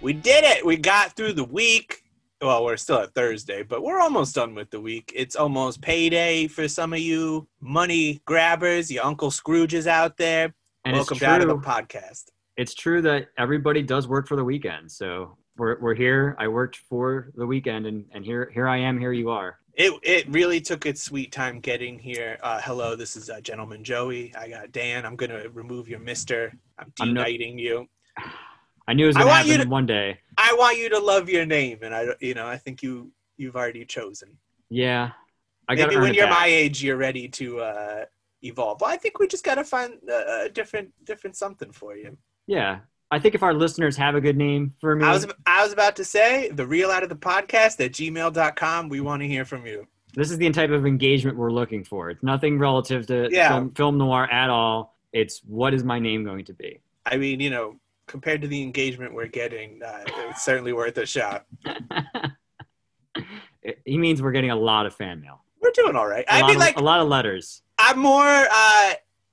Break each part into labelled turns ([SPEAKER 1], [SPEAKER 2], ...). [SPEAKER 1] We did it. We got through the week. Well, we're still at Thursday, but we're almost done with the week. It's almost payday for some of you money grabbers, your Uncle Scrooges out there.
[SPEAKER 2] And
[SPEAKER 1] Welcome
[SPEAKER 2] it's
[SPEAKER 1] down to the
[SPEAKER 2] true.
[SPEAKER 1] podcast.
[SPEAKER 2] It's true that everybody does work for the weekend. So we're, we're here. I worked for the weekend, and, and here here I am. Here you are.
[SPEAKER 1] It it really took its sweet time getting here. Uh, hello, this is uh, Gentleman Joey. I got Dan. I'm gonna remove your Mister. I'm
[SPEAKER 2] I'm not-
[SPEAKER 1] deniting you.
[SPEAKER 2] I knew it was
[SPEAKER 1] I
[SPEAKER 2] going to
[SPEAKER 1] want you
[SPEAKER 2] happen one day.
[SPEAKER 1] I want you to love your name, and I don't- you know I think you you've already chosen.
[SPEAKER 2] Yeah, I got
[SPEAKER 1] Maybe
[SPEAKER 2] to earn
[SPEAKER 1] when
[SPEAKER 2] it
[SPEAKER 1] you're
[SPEAKER 2] back.
[SPEAKER 1] my age, you're ready to uh, evolve. Well, I think we just gotta find a, a different different something for you.
[SPEAKER 2] Yeah, I think if our listeners have a good name for me,
[SPEAKER 1] I was I was about to say the real out of the podcast at gmail.com. We want to hear from you.
[SPEAKER 2] this is the type of engagement we're looking for. It's nothing relative to
[SPEAKER 1] Yeah.
[SPEAKER 2] film, film noir at all. It's what is my name going to be?
[SPEAKER 1] I mean, you know, compared to the engagement we're getting, uh, it's certainly worth a shot.
[SPEAKER 2] It- he means we're getting a lot of fan mail.
[SPEAKER 1] We're doing all right.
[SPEAKER 2] A
[SPEAKER 1] I
[SPEAKER 2] lot
[SPEAKER 1] mean,
[SPEAKER 2] of-
[SPEAKER 1] like
[SPEAKER 2] a lot of letters.
[SPEAKER 1] I'm more uh,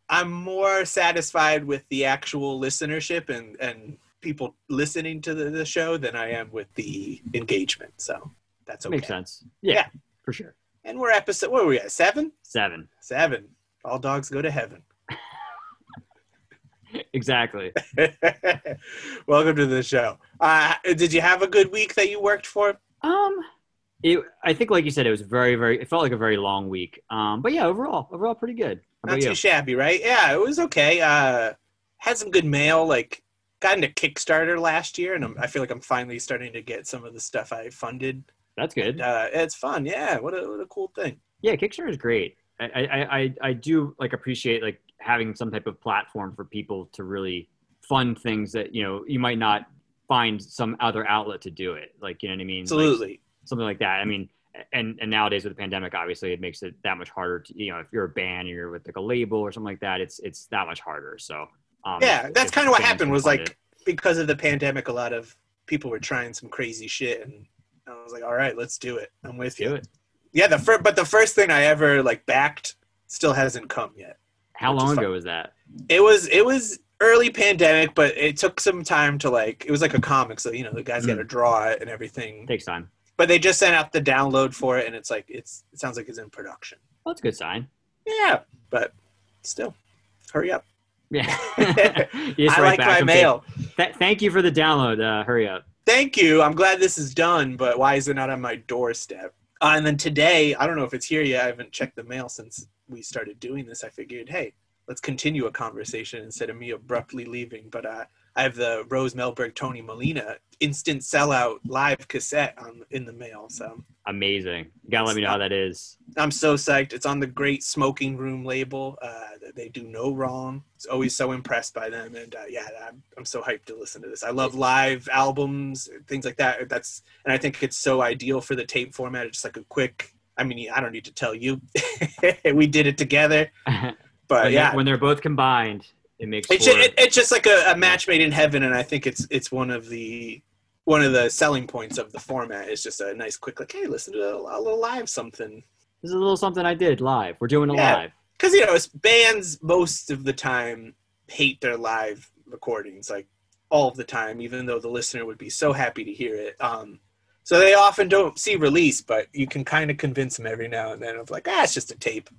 [SPEAKER 1] I'm more satisfied with the actual listenership and and people listening to the, the show than I am with the engagement. So that's okay.
[SPEAKER 2] Makes sense. Yeah,
[SPEAKER 1] Yeah.
[SPEAKER 2] for sure.
[SPEAKER 1] And we're episode. Where are we at? Seven.
[SPEAKER 2] Seven.
[SPEAKER 1] Seven. All dogs go to heaven.
[SPEAKER 2] Exactly.
[SPEAKER 1] Welcome to the show. Uh, did you have a good week that you worked for?
[SPEAKER 2] Um, it, I think, like you said, it was very, very. It felt like a very long week. Um, but yeah, overall, overall, pretty good. How
[SPEAKER 1] Not
[SPEAKER 2] about
[SPEAKER 1] too
[SPEAKER 2] you?
[SPEAKER 1] shabby, right? Yeah, it was okay. Uh, had some good mail. Like, got into Kickstarter last year, and I'm, I feel like I'm finally starting to get some of the stuff I funded.
[SPEAKER 2] That's good.
[SPEAKER 1] Uh, it's fun. Yeah, what a what a cool thing.
[SPEAKER 2] Yeah, Kickstarter is great. I, I, I, I do like appreciate like having some type of platform for people to really fund things that you know you might not find some other outlet to do it. Like you know what I mean? Like,
[SPEAKER 1] Absolutely.
[SPEAKER 2] something like that. I mean, and and nowadays with the pandemic, obviously it makes it that much harder. To, you know, if you're a band or you're with like a label or something like that, it's it's that much harder. So um,
[SPEAKER 1] yeah,
[SPEAKER 2] if-
[SPEAKER 1] that's
[SPEAKER 2] if
[SPEAKER 1] kind of what
[SPEAKER 2] bands
[SPEAKER 1] happened.
[SPEAKER 2] can
[SPEAKER 1] Was
[SPEAKER 2] fund
[SPEAKER 1] like
[SPEAKER 2] it.
[SPEAKER 1] because of the pandemic, a lot of people were trying some crazy shit, and I was like, all right, let's do it. I'm with
[SPEAKER 2] do
[SPEAKER 1] you.
[SPEAKER 2] it.
[SPEAKER 1] Yeah, the first, but the first thing I ever like backed still hasn't come yet.
[SPEAKER 2] How
[SPEAKER 1] which is
[SPEAKER 2] long
[SPEAKER 1] fun.
[SPEAKER 2] ago was that?
[SPEAKER 1] It was it was early pandemic, but it took some time to like. It was like a comic, so you know the guys got to draw it and everything.
[SPEAKER 2] Takes time.
[SPEAKER 1] But they just sent out the download for it, and it's like it's it sounds like it's in production.
[SPEAKER 2] Well, that's a good sign.
[SPEAKER 1] Yeah, but still, hurry up.
[SPEAKER 2] Yeah.
[SPEAKER 1] I like my mail.
[SPEAKER 2] Th- thank you for the download. Uh, hurry up.
[SPEAKER 1] Thank you. I'm glad this is done, but why is it not on my doorstep? Uh, and then today, I don't know if it's here yet. I haven't checked the mail since we started doing this. I figured, hey, let's continue a conversation instead of me abruptly leaving. But uh, I have the Rose Melberg Tony Molina instant sellout live cassette on, in the mail. So
[SPEAKER 2] Amazing. You gotta let me know how that is.
[SPEAKER 1] I'm so psyched. It's on the Great Smoking Room label. Uh, they do no wrong. It's always so impressed by them, and uh, yeah, I'm, I'm so hyped to listen to this. I love live albums, things like that. That's and I think it's so ideal for the tape format. It's just like a quick. I mean, I don't need to tell you, we did it together.
[SPEAKER 2] when,
[SPEAKER 1] But
[SPEAKER 2] they're-
[SPEAKER 1] Uh, yeah,
[SPEAKER 2] when they're both combined, it makes
[SPEAKER 1] it's
[SPEAKER 2] for-
[SPEAKER 1] just, it, it's just like a, a match made in heaven, and I think it's it's one of the one of the selling points of the format. It's just a nice quick like, hey, listen to a, a little live something.
[SPEAKER 2] this is a little something I did live. We're doing it
[SPEAKER 1] Yeah.
[SPEAKER 2] live.
[SPEAKER 1] because you know it's bands most of the time hate their live recordings like all of the time even though the listener would be so happy to hear it um so they often don't see release but you can kind of convince them every now and then of like ah it's just a tape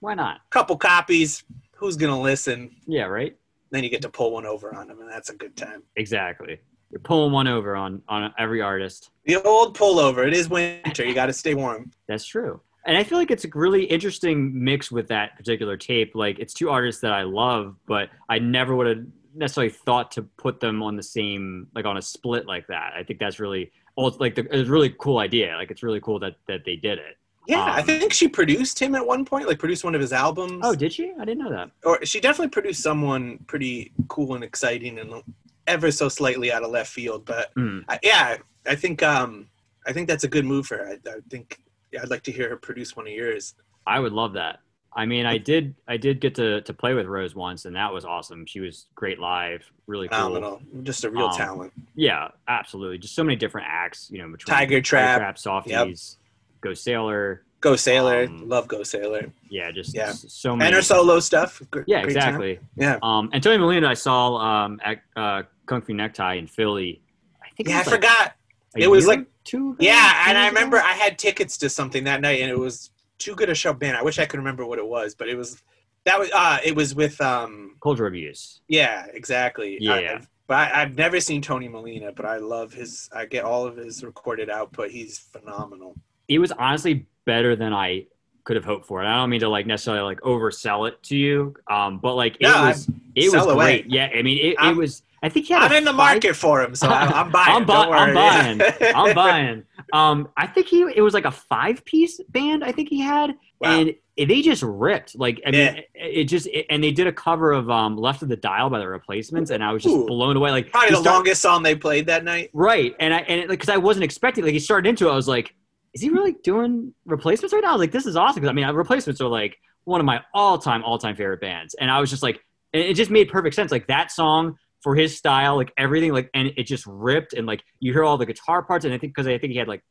[SPEAKER 2] Why not?
[SPEAKER 1] couple copies who's gonna listen
[SPEAKER 2] Yeah, right?
[SPEAKER 1] then you get to pull one over on them and that's a good time
[SPEAKER 2] Exactly. You're pulling one over on on every artist.
[SPEAKER 1] the old pullover it is winter you gotta stay warm
[SPEAKER 2] That's true. And I feel like it's a really interesting mix with that particular tape. Like it's two artists that I love, but I never would have necessarily thought to put them on the same, like on a split like that. I think that's really, oh, it's like the, it's a really cool idea. Like it's really cool that that they did it.
[SPEAKER 1] yeah i
[SPEAKER 2] Um,
[SPEAKER 1] think she produced him at one point like produced one of his albums
[SPEAKER 2] Oh, did she? I didn't know that.
[SPEAKER 1] or she definitely produced someone pretty cool and exciting and ever so slightly out of left field. But
[SPEAKER 2] Mm.
[SPEAKER 1] I, yeah, I think um, I think that's a good move for her. I, I think yeah, I'd like to hear her produce one of yours.
[SPEAKER 2] I would love that. I mean, I did, I did get to to play with Rose once, and that was awesome. She was great live, really cool.
[SPEAKER 1] Phenomenal, just a real
[SPEAKER 2] Um,
[SPEAKER 1] talent.
[SPEAKER 2] Yeah, absolutely. Just so many different acts, you know, between
[SPEAKER 1] Tiger Trap.
[SPEAKER 2] Softies, Go Sailor.
[SPEAKER 1] Go Sailor,
[SPEAKER 2] um,
[SPEAKER 1] love Go Sailor,
[SPEAKER 2] Yeah, just
[SPEAKER 1] Yeah.
[SPEAKER 2] s- so many.
[SPEAKER 1] and her solo stuff. Gr-
[SPEAKER 2] yeah,
[SPEAKER 1] great time.
[SPEAKER 2] exactly.
[SPEAKER 1] Yeah.
[SPEAKER 2] Um, and Tony Molina, I saw um, at uh, Kung Fu Necktie in Philly. I think
[SPEAKER 1] Yeah, I
[SPEAKER 2] it was like
[SPEAKER 1] forgot.
[SPEAKER 2] a
[SPEAKER 1] it was
[SPEAKER 2] year
[SPEAKER 1] like-
[SPEAKER 2] two. ago,
[SPEAKER 1] Yeah,
[SPEAKER 2] two
[SPEAKER 1] and I
[SPEAKER 2] years ago?
[SPEAKER 1] remember I had tickets to something that night, and it was too good a show band. I wish I could remember what it was, but it was that was uh it was with um
[SPEAKER 2] Culture Abuse.
[SPEAKER 1] yeah exactly I-
[SPEAKER 2] Yeah.
[SPEAKER 1] but I, I've never seen Tony Molina, but I love his. I get all of his recorded output. He's phenomenal.
[SPEAKER 2] it was honestly better than I could have hoped for. And I don't mean to like necessarily like oversell it to you, um, but like it
[SPEAKER 1] No, I-
[SPEAKER 2] was it was
[SPEAKER 1] sell away.
[SPEAKER 2] great. Yeah, I mean it, it
[SPEAKER 1] I'm-
[SPEAKER 2] was. I think he had.
[SPEAKER 1] I'm
[SPEAKER 2] a
[SPEAKER 1] in the
[SPEAKER 2] five-
[SPEAKER 1] market for him, so I'm, I'm buying.
[SPEAKER 2] I'm
[SPEAKER 1] him. Don't
[SPEAKER 2] bu- I'm
[SPEAKER 1] worry. Yeah.
[SPEAKER 2] I'm buying. Um, I think he it was like a five piece band. I think he had,
[SPEAKER 1] Wow.
[SPEAKER 2] and they just ripped. Like I mean,
[SPEAKER 1] Yeah.
[SPEAKER 2] it, it just it, and they did a cover of um, "Left of the Dial" by the Replacements, and I was just
[SPEAKER 1] Ooh.
[SPEAKER 2] blown away. Like
[SPEAKER 1] Probably
[SPEAKER 2] he
[SPEAKER 1] the
[SPEAKER 2] start-
[SPEAKER 1] longest song they played that night.
[SPEAKER 2] Right, and I and because I wasn't expecting, like he started into it, I was like, "Is he really doing replacements right now?" I was like, "This is awesome." 'Cause, I mean, uh, replacements are like one of my all-time, all-time favorite bands, and I was just like, and it just made perfect sense. Like that song for his style, like everything, like and it just ripped, and like you hear all the guitar parts, and I think because I think he had like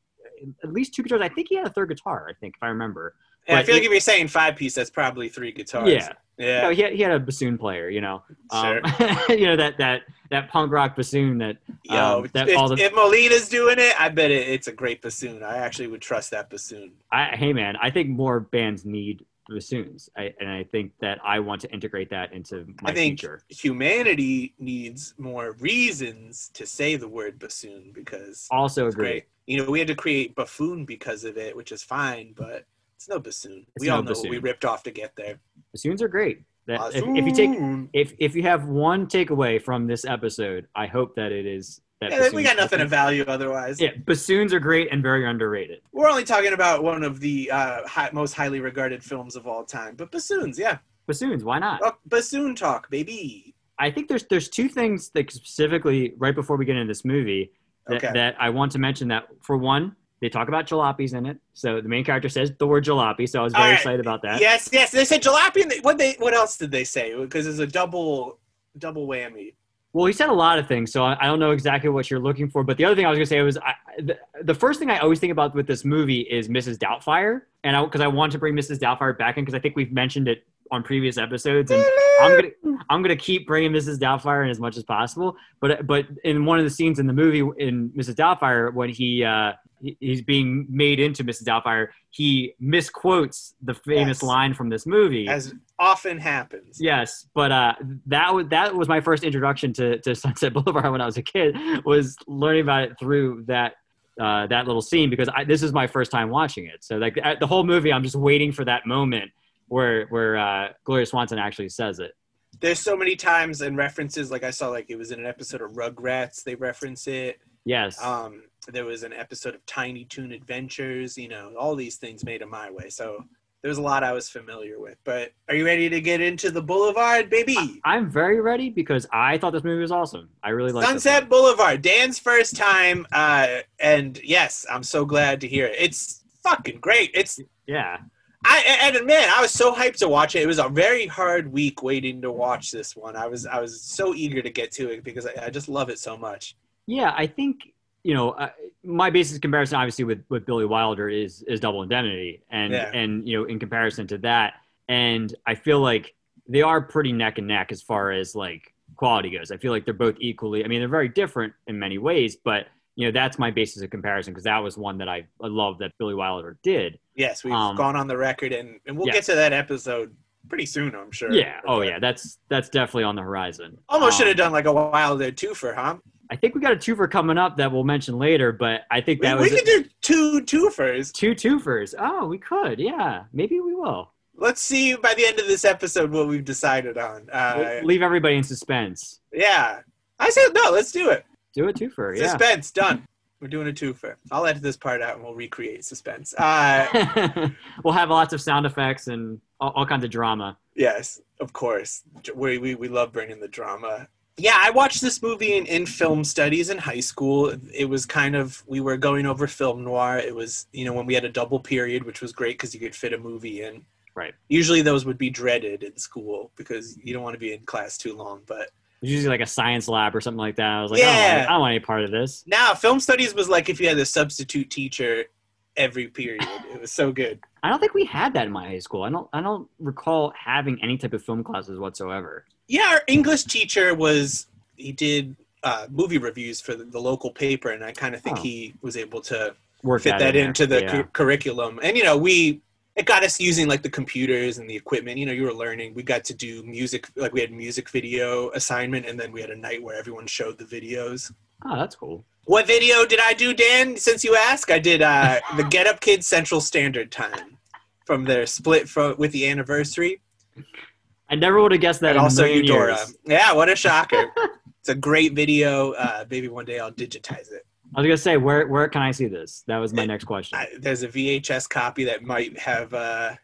[SPEAKER 2] at least two guitars. I think he had a third guitar. I think if I remember.
[SPEAKER 1] And I
[SPEAKER 2] But
[SPEAKER 1] feel like
[SPEAKER 2] it-
[SPEAKER 1] if you're saying five piece, that's probably three guitars.
[SPEAKER 2] Yeah. No,
[SPEAKER 1] Yeah.
[SPEAKER 2] he had, he had a bassoon player. You know, Um,
[SPEAKER 1] Sure.
[SPEAKER 2] you know that that that punk rock bassoon that
[SPEAKER 1] Yo,
[SPEAKER 2] um, that
[SPEAKER 1] if,
[SPEAKER 2] all the-
[SPEAKER 1] if Molina's doing it, I bet it, it's a great bassoon. I actually would trust that bassoon.
[SPEAKER 2] I, hey man, I think more bands need bassoons, I, and I think that I want to integrate that into my
[SPEAKER 1] I think-
[SPEAKER 2] future.
[SPEAKER 1] Humanity needs more reasons to say the word bassoon because
[SPEAKER 2] Also
[SPEAKER 1] it's
[SPEAKER 2] agree.
[SPEAKER 1] great. You know, we had to create buffoon because of it, which is fine, but it's no bassoon.
[SPEAKER 2] It's
[SPEAKER 1] we
[SPEAKER 2] no
[SPEAKER 1] all know what we
[SPEAKER 2] bassoon.
[SPEAKER 1] ripped off to get there.
[SPEAKER 2] Bassoons are great. That, if, if you take
[SPEAKER 1] Bassoon.
[SPEAKER 2] if if you have one takeaway from this episode, I hope that it is that
[SPEAKER 1] yeah, we got
[SPEAKER 2] bassoons-
[SPEAKER 1] nothing of value otherwise.
[SPEAKER 2] Yeah, bassoons are great and very underrated.
[SPEAKER 1] We're only talking about one of the uh, hi- most highly regarded films of all time, but bassoons, yeah.
[SPEAKER 2] Bassoons, why not?
[SPEAKER 1] Oh, bassoon talk, baby.
[SPEAKER 2] I think there's there's two things that specifically right before we get into this movie that,
[SPEAKER 1] Okay.
[SPEAKER 2] that I want to mention. That for one, they talk about jalopies in it. So the main character says the word jalopy. So I was very
[SPEAKER 1] All right.
[SPEAKER 2] excited about that.
[SPEAKER 1] Yes, yes. They said jalopy. And they, what they? What else did they say? Because it's a double, double whammy.
[SPEAKER 2] Well, he said a lot of things, so I I don't know exactly what you're looking for. But the other thing I was going to say was I, the, the first thing I always think about with this movie is Mrs. Doubtfire, and because I, want to bring Mrs. Doubtfire back in because I think we've mentioned it on previous episodes, and I'm gonna I'm gonna keep bringing Mrs. Doubtfire in as much as possible. But but in one of the scenes in the movie in Mrs. Doubtfire when he. Uh, he- He's being made into Mrs. Doubtfire. He misquotes the famous
[SPEAKER 1] Yes.
[SPEAKER 2] line from this movie.
[SPEAKER 1] As often happens.
[SPEAKER 2] Yes, but uh, that was that was my first introduction to, to Sunset Boulevard when I was a kid. Was learning about it through that uh, that little scene because I, this is my first time watching it. So like at the whole movie, I'm just waiting for that moment where where uh, Gloria Swanson actually says it.
[SPEAKER 1] There's so many times and references. Like I saw, like it was in an episode of Rugrats. They reference it.
[SPEAKER 2] Yes,
[SPEAKER 1] Um, there was an episode of Tiny Toon Adventures. You know, all these things made in my way. So there's a lot I was familiar with. But are you ready to get into the Boulevard, baby?
[SPEAKER 2] I'm very ready because I thought this movie was awesome. I really like
[SPEAKER 1] Sunset Boulevard, Dan's first time, uh, and yes, I'm so glad to hear it. It's fucking great. It's
[SPEAKER 2] Yeah,
[SPEAKER 1] I and and man, I was so hyped to watch it. It was a very hard week waiting to watch this one. I was I was so eager to get to it because I, I just love it so much.
[SPEAKER 2] yeah. I think you know uh, my basis comparison, obviously, with with Billy Wilder is is Double Indemnity, and
[SPEAKER 1] Yeah.
[SPEAKER 2] and you know in comparison to that, and I feel like they are pretty neck and neck as far as like quality goes. I feel like they're both equally. I mean, they're very different in many ways, but you know that's my basis of comparison because that was one that I, I love that Billy Wilder did.
[SPEAKER 1] Yes, we've
[SPEAKER 2] Um,
[SPEAKER 1] gone on the record, and and we'll get
[SPEAKER 2] yes.
[SPEAKER 1] to that episode pretty soon, I'm sure.
[SPEAKER 2] Yeah. Oh yeah. That's that's definitely on the horizon.
[SPEAKER 1] Almost
[SPEAKER 2] Um,
[SPEAKER 1] should have done like a Wilder twofer, huh?
[SPEAKER 2] I think we got a twofer coming up that we'll mention later, but I think
[SPEAKER 1] We,
[SPEAKER 2] that
[SPEAKER 1] we
[SPEAKER 2] was
[SPEAKER 1] could do two twofers.
[SPEAKER 2] two twofers. Oh, we could. Yeah. Maybe we will.
[SPEAKER 1] Let's see by the end of this episode what we've decided on. Uh,
[SPEAKER 2] We'll leave everybody in suspense.
[SPEAKER 1] yeah, I said no. Let's do it.
[SPEAKER 2] Do a twofer. Yeah.
[SPEAKER 1] Suspense done. We're doing a twofer. I'll edit this part out and we'll recreate suspense. Uh,
[SPEAKER 2] we'll have lots of sound effects and all, all kinds of drama.
[SPEAKER 1] Yes, of course. J- We, we, we love bringing the drama. Yeah, I watched this movie in, in film studies in high school. It was kind of, we were going over film noir. It was, you know, when we had a double period, which was great because you could fit a movie in.
[SPEAKER 2] Right.
[SPEAKER 1] Usually those would be dreaded in school because you don't want to be in class too long. But
[SPEAKER 2] It was usually like a science lab or something like that. I was like, I, don't
[SPEAKER 1] Yeah.
[SPEAKER 2] want, I don't want any part of this.
[SPEAKER 1] now, film studies was like if you had a substitute teacher every period. It was so good.
[SPEAKER 2] I don't think we had that in my high school. I don't. I don't recall having any type of film classes whatsoever.
[SPEAKER 1] Yeah, our English teacher was he did uh, movie reviews for the, the local paper, and I kind of think
[SPEAKER 2] Oh.
[SPEAKER 1] he was able to
[SPEAKER 2] Work
[SPEAKER 1] fit that
[SPEAKER 2] in there.
[SPEAKER 1] into the
[SPEAKER 2] Yeah.
[SPEAKER 1] cu- curriculum. And you know, we it got us using like the computers and the equipment. You know, you were learning. We got to do music, like we had music video assignment, and then we had a night where everyone showed the videos.
[SPEAKER 2] Oh, that's cool.
[SPEAKER 1] What video did I do, Dan? Since you ask, I did uh, the Get Up Kids Central Standard Time from their split fro with the anniversary,
[SPEAKER 2] I never would have guessed
[SPEAKER 1] and
[SPEAKER 2] that. in a
[SPEAKER 1] also
[SPEAKER 2] million
[SPEAKER 1] Eudora.
[SPEAKER 2] years.
[SPEAKER 1] Yeah, what a shocker! it's a great video. Uh, maybe one day I'll digitize it.
[SPEAKER 2] I was gonna say where where can I see this? That was my next question.
[SPEAKER 1] I, there's a VHS copy that might have uh,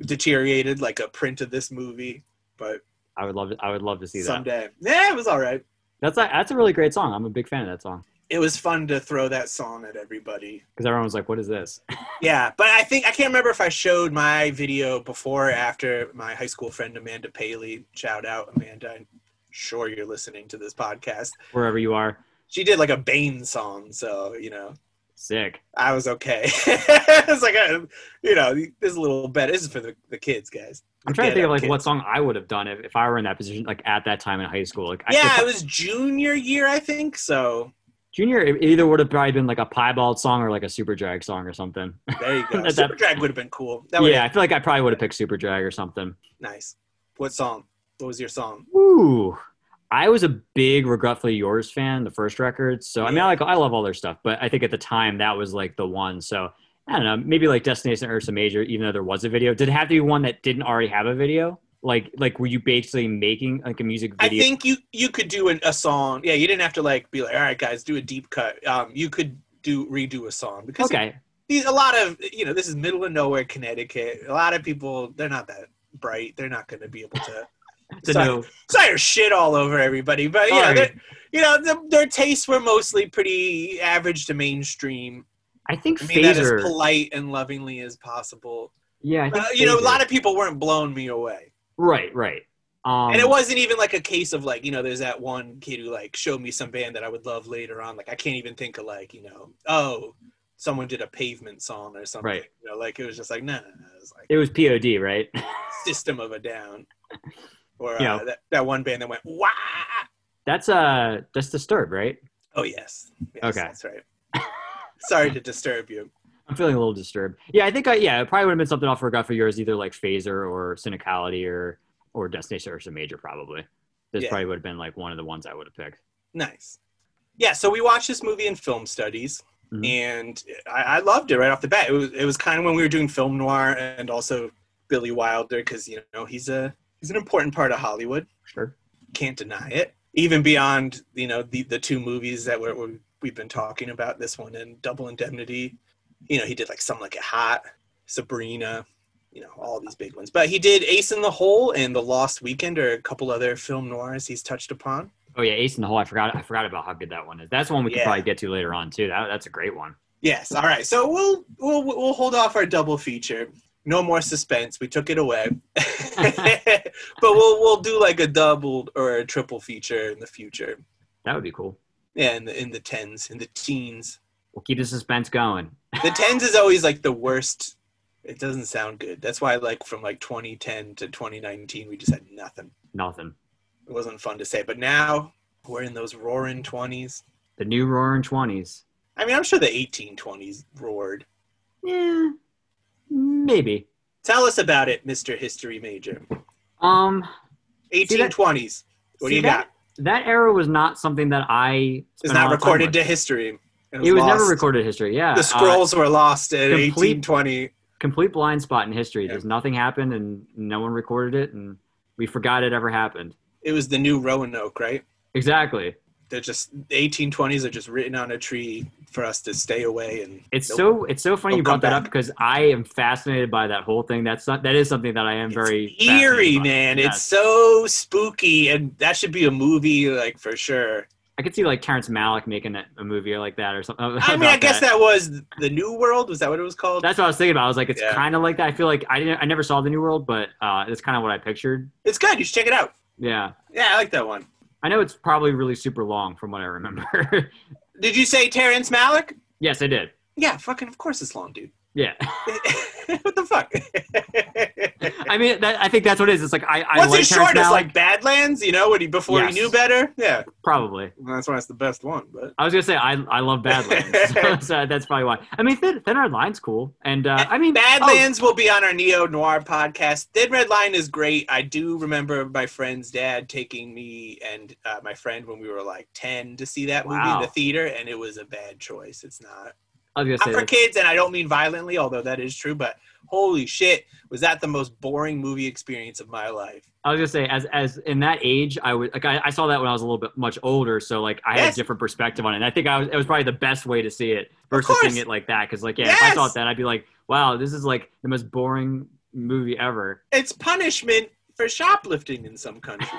[SPEAKER 1] deteriorated, like a print of this movie, but
[SPEAKER 2] I would love to, I would love to see that.
[SPEAKER 1] someday, yeah, it was all right.
[SPEAKER 2] That's a, that's a really great song. I'm a big fan of that song
[SPEAKER 1] It was fun to throw that song at everybody.
[SPEAKER 2] because everyone was like, "What is this?"
[SPEAKER 1] Yeah, but I think I can't remember if I showed my video before or after my high school friend Amanda Paley. Shout out Amanda! I'm sure you're listening to this podcast.
[SPEAKER 2] Wherever you are,
[SPEAKER 1] She did like a Bane song, so you know
[SPEAKER 2] sick.
[SPEAKER 1] I was okay. it's like I, you know this is a little better. This is for the, the kids, guys.
[SPEAKER 2] I'm trying
[SPEAKER 1] Get
[SPEAKER 2] to think
[SPEAKER 1] up,
[SPEAKER 2] of like what
[SPEAKER 1] kids.
[SPEAKER 2] song I would have done if, if I were in that position, like at that time in high school. Like,
[SPEAKER 1] yeah,
[SPEAKER 2] I,
[SPEAKER 1] it was junior year, I think. So
[SPEAKER 2] junior, it either would have probably been like a piebald song or like a super drag song or something.
[SPEAKER 1] there you go.
[SPEAKER 2] That-
[SPEAKER 1] Super Drag would have been cool. That would
[SPEAKER 2] yeah, I feel like I probably would have picked super drag or something.
[SPEAKER 1] nice. What song? What was your song?
[SPEAKER 2] Ooh. I was a big Regretfully Yours fan, the first record. So I mean, I like I love all their stuff, but I think at the time that was like the one. So I don't know, maybe like Destination Ursa Major, even though there was a video, did it have to be one that didn't already have a video? Like, like were you basically making like a music
[SPEAKER 1] I
[SPEAKER 2] video?
[SPEAKER 1] think you you could do an, a song. Yeah, you didn't have to like be like, all right, guys, do a deep cut. Um, you could do redo a song because
[SPEAKER 2] okay,
[SPEAKER 1] these, a lot of you know this is middle of nowhere Connecticut. A lot of people they're not that bright. They're not going to be able to.
[SPEAKER 2] to
[SPEAKER 1] Sorry.
[SPEAKER 2] know.
[SPEAKER 1] Sire shit all over everybody, but you know,
[SPEAKER 2] Sorry.
[SPEAKER 1] they're- you know their, their tastes were mostly pretty average to mainstream.
[SPEAKER 2] I think
[SPEAKER 1] I mean that as
[SPEAKER 2] Phaser.
[SPEAKER 1] polite and lovingly as possible.
[SPEAKER 2] yeah, I think
[SPEAKER 1] Uh, you know, a
[SPEAKER 2] Phaser.
[SPEAKER 1] lot of people weren't blowing me away,
[SPEAKER 2] right, right. Um,
[SPEAKER 1] and it wasn't even like a case of like you know, there's that one kid who like showed me some band that I would love later on. Like I can't even think of like you know, oh, someone did a pavement song or something.
[SPEAKER 2] Right.
[SPEAKER 1] You know, like it was just like no, no, no. It was like
[SPEAKER 2] it was POD, right?
[SPEAKER 1] System of a Down, or uh,
[SPEAKER 2] Yeah.
[SPEAKER 1] that, that one band that went wow.
[SPEAKER 2] that's uh, that's Disturbed, right?
[SPEAKER 1] Oh yes. Yes,
[SPEAKER 2] Okay.
[SPEAKER 1] That's right. Sorry to disturb you.
[SPEAKER 2] I'm feeling a little disturbed. Yeah, I think I yeah, it probably would have been something off forgot for yours, either like Phaser or Cynicality or or Destination Ursa Major probably. This
[SPEAKER 1] Yeah.
[SPEAKER 2] probably would have been like one of the ones I would have picked.
[SPEAKER 1] Nice. Yeah, so we watched this movie in film studies,
[SPEAKER 2] Mhm.
[SPEAKER 1] and I, I loved it right off the bat. It was it was kind of when we were doing film noir and also Billy Wilder because you know he's a he's an important part of Hollywood.
[SPEAKER 2] Sure.
[SPEAKER 1] Can't deny it. Even beyond you know the the two movies that we're, we we've been talking about, this one and Double Indemnity. You know he did like some like it hot, Sabrina, you know all these big ones. But he did Ace in the Hole and The Lost Weekend, or a couple other film noirs he's touched upon.
[SPEAKER 2] Oh yeah, Ace in the Hole. I forgot I forgot about how good that one is. That's one we could
[SPEAKER 1] Yeah.
[SPEAKER 2] probably get to later on too. That, that's a great one.
[SPEAKER 1] Yes. All right. So we'll we'll we'll hold off our double feature. No more suspense. We took it away. but we'll we'll do like a double or a triple feature in the future.
[SPEAKER 2] That would be cool.
[SPEAKER 1] Yeah, in the in the tens, in the teens.
[SPEAKER 2] We'll keep the suspense going.
[SPEAKER 1] The tens is always like the worst. It doesn't sound good. That's why like from like 2010 to 2019 we just had nothing.
[SPEAKER 2] Nothing.
[SPEAKER 1] It wasn't fun to say. But now we're in those roaring 20s.
[SPEAKER 2] The new roaring twenties.
[SPEAKER 1] I mean, I'm sure the 1820s roared.
[SPEAKER 2] Yeah. Eh, Maybe.
[SPEAKER 1] Tell us about it, Mr. History Major.
[SPEAKER 2] Um
[SPEAKER 1] 1820s. What do
[SPEAKER 2] see
[SPEAKER 1] you got?
[SPEAKER 2] that, That era was not something that I
[SPEAKER 1] It's
[SPEAKER 2] spent a
[SPEAKER 1] not
[SPEAKER 2] lot of time
[SPEAKER 1] recorded
[SPEAKER 2] with.
[SPEAKER 1] to history.
[SPEAKER 2] It was never
[SPEAKER 1] lost.
[SPEAKER 2] recorded history. Yeah.
[SPEAKER 1] The
[SPEAKER 2] Uh,
[SPEAKER 1] scrolls were lost at
[SPEAKER 2] complete-
[SPEAKER 1] 1820.
[SPEAKER 2] complete blind spot in history.
[SPEAKER 1] Yeah.
[SPEAKER 2] There's nothing happened and no one recorded it and we forgot it ever happened.
[SPEAKER 1] It was the new Roanoke, right?
[SPEAKER 2] Exactly.
[SPEAKER 1] They're just the 1820s are just written on a tree for us to stay away and
[SPEAKER 2] It's
[SPEAKER 1] Nope.
[SPEAKER 2] so it's so funny
[SPEAKER 1] Don't
[SPEAKER 2] you
[SPEAKER 1] come
[SPEAKER 2] brought that up
[SPEAKER 1] back.
[SPEAKER 2] because I am fascinated by that whole thing. That's not that is something that I am
[SPEAKER 1] It's
[SPEAKER 2] very
[SPEAKER 1] eerie,
[SPEAKER 2] fascinated by.
[SPEAKER 1] man.
[SPEAKER 2] Yes.
[SPEAKER 1] It's so spooky, and that should be a movie, like for sure.
[SPEAKER 2] I could see like Terrence Malick making a, a movie like that or something.
[SPEAKER 1] I mean, I guess that. was the New World. Was that what it was called?
[SPEAKER 2] that's what I was thinking about. I was like, it's
[SPEAKER 1] Yeah.
[SPEAKER 2] kind of like that. I feel like I didn't I never saw the New World, but uh, it's kind of what I pictured.
[SPEAKER 1] it's good. You should check it out.
[SPEAKER 2] Yeah.
[SPEAKER 1] Yeah, I like that one.
[SPEAKER 2] I know it's probably really super long from what I remember.
[SPEAKER 1] Did you say Terrence Malick?
[SPEAKER 2] yes, I did.
[SPEAKER 1] Yeah, fucking. Of course, it's long, dude.
[SPEAKER 2] Yeah.
[SPEAKER 1] what the fuck?
[SPEAKER 2] I mean, that, I think that's what it is. It's like I, I
[SPEAKER 1] What's
[SPEAKER 2] like
[SPEAKER 1] his
[SPEAKER 2] Terrence
[SPEAKER 1] shortest?
[SPEAKER 2] Malick,
[SPEAKER 1] Like Badlands, you know, when he before
[SPEAKER 2] Yes.
[SPEAKER 1] he knew better. Yeah,
[SPEAKER 2] probably.
[SPEAKER 1] Well, that's why it's the best one. But
[SPEAKER 2] I was gonna say I I love Badlands, so, so that's probably why. I mean, Thin, Thin Red Line's cool, and uh, I mean,
[SPEAKER 1] Badlands will be on our neo noir podcast. Thin Red Line is great. I do remember my friend's dad taking me and uh, my friend when we were like ten to see that movie
[SPEAKER 2] Wow.
[SPEAKER 1] in the theater, and it was a bad choice. It's not.
[SPEAKER 2] oh, I was gonna say
[SPEAKER 1] Not for
[SPEAKER 2] that's-
[SPEAKER 1] kids, and I don't mean violently, although that is true. But holy shit, was that the most boring movie experience of my life?
[SPEAKER 2] I was gonna say, as as in that age, I would like I, I saw that when I was a little bit much older, so like I had
[SPEAKER 1] Yes.
[SPEAKER 2] a different perspective on it. And I think I was it was probably the best way to see it versus
[SPEAKER 1] course.
[SPEAKER 2] seeing it like that. Because like yeah, if I saw it
[SPEAKER 1] Yes.
[SPEAKER 2] then, I'd be like, wow, this is like the most boring movie ever.
[SPEAKER 1] It's punishment for shoplifting in some countries.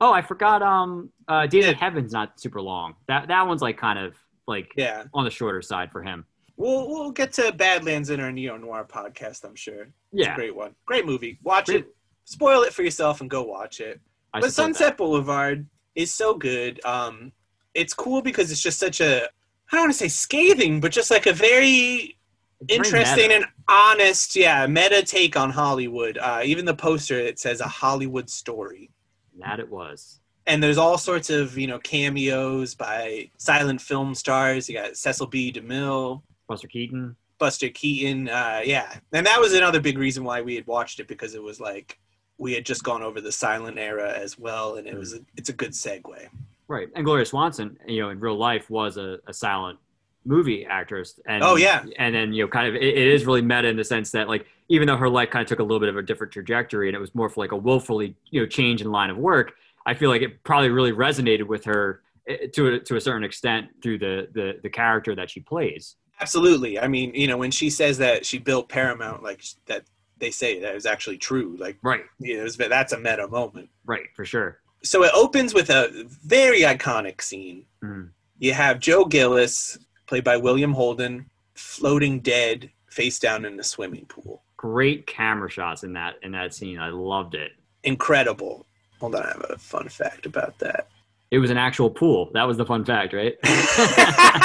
[SPEAKER 2] Oh, I forgot. Um, uh, Days in
[SPEAKER 1] Yeah.
[SPEAKER 2] Heaven's not super long. That that one's like kind of like
[SPEAKER 1] yeah,
[SPEAKER 2] on the shorter side for him.
[SPEAKER 1] we'll we'll get to Badlands in our neo noir podcast. I'm sure. It's a
[SPEAKER 2] Yeah,
[SPEAKER 1] great one. Great movie. Watch
[SPEAKER 2] Great-
[SPEAKER 1] it. Spoil it for yourself and go watch it.
[SPEAKER 2] I
[SPEAKER 1] but
[SPEAKER 2] support that.
[SPEAKER 1] Sunset Boulevard is so good. Um, it's cool because it's just such a I don't want to say scathing, but just like a very
[SPEAKER 2] It's very
[SPEAKER 1] interesting
[SPEAKER 2] meta.
[SPEAKER 1] and honest, yeah, meta take on Hollywood. Uh, even the poster it says a Hollywood story,
[SPEAKER 2] that it was.
[SPEAKER 1] and there's all sorts of you know cameos by silent film stars. You got Cecil B. DeMille,
[SPEAKER 2] Buster Keaton.
[SPEAKER 1] Buster Keaton. Uh, yeah, and that was another big reason why we had watched it because it was like we had just gone over the silent era as well, and
[SPEAKER 2] Mm.
[SPEAKER 1] it was a, it's a good segue.
[SPEAKER 2] Right. And Gloria Swanson, you know, in real life was a, a silent movie actress. And
[SPEAKER 1] Oh, yeah.
[SPEAKER 2] And then, you know, kind of it, it is really meta in the sense that like even though her life kind of took a little bit of a different trajectory and it was more for like a willfully, you know, change in line of work, I feel like it probably really resonated with her eh, to a, to a certain extent through the, the the character that she plays.
[SPEAKER 1] Absolutely. I mean, you know, when she says that she built Paramount, like that, they say that is actually true. Like,
[SPEAKER 2] Right.
[SPEAKER 1] you know, it was, that's a meta moment.
[SPEAKER 2] Right, for sure.
[SPEAKER 1] So it opens with a very iconic scene.
[SPEAKER 2] Mm.
[SPEAKER 1] You have Joe Gillis, played by William Holden, floating dead, face down in a swimming pool.
[SPEAKER 2] Great camera shots in that in that scene. I loved it.
[SPEAKER 1] Incredible. Hold on, I have a fun fact about that.
[SPEAKER 2] It was an actual pool. That was the fun fact, right?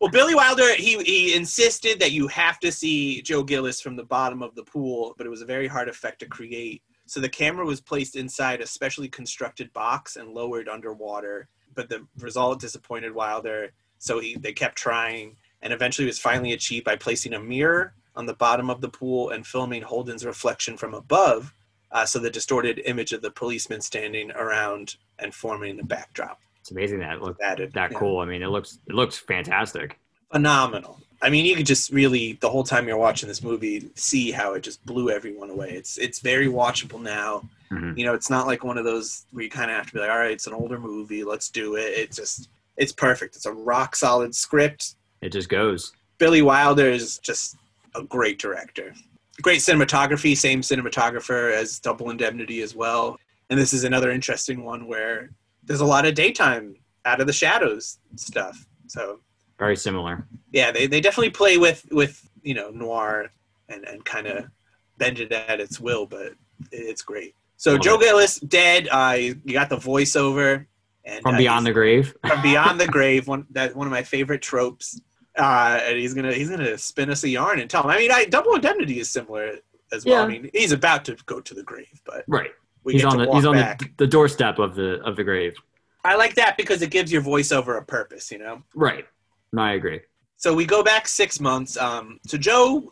[SPEAKER 1] well, Billy Wilder, he, he insisted that you have to see Joe Gillis from the bottom of the pool, but it was a very hard effect to create. So the camera was placed inside a specially constructed box and lowered underwater, but the result disappointed Wilder. So he, they kept trying, and eventually it was finally achieved by placing a mirror on the bottom of the pool and filming Holden's reflection from above. Uh, so the distorted image of the policeman standing around and forming the backdrop.
[SPEAKER 2] It's amazing that it looked
[SPEAKER 1] That is
[SPEAKER 2] that
[SPEAKER 1] yeah
[SPEAKER 2] cool. I mean, it looks it looks fantastic.
[SPEAKER 1] phenomenal. I mean, you could just really the whole time you're watching this movie see how it just blew everyone away. It's it's very watchable now.
[SPEAKER 2] Mhm.
[SPEAKER 1] You know, it's not like one of those where you kind of have to be like, all right, it's an older movie, let's do it. It's just it's perfect. It's a rock solid script.
[SPEAKER 2] It just goes.
[SPEAKER 1] Billy Wilder is just a great director. Great cinematography, same cinematographer as Double Indemnity as well. And this is another interesting one where there's a lot of daytime out of the shadows stuff. So
[SPEAKER 2] Very similar.
[SPEAKER 1] yeah they, they definitely play with with you know noir and and kind of bend it at its will but it's great so
[SPEAKER 2] Love
[SPEAKER 1] joe
[SPEAKER 2] it.
[SPEAKER 1] gillis dead uh you you got the voiceover and
[SPEAKER 2] From beyond the grave.
[SPEAKER 1] the from beyond the grave one that one of my favorite tropes uh and he's gonna he's gonna spin us a yarn and tell him i mean i double indemnity is similar as well i
[SPEAKER 2] Yeah.
[SPEAKER 1] mean he's about to go to the grave but
[SPEAKER 2] Right.
[SPEAKER 1] we
[SPEAKER 2] he's
[SPEAKER 1] get
[SPEAKER 2] on
[SPEAKER 1] to
[SPEAKER 2] the
[SPEAKER 1] walk
[SPEAKER 2] he's on
[SPEAKER 1] back
[SPEAKER 2] the, the doorstep of the of the grave.
[SPEAKER 1] i like that because it gives your voiceover a purpose you know
[SPEAKER 2] Right. No, I agree.
[SPEAKER 1] So we go back six months. Um, so Joe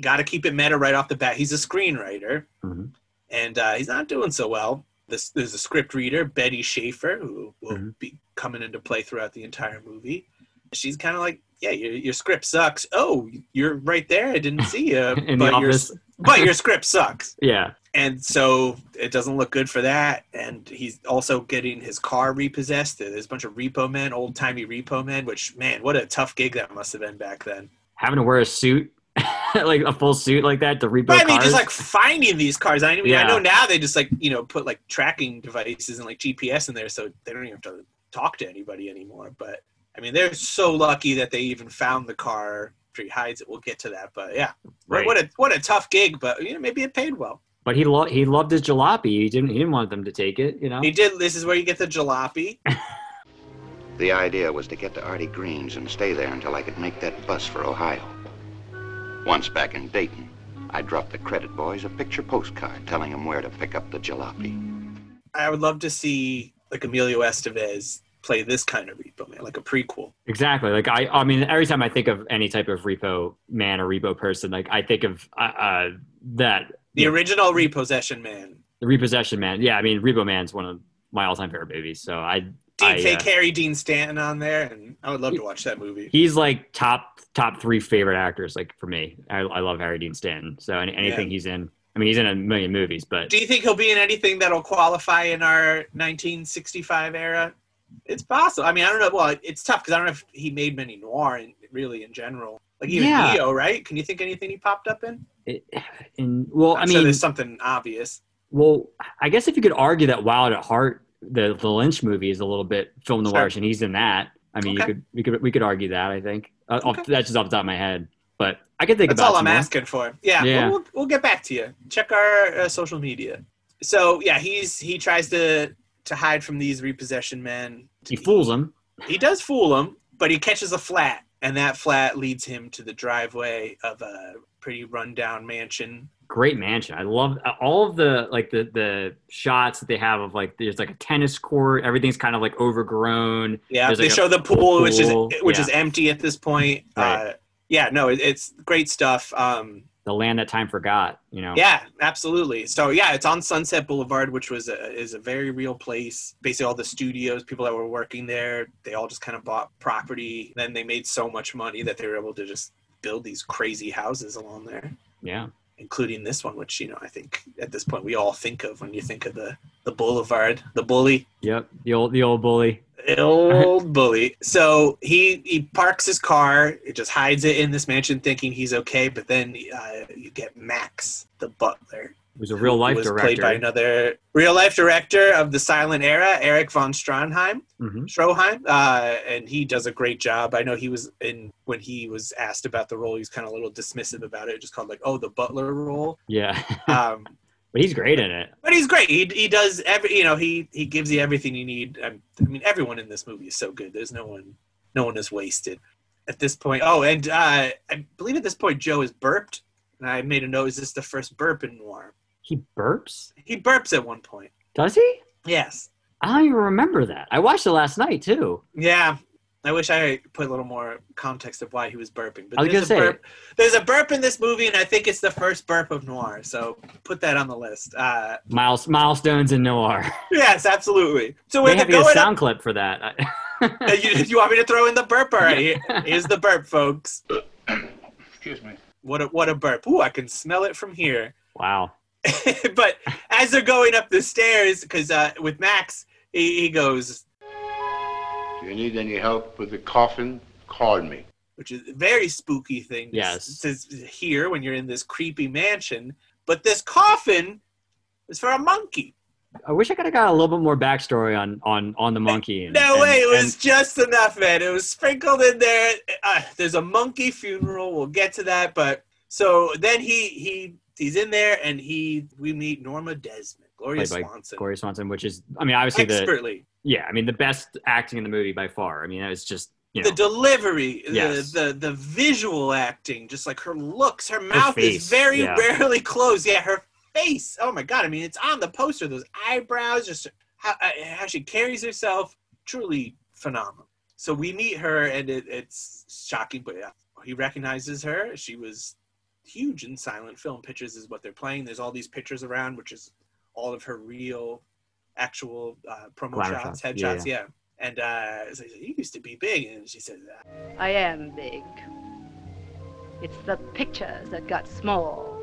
[SPEAKER 1] got to keep it meta right off the bat. He's a screenwriter,
[SPEAKER 2] Mhm.
[SPEAKER 1] and uh, he's not doing so well. This, there's a script reader, Betty Schaefer, who will
[SPEAKER 2] Mhm.
[SPEAKER 1] be coming into play throughout the entire movie. She's kind of like, "Yeah, your, your script sucks. Oh, you're right there. I didn't see you.
[SPEAKER 2] In the
[SPEAKER 1] but your
[SPEAKER 2] office.
[SPEAKER 1] but your script sucks."
[SPEAKER 2] Yeah.
[SPEAKER 1] And so it doesn't look good for that. And he's also getting his car repossessed. There's a bunch of repo men, old timey repo men. Which man, what a tough gig that must have been back then.
[SPEAKER 2] Having to wear a suit, like a full suit like that to repo
[SPEAKER 1] But I mean,
[SPEAKER 2] cars.
[SPEAKER 1] just like finding these cars. I mean, I
[SPEAKER 2] Yeah.
[SPEAKER 1] know now they just like you know put like tracking devices and like GPS in there, so they don't even have to talk to anybody anymore. But I mean, they're so lucky that they even found the car. after He hides it. We'll get to that, but yeah,
[SPEAKER 2] right.
[SPEAKER 1] what a what a tough gig. But you know, maybe it paid well.
[SPEAKER 2] but he lo- he loved his jalopy. He didn't he didn't want them to take it. You know.
[SPEAKER 1] He did. This is where you get the jalopy.
[SPEAKER 3] The idea was to get to Artie Green's and stay there until I could make that bus for Ohio. Once back in Dayton, I dropped the credit boys a picture postcard telling them where to pick up the jalopy.
[SPEAKER 1] I would love to see like Emilio Estevez play this kind of Repo Man, like a prequel.
[SPEAKER 2] Exactly. Like I, I mean, every time I think of any type of repo man or repo person, like I think of uh, uh, that
[SPEAKER 1] The original Repossession Man.
[SPEAKER 2] the repossession man. Yeah, I mean, Repo Man's one of my all-time favorite movies. So I, I,
[SPEAKER 1] DK
[SPEAKER 2] uh,
[SPEAKER 1] Carey, Dean Stanton on there, and I would love to watch that movie.
[SPEAKER 2] he's like top top three favorite actors. Like for me, I, I love Harry Dean Stanton. So any, anything he's in, I mean, he's in a million movies, but
[SPEAKER 1] Do you think he'll be in anything that'll qualify in our 1965 era? It's possible. I mean, I don't know. Well, it's tough because I don't know if he made many noir in, really in general. Like even
[SPEAKER 2] Yeah.
[SPEAKER 1] Neo, right? Can you think anything he popped up in?
[SPEAKER 2] it, in, well, I
[SPEAKER 1] I'm sure
[SPEAKER 2] mean,
[SPEAKER 1] there's something obvious.
[SPEAKER 2] well, I guess if you could argue that Wild at Heart, the the Lynch movie is a little bit film noir,
[SPEAKER 1] Sure.
[SPEAKER 2] and he's in that. I
[SPEAKER 1] Okay.
[SPEAKER 2] mean, you could we could we could argue that. I think uh, off,
[SPEAKER 1] Okay.
[SPEAKER 2] that's just off the top of my head, but I could think
[SPEAKER 1] That's
[SPEAKER 2] about
[SPEAKER 1] all
[SPEAKER 2] some
[SPEAKER 1] I'm
[SPEAKER 2] more.
[SPEAKER 1] asking for. Yeah,
[SPEAKER 2] Yeah.
[SPEAKER 1] We'll, we'll, we'll get back to you. Check our uh, social media. So yeah, he's he tries to to hide from these repossession men.
[SPEAKER 2] He fools him.
[SPEAKER 1] He does fool him, but he catches a flat, and that flat leads him to the driveway of a pretty rundown mansion.
[SPEAKER 2] great mansion. I love uh, all of the like the the shots that they have of like there's like a tennis court. Everything's kind of like overgrown.
[SPEAKER 1] Yeah,
[SPEAKER 2] There's
[SPEAKER 1] they
[SPEAKER 2] like a
[SPEAKER 1] show the pool, which is
[SPEAKER 2] pool,
[SPEAKER 1] which
[SPEAKER 2] yeah.
[SPEAKER 1] is empty at this point. Uh,
[SPEAKER 2] Right.
[SPEAKER 1] yeah, no, it, it's great stuff. Um,
[SPEAKER 2] The land that time forgot. You know.
[SPEAKER 1] Yeah, absolutely. So yeah, it's on Sunset Boulevard, which was a, is a very real place. Basically, all the studios, people that were working there, they all just kind of bought property. Then they made so much money that they were able to just build these crazy houses along there,
[SPEAKER 2] Yeah.
[SPEAKER 1] including this one, which you know I think at this point we all think of when you think of the the Boulevard, the bully.
[SPEAKER 2] Yep. The old the old bully.
[SPEAKER 1] Old bully. So he he parks his car, it just hides it in this mansion, thinking he's okay. But then uh, you get Max, the butler,
[SPEAKER 2] It was a real life
[SPEAKER 1] was
[SPEAKER 2] director.
[SPEAKER 1] played by another real life director of the silent era, Eric von Stroheim.
[SPEAKER 2] Mhm.
[SPEAKER 1] Stroheim, uh, and he does a great job. I know he was in when he was asked about the role, he's kind of a little dismissive about it, just called like, oh, the butler role.
[SPEAKER 2] Yeah.
[SPEAKER 1] Um,
[SPEAKER 2] but he's great in it.
[SPEAKER 1] but he's great. He he does every you know he he gives you everything you need. I, I mean, everyone in this movie is so good. There's no one no one is wasted at this point. Oh, and uh, I believe at this point Joe is burped, and I made a note: is this the first burp in noir?
[SPEAKER 2] He burps.
[SPEAKER 1] He burps at one point.
[SPEAKER 2] Does he?
[SPEAKER 1] Yes.
[SPEAKER 2] I don't even remember that. I watched it last night too.
[SPEAKER 1] Yeah. I wish I put a little more context of why he was burping. But
[SPEAKER 2] I was
[SPEAKER 1] there's
[SPEAKER 2] gonna
[SPEAKER 1] a
[SPEAKER 2] say-
[SPEAKER 1] burp. There's a burp in this movie, and I think it's the first burp of noir. So put that on the list. Uh,
[SPEAKER 2] Miles milestones in noir.
[SPEAKER 1] yes, absolutely. So
[SPEAKER 2] They
[SPEAKER 1] when they're
[SPEAKER 2] have to get a
[SPEAKER 1] going up,
[SPEAKER 2] sound clip for that.
[SPEAKER 1] Uh, you, you want me to throw in the burp? All right, here- here's the burp, folks.
[SPEAKER 4] Excuse me.
[SPEAKER 1] What a what a burp! Ooh, I can smell it from here.
[SPEAKER 2] wow.
[SPEAKER 1] but as they're going up the stairs, because uh, with Max, he, he goes,
[SPEAKER 4] If you need any help with the coffin, call me.
[SPEAKER 1] which is a very spooky thing to,
[SPEAKER 2] Yes.
[SPEAKER 1] to hear when you're in this creepy mansion. But this coffin is for a monkey.
[SPEAKER 2] I wish I could have got a little bit more backstory on on on the monkey. and-
[SPEAKER 1] No
[SPEAKER 2] and-
[SPEAKER 1] way, it
[SPEAKER 2] and-
[SPEAKER 1] was just enough, man. It was sprinkled in there. Uh, there's a monkey funeral. We'll get to that, but so then he he he's in there and he we meet Norma Desmond, Gloria
[SPEAKER 2] Played by
[SPEAKER 1] Swanson,
[SPEAKER 2] Corey Swanson, which is, I mean, obviously the
[SPEAKER 1] expertly.
[SPEAKER 2] yeah, I mean the best acting in the movie by far. I mean, that was just you know
[SPEAKER 1] The delivery, uh,
[SPEAKER 2] Yes.
[SPEAKER 1] the, the the visual acting, just like her looks, her mouth
[SPEAKER 2] face,
[SPEAKER 1] is very
[SPEAKER 2] yeah.
[SPEAKER 1] rarely closed. Yeah, her face. Oh my god! I mean, it's on the poster. Those eyebrows, just how uh, how she carries herself, truly phenomenal. So we meet her, and it, it's shocking, but uh, yeah, he recognizes her. She was huge in silent film pictures, is what they're playing. There's all these pictures around, which is all of her real, actual uh, promo
[SPEAKER 2] Glamour
[SPEAKER 1] shots,
[SPEAKER 2] shots,
[SPEAKER 1] headshots, yeah. And uh, so he said, you used to be big, and she uh, said,
[SPEAKER 5] I am big. It's the pictures that got small.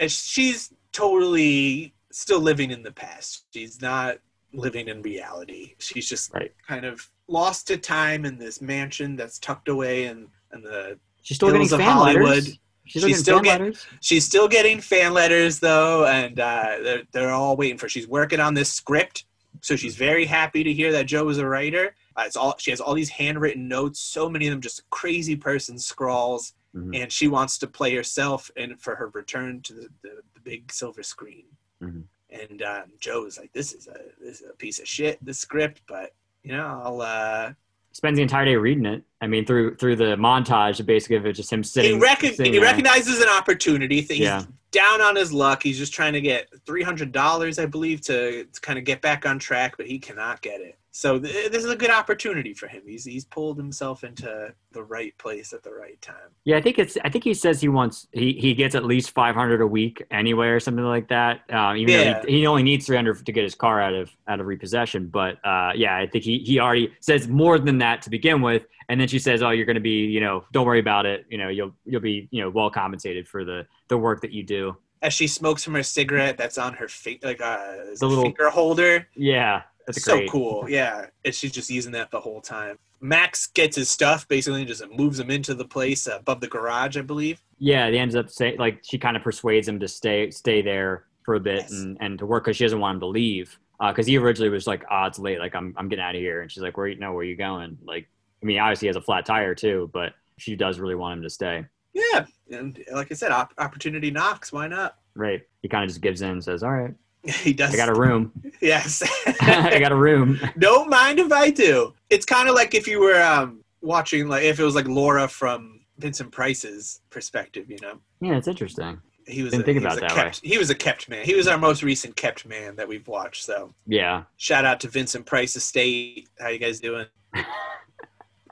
[SPEAKER 1] and she's totally still living in the past. She's not living in reality. She's just
[SPEAKER 2] Right.
[SPEAKER 1] kind of lost to time in this mansion that's tucked away and and the
[SPEAKER 2] she's still getting
[SPEAKER 1] Hills of
[SPEAKER 2] fan
[SPEAKER 1] Hollywood.
[SPEAKER 2] letters.
[SPEAKER 1] She's
[SPEAKER 2] She's still getting
[SPEAKER 1] still
[SPEAKER 2] fan
[SPEAKER 1] get-
[SPEAKER 2] letters.
[SPEAKER 1] she's still getting fan letters though and uh, they're, they're all waiting for she's working on this script so she's very happy to hear that joe is a writer uh, it's all she has all these handwritten notes so many of them just crazy person scrawls
[SPEAKER 2] Mhm.
[SPEAKER 1] and she wants to play herself and for her return to the, the, the big silver screen.
[SPEAKER 2] Mhm.
[SPEAKER 1] And um, Joe was like, "This is a this is a piece of shit, this script, but you know, I'll uh,
[SPEAKER 2] spends the entire day reading it. I mean, through through the montage, basically, of it just him sitting.
[SPEAKER 1] he, recog-
[SPEAKER 2] sitting
[SPEAKER 1] he
[SPEAKER 2] there.
[SPEAKER 1] recognizes an opportunity. That he's
[SPEAKER 2] Yeah.
[SPEAKER 1] down on his luck. He's just trying to get three hundred dollars, I believe, to, to kind of get back on track, but he cannot get it. So th- this is a good opportunity for him. He's he's pulled himself into the right place at the right time.
[SPEAKER 2] Yeah, I think it's. I think he says he wants. He he gets at least five hundred a week anyway, or something like that. Um, even
[SPEAKER 1] Yeah.
[SPEAKER 2] though he, he only needs three hundred to get his car out of out of repossession. But uh, yeah, I think he he already says more than that to begin with, and then she says, "Oh, you're going to be, you know, don't worry about it. You know, you'll you'll be, you know, well compensated for the the work that you do."
[SPEAKER 1] As she smokes from her cigarette that's on her fi- like uh, is a
[SPEAKER 2] The little-
[SPEAKER 1] finger holder.
[SPEAKER 2] Yeah, that's
[SPEAKER 1] so
[SPEAKER 2] great.
[SPEAKER 1] cool. Yeah, and she's just using that the whole time. Max gets his stuff basically and just moves him into the place above the garage, I believe.
[SPEAKER 2] Yeah, they ends up say like she kind of persuades him to stay stay there for a bit
[SPEAKER 1] Yes.
[SPEAKER 2] and, and to work because she doesn't want him to leave because he originally was like, "Ah, it's late. Like I'm I'm getting out of here." And she's like, "Where you know where you going?" Like I mean, obviously he has a flat tire too, but she does really want him to stay.
[SPEAKER 1] Yeah, and like I said, op- opportunity knocks. Why not?
[SPEAKER 2] Right? He kind of just gives in and says, "All right,
[SPEAKER 1] He does.
[SPEAKER 2] I got a room.
[SPEAKER 1] Yes.
[SPEAKER 2] I got a room."
[SPEAKER 1] Don't mind if I do. It's kind of like if you were um, watching, like if it was like Laura from Vincent Price's perspective, you know.
[SPEAKER 2] Yeah, it's interesting.
[SPEAKER 1] He was
[SPEAKER 2] Didn't
[SPEAKER 1] a,
[SPEAKER 2] think
[SPEAKER 1] he was
[SPEAKER 2] about
[SPEAKER 1] a
[SPEAKER 2] it that
[SPEAKER 1] kept, He was a kept man. He was our most recent kept man that we've watched. So
[SPEAKER 2] Yeah,
[SPEAKER 1] shout out to Vincent Price Estate. How you guys doing?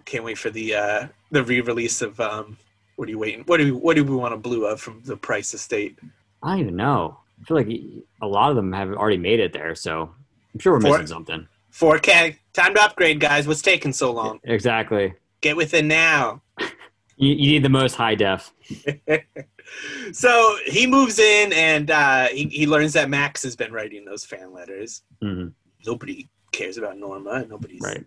[SPEAKER 1] Can't wait for the uh, the re-release of um, what are you waiting? What do we, what do we want a blue of from the Price Estate?
[SPEAKER 2] I don't even know. I feel like a lot of them have already made it there, so I'm sure we're
[SPEAKER 1] For-
[SPEAKER 2] missing something.
[SPEAKER 1] 4K time to upgrade, guys. What's taking so long?
[SPEAKER 2] Exactly.
[SPEAKER 1] Get with it now.
[SPEAKER 2] You, you need the most high def.
[SPEAKER 1] so he moves in and uh, he, he learns that Max has been writing those fan letters.
[SPEAKER 2] hmm
[SPEAKER 1] Nobody cares about Norma. and Nobody's
[SPEAKER 2] Right.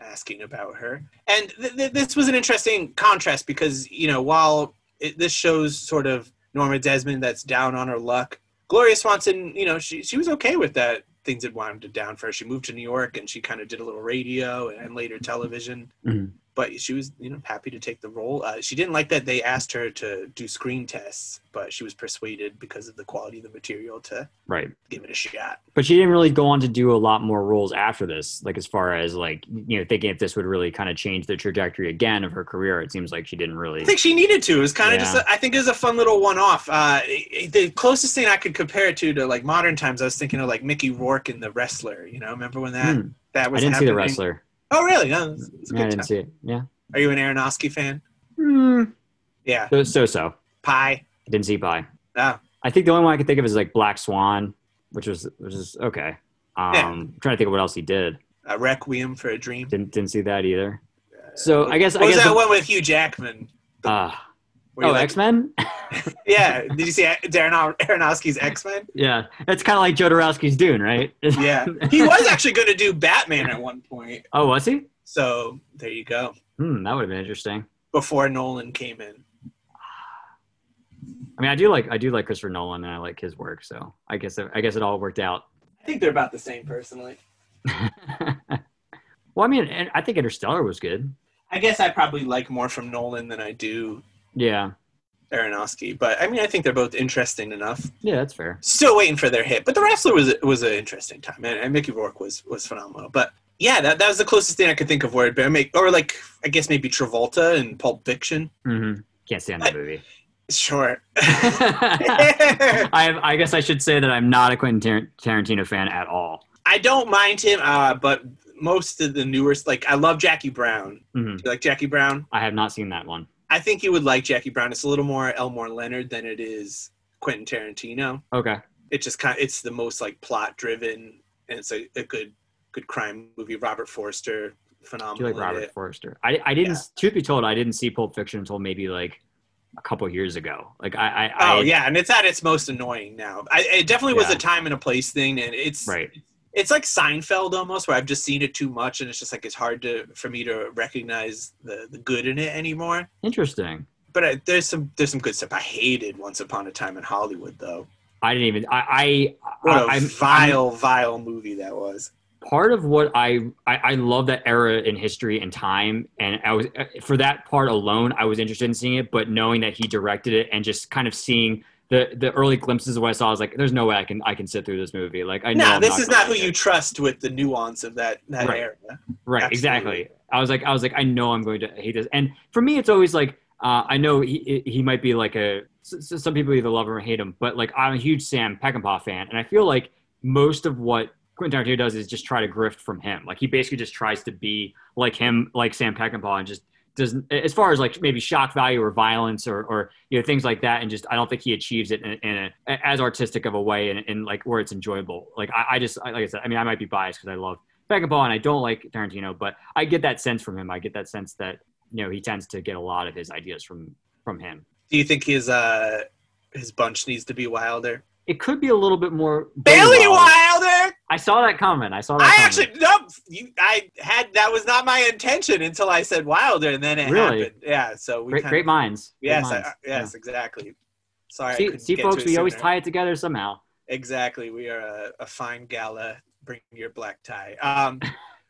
[SPEAKER 1] asking about her. And th- th- this was an interesting contrast because, you know, while it, this shows sort of Norma Desmond that's down on her luck, Gloria Swanson, you know, she, she was okay with that. Things had wound down for her. She moved to New York and she kind of did a little radio and later television.
[SPEAKER 2] Mhm.
[SPEAKER 1] But she was, you know, happy to take the role. Uh, she didn't like that they asked her to do screen tests, but she was persuaded because of the quality of the material to
[SPEAKER 2] Right.
[SPEAKER 1] give it a shot.
[SPEAKER 2] But she didn't really go on to do a lot more roles after this, like as far as like you know, thinking if this would really kind of change the trajectory again of her career. It seems like she didn't really
[SPEAKER 1] I think she needed to. It was kind of
[SPEAKER 2] Yeah.
[SPEAKER 1] just. A, I think it was a fun little one-off. Uh, it- it- the closest thing I could compare it to to like modern times, I was thinking of like Mickey Rourke in The Wrestler. You know, remember when that
[SPEAKER 2] Hmm.
[SPEAKER 1] that
[SPEAKER 2] I
[SPEAKER 1] was?
[SPEAKER 2] didn't see
[SPEAKER 1] happening?
[SPEAKER 2] the wrestler.
[SPEAKER 1] Oh, really? No, it's, it's a
[SPEAKER 2] Yeah, I
[SPEAKER 1] good
[SPEAKER 2] didn't
[SPEAKER 1] time. Hmm.
[SPEAKER 2] see it. Yeah.
[SPEAKER 1] Are you an Aronofsky fan? Yeah,
[SPEAKER 2] So so so.
[SPEAKER 1] Pie.
[SPEAKER 2] I didn't see by.
[SPEAKER 1] Oh.
[SPEAKER 2] I think the only one I could think of is like Black Swan, which was which is okay. Um
[SPEAKER 1] Yeah.
[SPEAKER 2] I'm trying to think of what else he did.
[SPEAKER 1] A Requiem for a Dream.
[SPEAKER 2] Didn't didn't see that either. So I guess
[SPEAKER 1] What
[SPEAKER 2] I
[SPEAKER 1] was
[SPEAKER 2] guess
[SPEAKER 1] that one with Hugh Jackman?
[SPEAKER 2] uh,
[SPEAKER 1] Where
[SPEAKER 2] oh
[SPEAKER 1] you like-
[SPEAKER 2] X Men?
[SPEAKER 1] Yeah. Did you see Darren Aronofsky's X Men?
[SPEAKER 2] yeah. That's kinda like Jodorowsky's Dune, right?
[SPEAKER 1] Yeah, he was actually going to do Batman at one point.
[SPEAKER 2] oh, was he?
[SPEAKER 1] So there you go.
[SPEAKER 2] Hmm, that would have been interesting.
[SPEAKER 1] Before Nolan came in.
[SPEAKER 2] I mean, I do like I do like Christopher Nolan and I like his work, so I guess I guess it all worked out.
[SPEAKER 1] I think they're about the same personally.
[SPEAKER 2] well, I mean, and I think Interstellar was good.
[SPEAKER 1] I guess I probably like more from Nolan than I do
[SPEAKER 2] Yeah,
[SPEAKER 1] Aronofsky, but I mean, I think they're both interesting enough.
[SPEAKER 2] yeah, that's fair.
[SPEAKER 1] Still waiting for their hit, but The Wrestler was was an interesting time, and, and Mickey Rourke was was phenomenal. But yeah, that, that was the closest thing I could think of where it'd be, I make or like I guess maybe Travolta and Pulp Fiction.
[SPEAKER 2] hmm Can't stand that movie.
[SPEAKER 1] Sure.
[SPEAKER 2] I have, I guess I should say that I'm not a Quentin Tar- Tarantino fan at all.
[SPEAKER 1] I don't mind him, uh, but most of the newer like I love Jackie Brown.
[SPEAKER 2] hmm
[SPEAKER 1] Do you like Jackie Brown?
[SPEAKER 2] I have not seen that one.
[SPEAKER 1] I think you would like Jackie Brown. It's a little more Elmore Leonard than it is Quentin Tarantino.
[SPEAKER 2] Okay,
[SPEAKER 1] it just kind of, it's the most like plot driven and it's a, a good good crime movie robert forster
[SPEAKER 2] do you
[SPEAKER 1] phenomenal
[SPEAKER 2] like
[SPEAKER 1] in
[SPEAKER 2] Robert
[SPEAKER 1] it.
[SPEAKER 2] Forster? I, I didn't.
[SPEAKER 1] Yeah.
[SPEAKER 2] Truth be told, I didn't see Pulp Fiction until maybe like a couple years ago. Like I, I,
[SPEAKER 1] oh
[SPEAKER 2] I
[SPEAKER 1] yeah and it's at its most annoying now I, it definitely was
[SPEAKER 2] Yeah.
[SPEAKER 1] a time and a place thing and it's
[SPEAKER 2] right.
[SPEAKER 1] it's like seinfeld almost where i've just seen it too much and it's just like it's hard to for me to recognize the the good in it anymore
[SPEAKER 2] Interesting.
[SPEAKER 1] but I, there's some there's some good stuff i hated once upon a time in hollywood though
[SPEAKER 2] I didn't even. I, I,
[SPEAKER 1] what a
[SPEAKER 2] I- Uh, I'm- I'm-
[SPEAKER 1] vile vile movie that was
[SPEAKER 2] part of what I, I I love that era in history and time, and I was for that part alone, I was interested in seeing it. But knowing that he directed it and just kind of seeing the the early glimpses of what I saw, I was like, "There's no way I can I can sit through this movie." Like, I know
[SPEAKER 1] No,
[SPEAKER 2] I'm
[SPEAKER 1] this is
[SPEAKER 2] gonna
[SPEAKER 1] not who
[SPEAKER 2] like
[SPEAKER 1] you
[SPEAKER 2] it.
[SPEAKER 1] trust with the nuance of that that
[SPEAKER 2] Right.
[SPEAKER 1] area.
[SPEAKER 2] right
[SPEAKER 1] absolutely.
[SPEAKER 2] exactly. I was like, I was like, I know I'm going to hate this. And for me, it's always like, uh, I know he he might be like a s- s- some people either love him or hate him, but like I'm a huge Sam Peckinpah fan, and I feel like most of what Quentin Tarantino does is just try to grift from him. Like he basically just tries to be like him, like Sam Peckinpah, and just doesn't as far as like maybe shock value or violence or or you know things like that and just i don't think he achieves it in, in a, as artistic of a way and, and like where it's enjoyable like i, I just I- like i said i mean i might be biased because i love Beckenbaugh and i don't like tarantino but i get that sense from him i get that sense that you know he tends to get a lot of his ideas from from him
[SPEAKER 1] Do you think his uh his bunch needs to be wilder?
[SPEAKER 2] it could be a little bit more
[SPEAKER 1] Billy
[SPEAKER 2] Billy Wilder.
[SPEAKER 1] Wilder!
[SPEAKER 2] i saw that comment i saw that
[SPEAKER 1] I
[SPEAKER 2] comment.
[SPEAKER 1] actually no, you, I had that was not my intention until I said Wilder, and then it
[SPEAKER 2] Really?
[SPEAKER 1] happened. Yeah, so we
[SPEAKER 2] great,
[SPEAKER 1] kind
[SPEAKER 2] great minds Great
[SPEAKER 1] yes, I,
[SPEAKER 2] minds.
[SPEAKER 1] yes, exactly. Sorry,
[SPEAKER 2] Yeah.
[SPEAKER 1] I
[SPEAKER 2] see,
[SPEAKER 1] couldn't
[SPEAKER 2] see
[SPEAKER 1] get to
[SPEAKER 2] folks
[SPEAKER 1] it
[SPEAKER 2] we always
[SPEAKER 1] sooner.
[SPEAKER 2] tie it together somehow
[SPEAKER 1] Exactly. We are a, a fine gala. Bring your black tie. Um,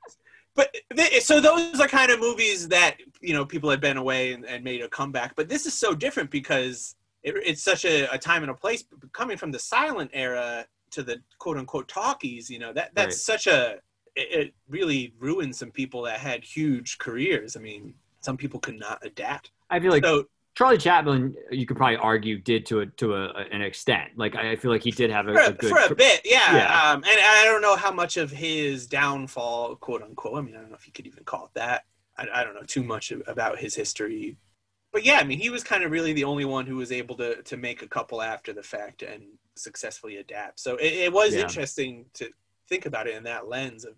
[SPEAKER 1] but th- so those are kind of movies that you know people had been away and, and made a comeback. But this is so different because it, it's such a, a time and a place. But Coming from the silent era to the quote unquote talkies, you know that that's such a it, it really ruined some people that had huge careers. I mean, some people could not adapt.
[SPEAKER 2] i feel like
[SPEAKER 1] so
[SPEAKER 2] Charlie Chaplin, you could probably argue, did to a to a, an extent. Like I I feel like he did have a,
[SPEAKER 1] for,
[SPEAKER 2] a good.
[SPEAKER 1] for a bit, yeah.
[SPEAKER 2] Yeah.
[SPEAKER 1] Um, and I don't know how much of his downfall, quote unquote. I mean, I don't know if you could even call it that. I, I don't know too much ab- about his history, but yeah, I mean, he was kind of really the only one who was able to to make a couple after the fact and successfully adapt. So it, it was
[SPEAKER 2] Yeah.
[SPEAKER 1] interesting to think about it in that lens of,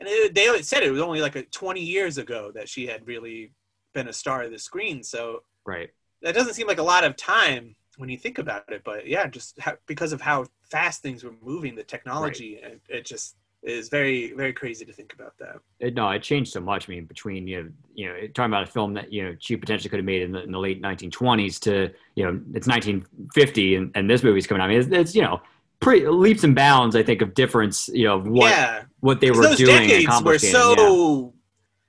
[SPEAKER 1] and it, they always said it was only like a, 20 years ago that she had really been a star of the screen. So
[SPEAKER 2] right.
[SPEAKER 1] that doesn't seem like a lot of time when you think about it but yeah just how, because of how fast things were moving the technology it, it just is very very crazy to think about that
[SPEAKER 2] It, no, it changed so much. I mean, between you know, you know, talking about a film that you know she potentially could have made in the, in the late 1920s to you know it's 1950 and, and this movie's coming out. I mean, it's, it's you know pretty leaps and bounds. I think of difference. You know of what
[SPEAKER 1] yeah
[SPEAKER 2] what they
[SPEAKER 1] 'cause
[SPEAKER 2] were
[SPEAKER 1] those
[SPEAKER 2] doing. and
[SPEAKER 1] decades were
[SPEAKER 2] accomplishing. Yeah.
[SPEAKER 1] so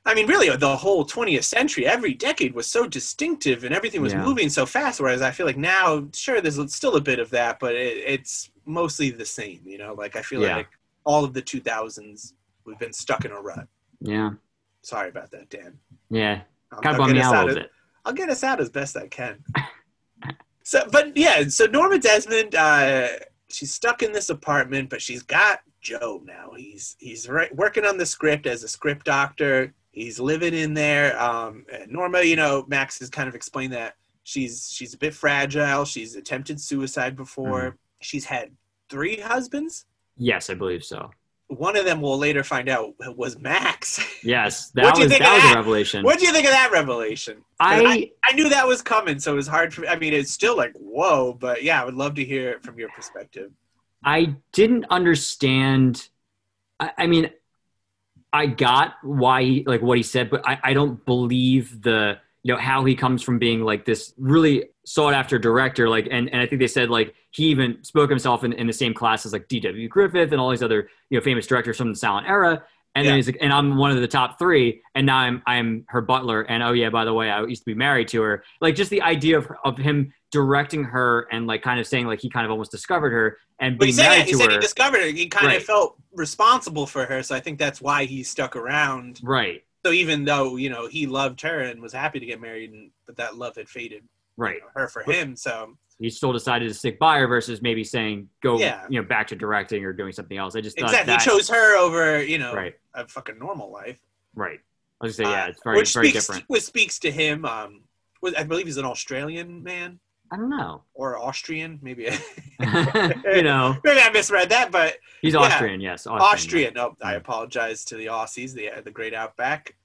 [SPEAKER 1] i mean really the whole 20th century every decade was so distinctive and everything was
[SPEAKER 2] Yeah.
[SPEAKER 1] moving so fast whereas i feel like now sure there's still a bit of that but it, it's mostly the same you know like i feel
[SPEAKER 2] Yeah.
[SPEAKER 1] like all of the 2000s we've been stuck in a rut
[SPEAKER 2] yeah,
[SPEAKER 1] sorry about that dan
[SPEAKER 2] yeah,
[SPEAKER 1] I'll- I'll
[SPEAKER 2] kind of bummed
[SPEAKER 1] get
[SPEAKER 2] me
[SPEAKER 1] us
[SPEAKER 2] out a
[SPEAKER 1] out of-
[SPEAKER 2] little bit.
[SPEAKER 1] I'll get us out as best I can. so, but yeah, so Norma Desmond, uh, she's stuck in this apartment, but she's got Joe now. He's he's right, working on the script as a script doctor. He's living in there. Um, and Norma, you know, Max has kind of explained that she's she's a bit fragile. She's attempted suicide before. She's had three husbands.
[SPEAKER 2] Yes, I believe so.
[SPEAKER 1] One of them we'll later find out was Max.
[SPEAKER 2] Yes,
[SPEAKER 1] What'd
[SPEAKER 2] that
[SPEAKER 1] you
[SPEAKER 2] was
[SPEAKER 1] think of
[SPEAKER 2] that was
[SPEAKER 1] that?
[SPEAKER 2] a revelation.
[SPEAKER 1] what do you think of that revelation? 'Cause
[SPEAKER 2] I
[SPEAKER 1] I knew that was coming, so it was hard for. I mean, it's still like whoa, but yeah, I would love to hear it from your perspective.
[SPEAKER 2] I didn't understand. I, I mean, I got why he like what he said, but I, I don't believe the you know how he comes from being like this really sought after director like and, and i think they said like he even spoke himself in, in the same class as like dw griffith and all these other you know famous directors from the silent era and
[SPEAKER 1] Yeah.
[SPEAKER 2] then he's like and i'm one of the top three and now i'm i'm her butler and oh yeah by the way i used to be married to her like just the idea of, of him directing her and like kind of saying like he kind of almost discovered her and
[SPEAKER 1] But he
[SPEAKER 2] being
[SPEAKER 1] said
[SPEAKER 2] married
[SPEAKER 1] he
[SPEAKER 2] to
[SPEAKER 1] said
[SPEAKER 2] her
[SPEAKER 1] he discovered it. He kind
[SPEAKER 2] Right.
[SPEAKER 1] of felt responsible for her, so I think that's why he stuck around.
[SPEAKER 2] right
[SPEAKER 1] So even though you know he loved her and was happy to get married, and, but that love had faded
[SPEAKER 2] right
[SPEAKER 1] you know, her for
[SPEAKER 2] But-
[SPEAKER 1] him. So
[SPEAKER 2] he still decided to stick by her versus maybe saying go
[SPEAKER 1] Yeah.
[SPEAKER 2] you know back to directing or doing something else i just thought
[SPEAKER 1] exactly,
[SPEAKER 2] that,
[SPEAKER 1] he chose her over you know
[SPEAKER 2] right
[SPEAKER 1] a fucking normal life.
[SPEAKER 2] right i was gonna say yeah
[SPEAKER 1] Uh,
[SPEAKER 2] it's very
[SPEAKER 1] which
[SPEAKER 2] very
[SPEAKER 1] speaks
[SPEAKER 2] different
[SPEAKER 1] which speaks to him. Um, was- I believe he's an Australian man
[SPEAKER 2] i don't know
[SPEAKER 1] or Austrian, maybe.
[SPEAKER 2] you know
[SPEAKER 1] maybe I misread that, but
[SPEAKER 2] he's
[SPEAKER 1] Yeah.
[SPEAKER 2] austrian yes austrian,
[SPEAKER 1] Austrian. Oh, I
[SPEAKER 2] Yeah.
[SPEAKER 1] apologize to the Aussies, the the great outback,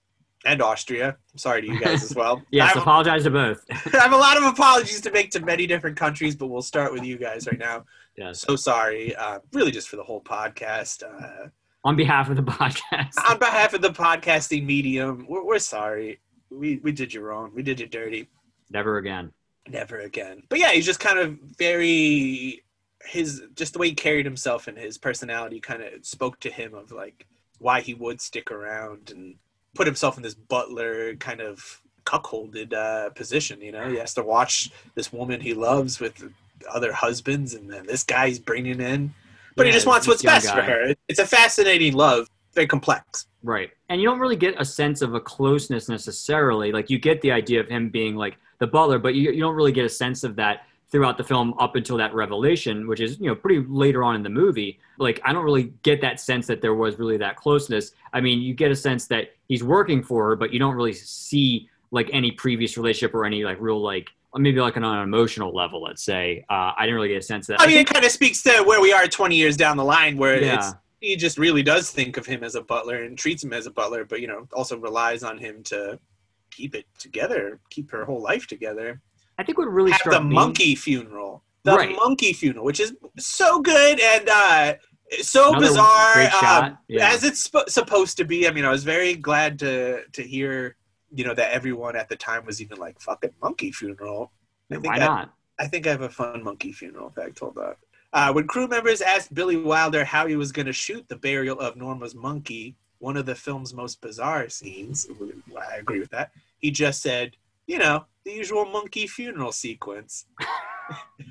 [SPEAKER 1] and Austria. I'm sorry to you guys as well.
[SPEAKER 2] yes
[SPEAKER 1] I, have,
[SPEAKER 2] apologize to both
[SPEAKER 1] I have a lot of apologies to make to many different countries, but we'll start with you guys right now.
[SPEAKER 2] yes
[SPEAKER 1] So sorry, uh, really, just for the whole podcast. Uh,
[SPEAKER 2] on behalf of the podcast
[SPEAKER 1] on behalf of the podcasting medium, we're, we're sorry. We we did you wrong. We did you dirty.
[SPEAKER 2] never again
[SPEAKER 1] Never again. But yeah, he's just kind of very his just the way he carried himself and his personality kind of spoke to him of like why he would stick around and put himself in this butler kind of cuckolded uh, position. You know, he has to watch this woman he loves with other husbands, and then this guy's bringing in. But he
[SPEAKER 2] Yeah,
[SPEAKER 1] just wants
[SPEAKER 2] this
[SPEAKER 1] what's
[SPEAKER 2] young
[SPEAKER 1] best for
[SPEAKER 2] guy.
[SPEAKER 1] her. It's a fascinating love. Very complex.
[SPEAKER 2] Right. And you don't really get a sense of a closeness necessarily. Like you get the idea of him being like the butler, but you, you don't really get a sense of that throughout the film up until that revelation, which is, you know, pretty later on in the movie. Like I don't really get that sense that there was really that closeness. I mean, you get a sense that he's working for her, but you don't really see like any previous relationship or any like real like maybe like on an emotional level, let's say. Uh, I didn't really get a sense of that.
[SPEAKER 1] I mean, it kind of speaks to where we are 20 years down the line, where
[SPEAKER 2] yeah.
[SPEAKER 1] it's he just really does think of him as a butler and treats him as a butler, but you know also relies on him to keep it together, keep her whole life together.
[SPEAKER 2] I think what really
[SPEAKER 1] Have
[SPEAKER 2] struck
[SPEAKER 1] the
[SPEAKER 2] me-
[SPEAKER 1] monkey funeral, the
[SPEAKER 2] Right.
[SPEAKER 1] monkey funeral, which is so good and uh, so
[SPEAKER 2] Another
[SPEAKER 1] bizarre.
[SPEAKER 2] great
[SPEAKER 1] um,
[SPEAKER 2] shot. Yeah.
[SPEAKER 1] as it's sp- supposed to be. I mean, I was very glad to to hear you know that everyone at the time was even like fucking monkey funeral. I think
[SPEAKER 2] Why
[SPEAKER 1] I-
[SPEAKER 2] not?
[SPEAKER 1] I think I have a fun monkey funeral if I told that. Uh, when crew members asked Billy Wilder how he was going to shoot the burial of Norma's monkey, one of the film's most bizarre scenes, I agree with that, he just said, you know, the usual monkey funeral sequence.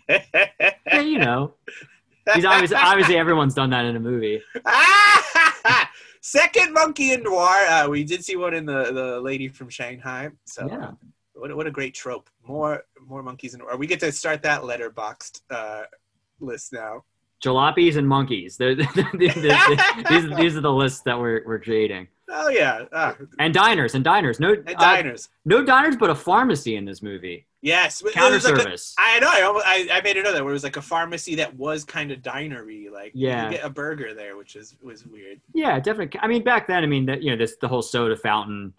[SPEAKER 2] yeah, you know. He's obviously, obviously everyone's done that in a movie.
[SPEAKER 1] Ah! Second monkey in noir. Uh, we did see one in the, the lady from Shanghai. So
[SPEAKER 2] Yeah.
[SPEAKER 1] what, a- what a great trope. More more monkeys in noir. We get to start that letterboxed uh, list now.
[SPEAKER 2] Jalopies and monkeys. They're, they're, they're- they're- these, these are the lists that we're, we're creating.
[SPEAKER 1] Oh yeah, ah,
[SPEAKER 2] And diners and diners. No
[SPEAKER 1] and
[SPEAKER 2] uh,
[SPEAKER 1] diners.
[SPEAKER 2] no diners, but a pharmacy in this movie.
[SPEAKER 1] yes, it
[SPEAKER 2] Counter
[SPEAKER 1] was like a-
[SPEAKER 2] service.
[SPEAKER 1] I know. I, almost, I I made another where it was like a pharmacy that was kind of dinery. Like
[SPEAKER 2] Yeah.
[SPEAKER 1] you could get a burger there, which is was weird.
[SPEAKER 2] yeah, definitely. I mean, back then, I mean, that you know, this the whole soda fountain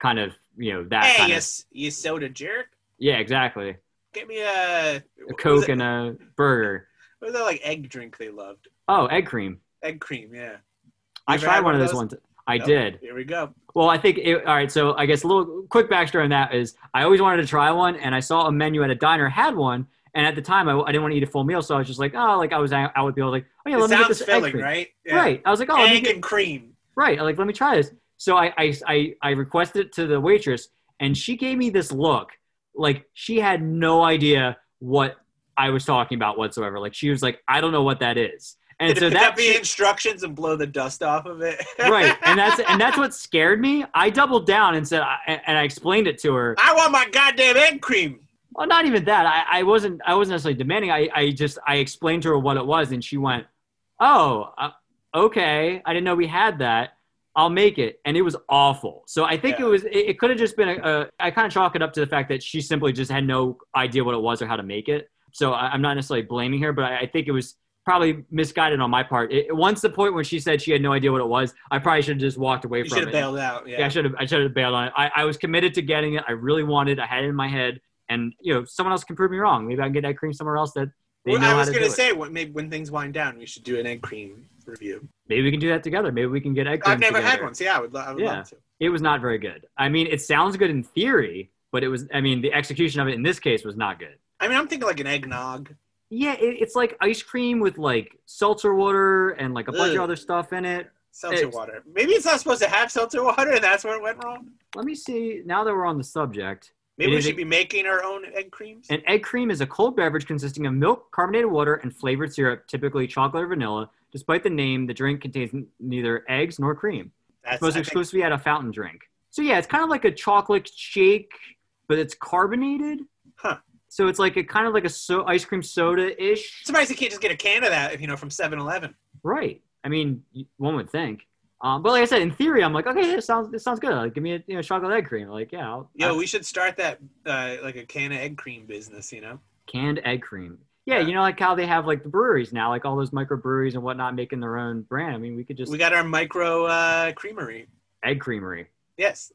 [SPEAKER 2] kind of, you know, that
[SPEAKER 1] hey,
[SPEAKER 2] kind
[SPEAKER 1] you,
[SPEAKER 2] of.
[SPEAKER 1] s- you soda jerk.
[SPEAKER 2] Yeah, exactly.
[SPEAKER 1] Get me a,
[SPEAKER 2] A
[SPEAKER 1] What was
[SPEAKER 2] Coke
[SPEAKER 1] that,
[SPEAKER 2] and a burger.
[SPEAKER 1] what was that like egg drink they loved?
[SPEAKER 2] Oh, egg cream.
[SPEAKER 1] Egg cream. Yeah.
[SPEAKER 2] I
[SPEAKER 1] ever
[SPEAKER 2] tried
[SPEAKER 1] had
[SPEAKER 2] one
[SPEAKER 1] one
[SPEAKER 2] of
[SPEAKER 1] of
[SPEAKER 2] those
[SPEAKER 1] those?
[SPEAKER 2] ones. I
[SPEAKER 1] No.
[SPEAKER 2] did.
[SPEAKER 1] Here we go.
[SPEAKER 2] Well, I think it, all right. So I guess a little quick backstory on that is I always wanted to try one, and I saw a menu at a diner had one, and at the time I, I didn't want to eat a full meal, so I was just like, oh, like I was out out with people, like, oh yeah,
[SPEAKER 1] it
[SPEAKER 2] let me get
[SPEAKER 1] sounds
[SPEAKER 2] this egg
[SPEAKER 1] filling,
[SPEAKER 2] cream.
[SPEAKER 1] right?
[SPEAKER 2] Right. I was like, oh, let me
[SPEAKER 1] Egg
[SPEAKER 2] get,
[SPEAKER 1] and cream.
[SPEAKER 2] right. I'm Like let me try this. So I, I I I requested it to the waitress, and she gave me this look, like she had no idea what I was talking about whatsoever. Like she was like, I don't know what that is, and
[SPEAKER 1] Did
[SPEAKER 2] so
[SPEAKER 1] it pick
[SPEAKER 2] that
[SPEAKER 1] up the instructions and blow the dust off of it?
[SPEAKER 2] right and that's and that's what scared me i doubled down and said I, and i explained it to her
[SPEAKER 1] I want my goddamn egg cream.
[SPEAKER 2] well not even that i, I wasn't i wasn't necessarily demanding I, I just i explained to her what it was and she went oh uh, okay i didn't know we had that i'll make it and it was awful so i think it
[SPEAKER 1] Yeah.
[SPEAKER 2] was it, it could have just been a, a i kind of chalk it up to the fact that she simply just had no idea what it was or how to make it so I, i'm not necessarily blaming her but i, I think it was probably misguided on my part it, once the point when she said she had no idea what it was i probably should have just walked away
[SPEAKER 1] You
[SPEAKER 2] from
[SPEAKER 1] should
[SPEAKER 2] it
[SPEAKER 1] have bailed out.
[SPEAKER 2] yeah, I
[SPEAKER 1] Yeah.
[SPEAKER 2] should have. I should have bailed on it. I, I was committed to getting it. I really wanted. I had it in my head, and you know, someone else can prove me wrong. Maybe I can get that cream somewhere else that they
[SPEAKER 1] Well,
[SPEAKER 2] know
[SPEAKER 1] I
[SPEAKER 2] how
[SPEAKER 1] was
[SPEAKER 2] to
[SPEAKER 1] gonna
[SPEAKER 2] do it.
[SPEAKER 1] say when, maybe when things wind down, we should do an egg cream review.
[SPEAKER 2] Maybe we can do that together. Maybe we can get egg cream.
[SPEAKER 1] I've never had
[SPEAKER 2] together.
[SPEAKER 1] one, so yeah, I would, lo- I would
[SPEAKER 2] Yeah.
[SPEAKER 1] love to.
[SPEAKER 2] It was not very good. I mean, it sounds good in theory, but it was. I mean, the execution of it in this case was not good.
[SPEAKER 1] I mean, I'm thinking like an eggnog.
[SPEAKER 2] Yeah, it, it's like ice cream with like seltzer water and like a bunch of
[SPEAKER 1] Ugh.
[SPEAKER 2] other stuff in it.
[SPEAKER 1] Seltzer
[SPEAKER 2] It's-
[SPEAKER 1] water. Maybe it's not supposed to have seltzer water, and that's where it went wrong.
[SPEAKER 2] Let me see. Now that we're on the subject,
[SPEAKER 1] Maybe
[SPEAKER 2] It
[SPEAKER 1] we
[SPEAKER 2] is
[SPEAKER 1] should
[SPEAKER 2] a-
[SPEAKER 1] be making our own egg creams.
[SPEAKER 2] An egg cream is a cold beverage consisting of milk, carbonated water, and flavored syrup, typically chocolate or vanilla. Despite the name, the drink contains n- neither eggs nor cream.
[SPEAKER 1] That's
[SPEAKER 2] It's supposed
[SPEAKER 1] I
[SPEAKER 2] to
[SPEAKER 1] think-
[SPEAKER 2] exclusively at a fountain drink. So yeah, it's kind of like a chocolate shake, but it's carbonated.
[SPEAKER 1] Huh.
[SPEAKER 2] So it's like a kind of like a so ice cream soda ish.
[SPEAKER 1] Surprised you can't just get a can of that, you know, from 7-Eleven.
[SPEAKER 2] Right. I mean, y- one would think. Um, but like I said, in theory, I'm like, okay, this sounds this sounds good. Like, give me a you know chocolate egg cream. Like, yeah, I'll,
[SPEAKER 1] Yo,
[SPEAKER 2] I'll-
[SPEAKER 1] we should start that uh, like a can of egg cream business, you know.
[SPEAKER 2] canned egg cream. Yeah,
[SPEAKER 1] Yeah.
[SPEAKER 2] you know, like how they have like the breweries now, like all those microbreweries and whatnot, making their own brand. I mean, we could just
[SPEAKER 1] We got our micro uh, creamery.
[SPEAKER 2] egg creamery.
[SPEAKER 1] Yes,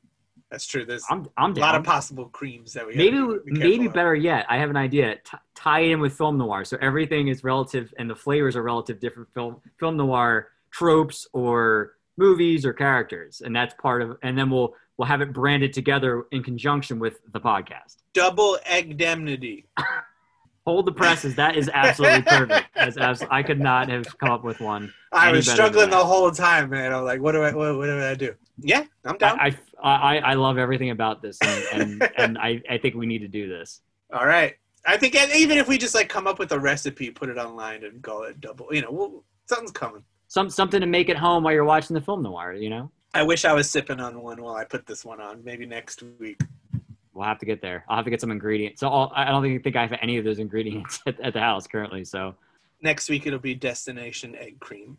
[SPEAKER 1] that's true. There's
[SPEAKER 2] I'm, I'm
[SPEAKER 1] a
[SPEAKER 2] down.
[SPEAKER 1] lot of possible creams that we gotta
[SPEAKER 2] maybe,
[SPEAKER 1] be- be
[SPEAKER 2] maybe
[SPEAKER 1] careful of.
[SPEAKER 2] better yet. I have an idea. T- tie it in with film noir, so everything is relative, and the flavors are relative different film film noir tropes or movies or characters, and that's part of. And then we'll we'll have it branded together in conjunction with the podcast.
[SPEAKER 1] Double egg-demnity.
[SPEAKER 2] Hold the presses. That is absolutely perfect. That's abs- I could not have come up with one.
[SPEAKER 1] I
[SPEAKER 2] Any
[SPEAKER 1] was
[SPEAKER 2] better
[SPEAKER 1] struggling
[SPEAKER 2] than that.
[SPEAKER 1] the whole time, man. I'm like, what do I, what, what do I do? Yeah, I'm down.
[SPEAKER 2] I, I, I, I love everything about this, and, and, and I, I think we need to do this.
[SPEAKER 1] All right. I think and even if we just like come up with a recipe, put it online, and call it double, you know, we'll, something's coming.
[SPEAKER 2] Some something to make at home while you're watching the film noir. You know,
[SPEAKER 1] I wish I was sipping on one while I put this one on. Maybe next week.
[SPEAKER 2] we'll have to get there. I'll have to get some ingredients. So I'll, I don't think think I have any of those ingredients at, at the house currently. So
[SPEAKER 1] Next week it'll be destination egg cream.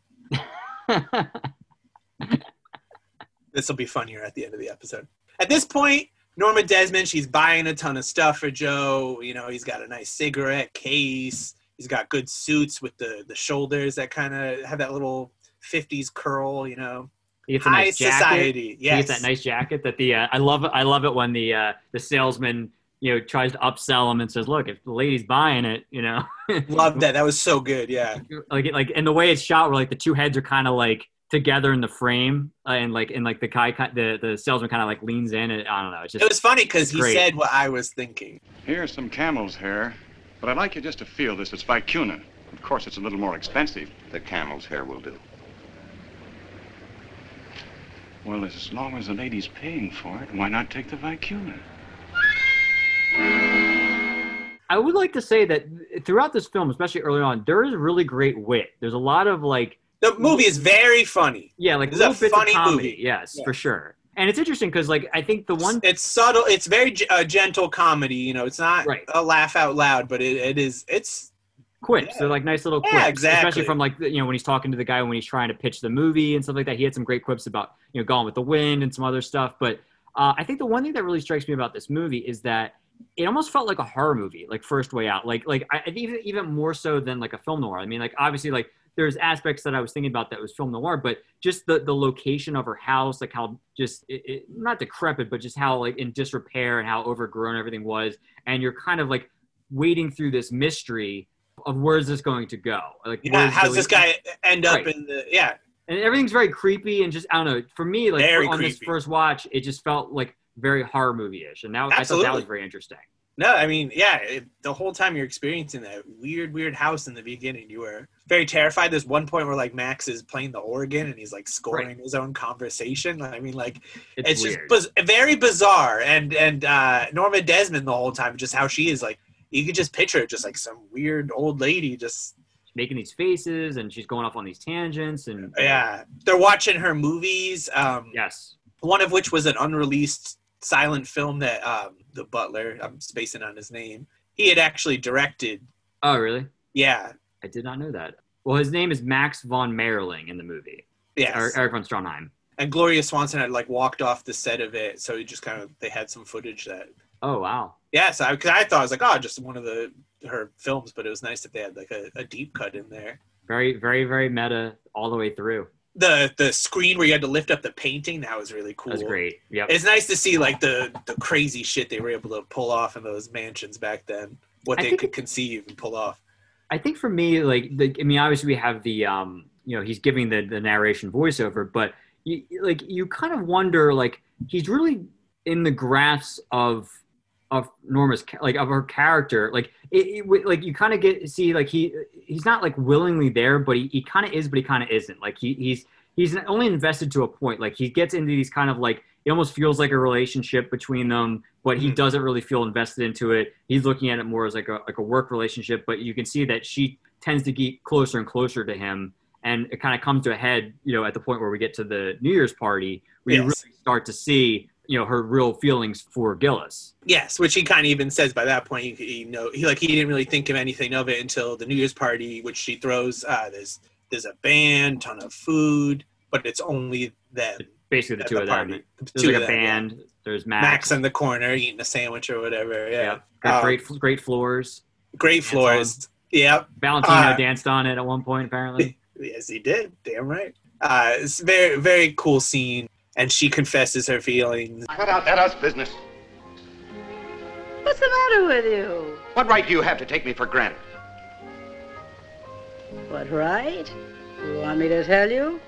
[SPEAKER 1] This will be funnier at the end of the episode. At this point, Norma Desmond, she's buying a ton of stuff for Joe. You know, he's got a nice cigarette case. He's got good suits with the the shoulders that kind of have that little 50s curl, you know.
[SPEAKER 2] he gets a
[SPEAKER 1] High
[SPEAKER 2] nice jacket.
[SPEAKER 1] society.
[SPEAKER 2] He
[SPEAKER 1] Yes.
[SPEAKER 2] gets that nice jacket that the uh, I love I love it when the uh, the salesman you know tries to upsell him and says, "Look, if the lady's buying it, you know."
[SPEAKER 1] Love that. That was so good. Yeah.
[SPEAKER 2] like it- like and the way it's shot where like the two heads are kind of like together in the frame uh, and like and like the guy ki- the the salesman kind of like leans in and i don't know it's
[SPEAKER 1] It
[SPEAKER 2] just
[SPEAKER 1] was funny because he
[SPEAKER 2] Great.
[SPEAKER 1] said what I was thinking.
[SPEAKER 3] Here's some camel's hair, but I'd like you just to feel this. It's vicuna. Of course, it's a little more expensive. The camel's hair will do. Well, as long as the lady's paying for it, why not take the vicuna?
[SPEAKER 2] i would like to say that throughout this film especially early on there is really great wit there's a lot of like
[SPEAKER 1] The movie is very funny.
[SPEAKER 2] yeah like
[SPEAKER 1] This is a
[SPEAKER 2] little bits
[SPEAKER 1] funny
[SPEAKER 2] of comedy
[SPEAKER 1] movie.
[SPEAKER 2] yes
[SPEAKER 1] Yeah.
[SPEAKER 2] for sure and it's interesting because like i think the one
[SPEAKER 1] It's subtle. It's very g- uh, gentle comedy. You know, it's not
[SPEAKER 2] Right.
[SPEAKER 1] a laugh out loud, but it, it is. It's
[SPEAKER 2] quips
[SPEAKER 1] Yeah.
[SPEAKER 2] they're like nice little
[SPEAKER 1] Yeah,
[SPEAKER 2] quips
[SPEAKER 1] exactly.
[SPEAKER 2] especially from like the- you know when he's talking to the guy when he's trying to pitch the movie and stuff like that he had some great quips about you know gone with the wind and some other stuff but uh, i think the one thing that really strikes me about this movie is that it almost felt like a horror movie like first way out like like I, I- even even more so than like a film noir i mean like obviously like there's aspects that i was thinking about that was film noir but just the the location of her house like how just it, it, not decrepit but just how like in disrepair and how overgrown everything was and you're kind of like wading through this mystery of where's this going to go like
[SPEAKER 1] yeah.
[SPEAKER 2] where's
[SPEAKER 1] how's
[SPEAKER 2] Billy-
[SPEAKER 1] this guy end up
[SPEAKER 2] Right.
[SPEAKER 1] in the? Yeah,
[SPEAKER 2] and everything's very creepy and just I don't know. For me, like
[SPEAKER 1] Very
[SPEAKER 2] for- on this
[SPEAKER 1] creepy.
[SPEAKER 2] first watch, it just felt like very horror movie ish, and now I thought that
[SPEAKER 1] Absolutely.
[SPEAKER 2] was very interesting.
[SPEAKER 1] No, I mean, yeah, it, the whole time you're experiencing that weird, weird house in the beginning, you were very terrified. There's one point where like Max is playing the organ and he's like scoring his own conversation. I mean, like
[SPEAKER 2] It's,
[SPEAKER 1] it's, just
[SPEAKER 2] weird.
[SPEAKER 1] biz- very bizarre. And and uh, Norma Desmond the whole time, just how she is like, you could just picture it, just like some weird old lady, just
[SPEAKER 2] She's making these faces, and she's going off on these tangents, and
[SPEAKER 1] yeah. They're watching her movies. Um,
[SPEAKER 2] yes,
[SPEAKER 1] one of which was an unreleased silent film that um, the Butler, I'm spacing on his name, he had actually directed.
[SPEAKER 2] oh really?
[SPEAKER 1] Yeah.
[SPEAKER 2] I did not know that. Well, his name is Max von Merling in the movie,
[SPEAKER 1] Yes.
[SPEAKER 2] or Eric von Stronheim.
[SPEAKER 1] and Gloria Swanson had like walked off the set of it, so it just kind of they had some footage that
[SPEAKER 2] Oh wow,
[SPEAKER 1] yeah, so because I, thought I was like oh just one of the her films, but it was nice that they had like a, a deep cut in there.
[SPEAKER 2] very very very meta all the way through.
[SPEAKER 1] The the screen where you had to lift up the painting that was really cool.
[SPEAKER 2] That was great. Yep.
[SPEAKER 1] It's nice to see like the the crazy shit they were able to pull off in those mansions back then. What
[SPEAKER 2] I
[SPEAKER 1] they
[SPEAKER 2] think
[SPEAKER 1] could
[SPEAKER 2] it-
[SPEAKER 1] conceive and pull off.
[SPEAKER 2] I think for me, like, the, I mean, obviously we have the, um, you know, he's giving the, the narration voiceover, but you, like, you kind of wonder, like, he's really in the grasp of, of Norma's, ca- like, of her character. Like, it, it w- like you kind of get see, like, he, he's not like willingly there, but he, he kind of is, but he kind of isn't. Like, he, he's, he's only invested to a point. Like, he gets into these kind of like, it almost feels like a relationship between them but he
[SPEAKER 1] Mhm.
[SPEAKER 2] doesn't really feel invested into it. He's looking at it more as like a like a work relationship, but you can see that she tends to get closer and closer to him, and it kind of comes to a head, you know, at the point where we get to the New Year's party, where you
[SPEAKER 1] Yes.
[SPEAKER 2] really start to see, you know, her real feelings for Gillis.
[SPEAKER 1] Yes, which he kind of even says by that point. You, you know, he like he didn't really think of anything of it until the New Year's party, which she throws. Uh, there's there's a band, ton of food, but it's only them.
[SPEAKER 2] Basically, the
[SPEAKER 1] at
[SPEAKER 2] two of them.
[SPEAKER 1] The
[SPEAKER 2] There's
[SPEAKER 1] two
[SPEAKER 2] like a
[SPEAKER 1] of them, yeah.
[SPEAKER 2] band. There's Max.
[SPEAKER 1] Max in the corner eating a sandwich or whatever. Yeah,
[SPEAKER 2] Got
[SPEAKER 1] Um,
[SPEAKER 2] great, great floors.
[SPEAKER 1] great
[SPEAKER 2] Hands
[SPEAKER 1] florist. Yep,
[SPEAKER 2] Valentino
[SPEAKER 1] uh,
[SPEAKER 2] danced on it at one point, apparently.
[SPEAKER 1] Yes, he did. Damn right. Uh, it's very very cool scene, and she confesses her feelings.
[SPEAKER 3] Cut out that us business.
[SPEAKER 5] What's the matter with you?
[SPEAKER 3] What right do you have to take me for granted?
[SPEAKER 5] What right? You want me to tell you?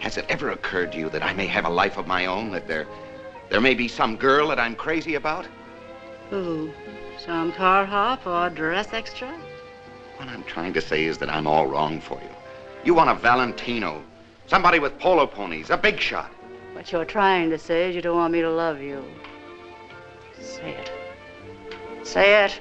[SPEAKER 3] Has it ever occurred to you that I may have a life of my own? That there, there may be some girl that I'm crazy about?
[SPEAKER 5] Who? Some tar hop or dress extra?
[SPEAKER 3] What I'm trying to say is that I'm all wrong for you. You want a Valentino, somebody with polo ponies, a big shot.
[SPEAKER 5] What you're trying to say is you don't want me to love you. Say it. Say it.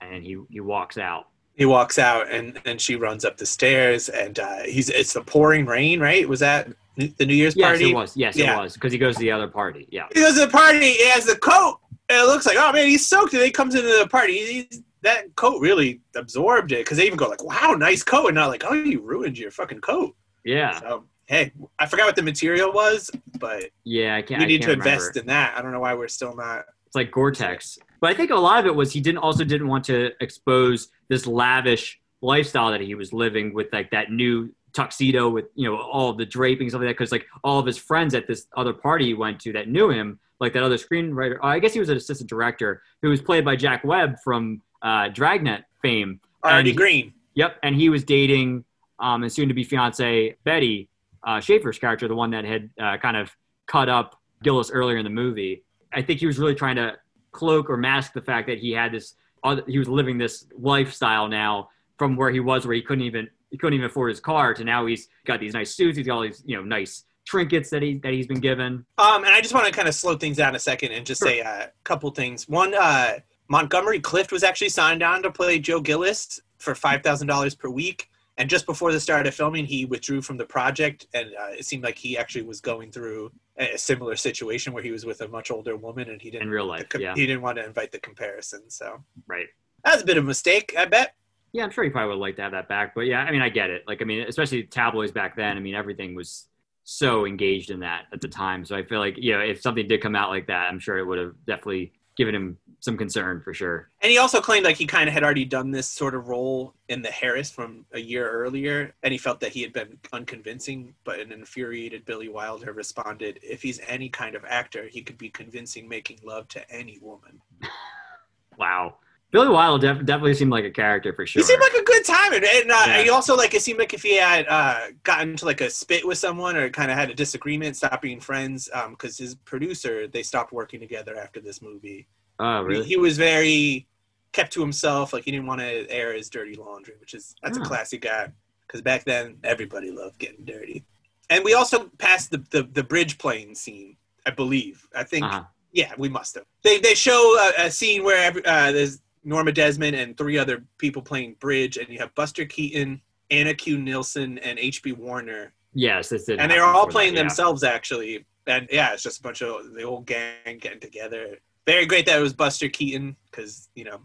[SPEAKER 2] and he he walks out.
[SPEAKER 1] He walks out, and and she runs up the stairs, and uh, he's it's the pouring rain, right? Was that the New Year's
[SPEAKER 2] Yes,
[SPEAKER 1] party?
[SPEAKER 2] it was. Yes,
[SPEAKER 1] Yeah.
[SPEAKER 2] it was because he goes to the other party. Yeah.
[SPEAKER 1] He goes to the party. He has the coat, and it looks like oh man, he's soaked. And then he comes into the party. He's, that coat really absorbed it because they even go like, "Wow, nice coat," and not like, "Oh, you ruined your fucking coat."
[SPEAKER 2] Yeah.
[SPEAKER 1] So hey, I forgot what the material was, but
[SPEAKER 2] Yeah. I can't.
[SPEAKER 1] we
[SPEAKER 2] I
[SPEAKER 1] need
[SPEAKER 2] can't
[SPEAKER 1] to invest
[SPEAKER 2] remember.
[SPEAKER 1] in that. I don't know why we're still not.
[SPEAKER 2] It's like Gore-Tex. But I think a lot of it was he didn't also didn't want to expose this lavish lifestyle that he was living with like that new tuxedo with you know all the drapings stuff like that because like all of his friends at this other party he went to that knew him like that other screenwriter I guess he was an assistant director who was played by Jack Webb from uh, Dragnet fame
[SPEAKER 1] Already
[SPEAKER 2] And-
[SPEAKER 1] green.
[SPEAKER 2] Yep, and he was dating um, and soon-to-be fiance Betty uh, Schaefer's character, the one that had uh, kind of cut up Gillis earlier in the movie. I think he was really trying to cloak or mask the fact that he had this. Other, he was living this lifestyle now from where he was, where he couldn't even he couldn't even afford his car, to now he's got these nice suits, he's got all these you know nice trinkets that he that he's been given.
[SPEAKER 1] Um, and I just want to kind of slow things down a second and just say uh, a couple things. One, uh, Montgomery Clift was actually signed on to play Joe Gillis for five thousand dollars per week. And just before the start of filming, he withdrew from the project, and uh, it seemed like he actually was going through a a similar situation where he was with a much older woman, and he didn't
[SPEAKER 2] In real life,
[SPEAKER 1] the com-
[SPEAKER 2] yeah.
[SPEAKER 1] he didn't want to invite the comparison. So
[SPEAKER 2] Right.
[SPEAKER 1] that was a bit of a mistake, I bet.
[SPEAKER 2] Yeah, I'm sure he probably would like to have that back. But yeah, I mean, I get it. Like, I mean, especially tabloids back then. I mean, everything was so engaged in that at the time. So I feel like, you know, if something did come out like that, I'm sure it would have definitely given him some concern for sure.
[SPEAKER 1] And he also claimed like he kind of had already done this sort of role in the Harris from a year earlier, and he felt that he had been unconvincing. But an infuriated Billy Wilder responded, "If he's any kind of actor, he could be convincing making love to any woman."
[SPEAKER 2] Wow. Billy Wilde def- definitely seemed like a character for sure.
[SPEAKER 1] He seemed like a good time, and, and, uh,
[SPEAKER 2] Yeah.
[SPEAKER 1] he also like it seemed like if he had uh, gotten to like a spit with someone or kind of had a disagreement, stopped being friends, because his producer they stopped working together after this movie.
[SPEAKER 2] oh, really?
[SPEAKER 1] He was very kept to himself. Like he didn't want to air his dirty laundry, which is that's a
[SPEAKER 2] Oh.
[SPEAKER 1] classy guy. Because back then everybody loved getting dirty. And we also passed the the, the bridge playing scene, I believe. I think
[SPEAKER 2] Uh-huh.
[SPEAKER 1] yeah, we must have. They they show a, a scene where every, uh, there's Norma Desmond and three other people playing bridge, and you have Buster Keaton, Anna Q Nilsson, and H.B. Warner
[SPEAKER 2] Yes, this did.
[SPEAKER 1] and
[SPEAKER 2] happen
[SPEAKER 1] they're all
[SPEAKER 2] before that,
[SPEAKER 1] playing
[SPEAKER 2] yeah.
[SPEAKER 1] themselves actually and yeah it's just a bunch of the old gang getting together very great that it was buster keaton because you know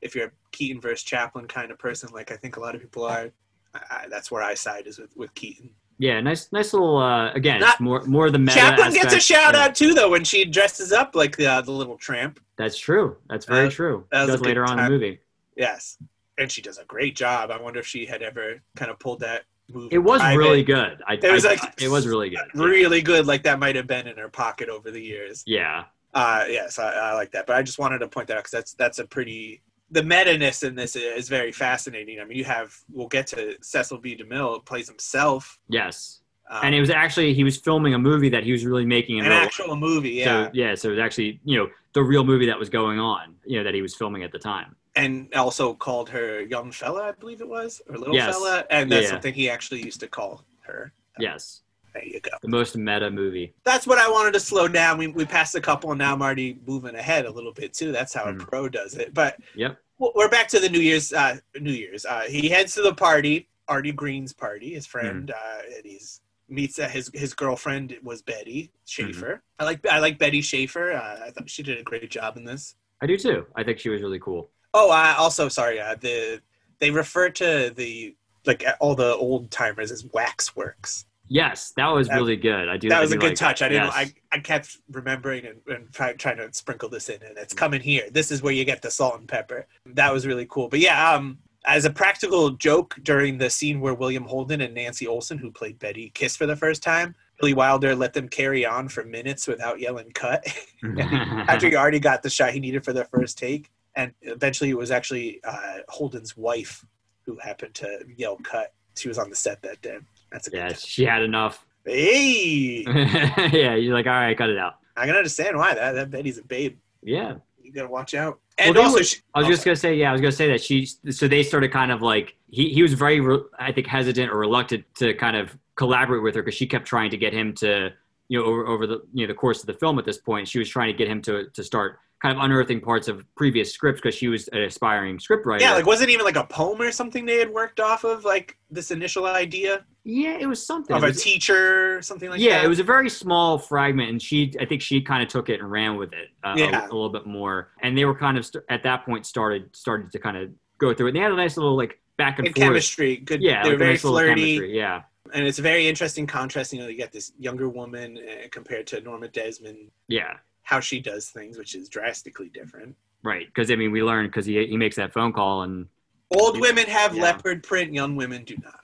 [SPEAKER 1] if you're a keaton versus chaplin kind of person like i think a lot of people are I, I, that's where i side is with, with keaton
[SPEAKER 2] Yeah, nice, nice little. Uh, again,
[SPEAKER 1] Not-
[SPEAKER 2] it's more, more of the meta
[SPEAKER 1] chaplin gets a
[SPEAKER 2] aspect.
[SPEAKER 1] shout
[SPEAKER 2] Yeah,
[SPEAKER 1] out too though when she dresses up like the, uh, the little tramp
[SPEAKER 2] That's true. That's very
[SPEAKER 1] That-
[SPEAKER 2] true.
[SPEAKER 1] that was a
[SPEAKER 2] Does
[SPEAKER 1] good
[SPEAKER 2] later on in
[SPEAKER 1] time.
[SPEAKER 2] the movie.
[SPEAKER 1] yes and she does a great job i wonder if she had ever kind of pulled that move
[SPEAKER 2] It was
[SPEAKER 1] private.
[SPEAKER 2] really good. I,
[SPEAKER 1] It was
[SPEAKER 2] I-
[SPEAKER 1] like-
[SPEAKER 2] it was really good. Yeah.
[SPEAKER 1] really good like that might have been in her pocket over the years
[SPEAKER 2] Yeah.
[SPEAKER 1] Uh, yes, I, I like that, but I just wanted to point that out because that's that's a pretty the meta-ness in this is very fascinating. I mean, you have we'll get to Cecil B. DeMille plays himself,
[SPEAKER 2] Yes.
[SPEAKER 1] um,
[SPEAKER 2] and it was actually he was filming a movie that he was really making in
[SPEAKER 1] an
[SPEAKER 2] real life.
[SPEAKER 1] actual movie, yeah.
[SPEAKER 2] So yeah, so it was actually you know the real movie that was going on, you know that he was filming at the time.
[SPEAKER 1] and also called her young fella, I believe it was, or little
[SPEAKER 2] Yes.
[SPEAKER 1] fella, and that's
[SPEAKER 2] Yeah.
[SPEAKER 1] something he actually used to call her.
[SPEAKER 2] Yes,
[SPEAKER 1] There you go.
[SPEAKER 2] the most meta movie.
[SPEAKER 1] That's what I wanted to slow down. We we passed a couple, and now I'm already moving ahead a little bit too. That's how
[SPEAKER 2] Mm.
[SPEAKER 1] a pro does it, but
[SPEAKER 2] Yep.
[SPEAKER 1] Well, we're back to the New Year's. Uh, New Year's. Uh, he heads to the party, Artie Green's party, his friend, uh, and he's meets uh, his his girlfriend was Betty Schaefer. I like I like Betty Schaefer. Uh, I thought she did a great job in this.
[SPEAKER 2] I do too. I think she was really cool.
[SPEAKER 1] Oh, I also sorry. Uh, the they refer to the like uh, all the old timers as waxworks.
[SPEAKER 2] Yes, that was
[SPEAKER 1] That-
[SPEAKER 2] really good. I do.
[SPEAKER 1] That
[SPEAKER 2] I
[SPEAKER 1] was a
[SPEAKER 2] do
[SPEAKER 1] good
[SPEAKER 2] like
[SPEAKER 1] touch.
[SPEAKER 2] that.
[SPEAKER 1] I didn't.
[SPEAKER 2] Yes.
[SPEAKER 1] I, I kept remembering and, and try, trying to sprinkle this in, and it's coming here. This is where you get the salt and pepper. That was really cool. But yeah, um, as a practical joke during the scene where William Holden and Nancy Olson, who played Betty, kiss for the first time, Billy Wilder let them carry on for minutes without yelling "cut." After
[SPEAKER 2] Mm-hmm.
[SPEAKER 1] he already got the shot he needed for their first take, and eventually it was actually uh, Holden's wife who happened to yell "cut." She was on the set that day. That's a good.
[SPEAKER 2] yeah,
[SPEAKER 1] touch.
[SPEAKER 2] she had enough.
[SPEAKER 1] Hey.
[SPEAKER 2] yeah, you're like, all right, cut it out.
[SPEAKER 1] I can understand why that that Betty's a babe.
[SPEAKER 2] Yeah.
[SPEAKER 1] You gotta watch out.
[SPEAKER 2] Well,
[SPEAKER 1] And
[SPEAKER 2] they
[SPEAKER 1] also,
[SPEAKER 2] were-
[SPEAKER 1] she,
[SPEAKER 2] I was
[SPEAKER 1] Oh,
[SPEAKER 2] just gonna say, yeah, I was gonna say that she. So they started kind of like he. He was very, re- I think, hesitant or reluctant to kind of collaborate with her because she kept trying to get him to you know over, over the you know the course of the film at this point she was trying to get him to to start kind of unearthing parts of previous scripts because she was an aspiring scriptwriter
[SPEAKER 1] Yeah, like wasn't even like a poem or something they had worked off of like this initial idea
[SPEAKER 2] yeah it was something
[SPEAKER 1] of
[SPEAKER 2] It
[SPEAKER 1] a
[SPEAKER 2] was-
[SPEAKER 1] teacher or something like
[SPEAKER 2] yeah,
[SPEAKER 1] that.
[SPEAKER 2] it was a very small fragment, and she, I think she kind of took it and ran with it uh, a-
[SPEAKER 1] Yeah.
[SPEAKER 2] a, little bit more. And they were kind of st- at that point started started to kind of go through it. And they had a nice little like back and,
[SPEAKER 1] good
[SPEAKER 2] forth.
[SPEAKER 1] chemistry. Good.
[SPEAKER 2] Yeah,
[SPEAKER 1] they
[SPEAKER 2] like
[SPEAKER 1] were
[SPEAKER 2] a
[SPEAKER 1] very
[SPEAKER 2] nice little
[SPEAKER 1] flirty,
[SPEAKER 2] chemistry, Yeah,
[SPEAKER 1] and it's very interesting contrast. You know, you get this younger woman uh, compared to Norma Desmond,
[SPEAKER 2] yeah,
[SPEAKER 1] how she does things, which is drastically different.
[SPEAKER 2] right. Because I mean, we learned because he he makes that phone call, and
[SPEAKER 1] Old
[SPEAKER 2] Yeah.
[SPEAKER 1] women have
[SPEAKER 2] Yeah.
[SPEAKER 1] leopard print, young women do not.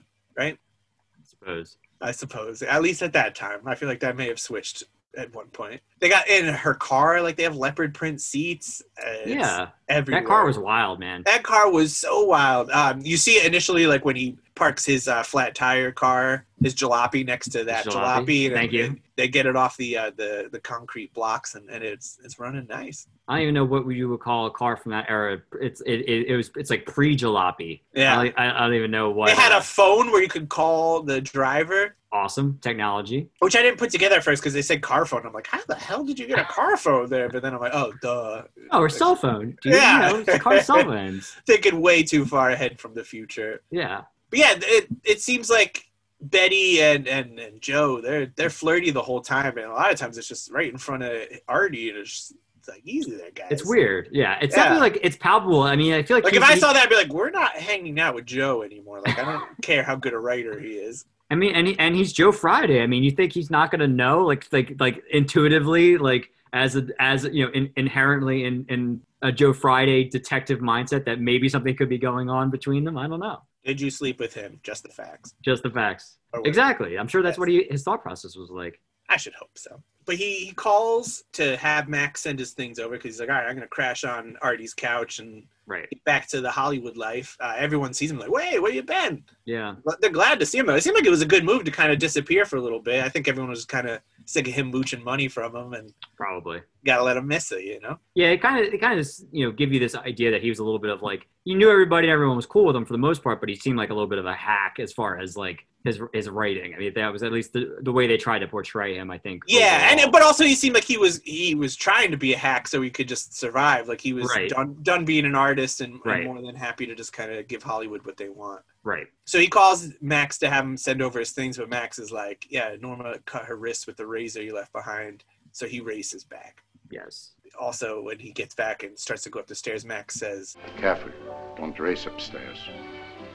[SPEAKER 2] I suppose
[SPEAKER 1] I suppose, at least at that time. I feel like that may have switched at one point. They got in her car, like they have leopard print seats. Uh, it's
[SPEAKER 2] yeah,
[SPEAKER 1] everywhere.
[SPEAKER 2] that car was wild, man.
[SPEAKER 1] That car was so wild. Um, you see it initially, like when he parks his uh, flat tire car, his jalopy next to that
[SPEAKER 2] Jalopy.
[SPEAKER 1] jalopy. and
[SPEAKER 2] Thank you.
[SPEAKER 1] They get it off the uh, the the concrete blocks, and, and it's it's running nice.
[SPEAKER 2] I don't even know what you would call a car from that era. It's it, it, it was it's like pre jalopy.
[SPEAKER 1] Yeah.
[SPEAKER 2] I, don't- I, I don't even know what.
[SPEAKER 1] They had
[SPEAKER 2] uh,
[SPEAKER 1] a phone where you could call the driver,
[SPEAKER 2] awesome technology.
[SPEAKER 1] which I didn't put together at first because they said car phone. I'm like, how the hell did you get a car phone there? But then I'm like, oh, duh.
[SPEAKER 2] Oh, or cell phone. Dude.
[SPEAKER 1] Yeah.
[SPEAKER 2] You know, it's car cell phones.
[SPEAKER 1] Thinking way too far ahead from the future.
[SPEAKER 2] Yeah.
[SPEAKER 1] But yeah, it it seems like Betty and, and, and Joe they're they're flirty the whole time, and a lot of times it's just right in front of Artie, and it's, just, it's like easy there, guys.
[SPEAKER 2] It's weird. Yeah. It's
[SPEAKER 1] Yeah.
[SPEAKER 2] definitely like it's palpable. I mean, I feel like,
[SPEAKER 1] Like
[SPEAKER 2] he-
[SPEAKER 1] if I
[SPEAKER 2] he-
[SPEAKER 1] saw that, I'd be like, we're not hanging out with Joe anymore. Like I don't care how good a writer he is.
[SPEAKER 2] I mean, and he, and he's Joe Friday. I mean, you think he's not going to know like like like intuitively like as a, as you know in, inherently in in a Joe Friday detective mindset that maybe something could be going on between them. I don't know.
[SPEAKER 1] Did you sleep with him? Just the facts.
[SPEAKER 2] Just the facts.
[SPEAKER 1] Or whatever.
[SPEAKER 2] Exactly. I'm sure that's
[SPEAKER 1] Yes.
[SPEAKER 2] what he, his thought process was like.
[SPEAKER 1] I should hope so. But he, he calls to have Max send his things over because he's like, all right, I'm gonna crash on Artie's couch and
[SPEAKER 2] Right.
[SPEAKER 1] get back to the Hollywood life. Uh, everyone sees him like, wait, where you been?
[SPEAKER 2] Yeah.
[SPEAKER 1] But they're glad to see him though. It seemed like it was a good move to kind of disappear for a little bit. I think everyone was kind of sick of him mooching money from him, and
[SPEAKER 2] Probably.
[SPEAKER 1] gotta let him miss it, you know.
[SPEAKER 2] Yeah, it kind of it kind of you know give you this idea that he was a little bit of like you knew everybody, everyone was cool with him for the most part, but he seemed like a little bit of a hack as far as like his his writing. I mean, that was at least the, the way they tried to portray him. I think.
[SPEAKER 1] Yeah,
[SPEAKER 2] overall.
[SPEAKER 1] and but also he seemed like he was he was trying to be a hack so he could just survive. Like he was
[SPEAKER 2] Right.
[SPEAKER 1] done done being an artist and, and
[SPEAKER 2] Right.
[SPEAKER 1] more than happy to just kind of give Hollywood what they want.
[SPEAKER 2] right,
[SPEAKER 1] So he calls Max to have him send over his things, but Max is like, "Yeah, Norma cut her wrist with the razor you left behind." So he races back.
[SPEAKER 2] yes,
[SPEAKER 1] Also, when he gets back and starts to go up the stairs, Max says,
[SPEAKER 4] Caffrey, don't race upstairs.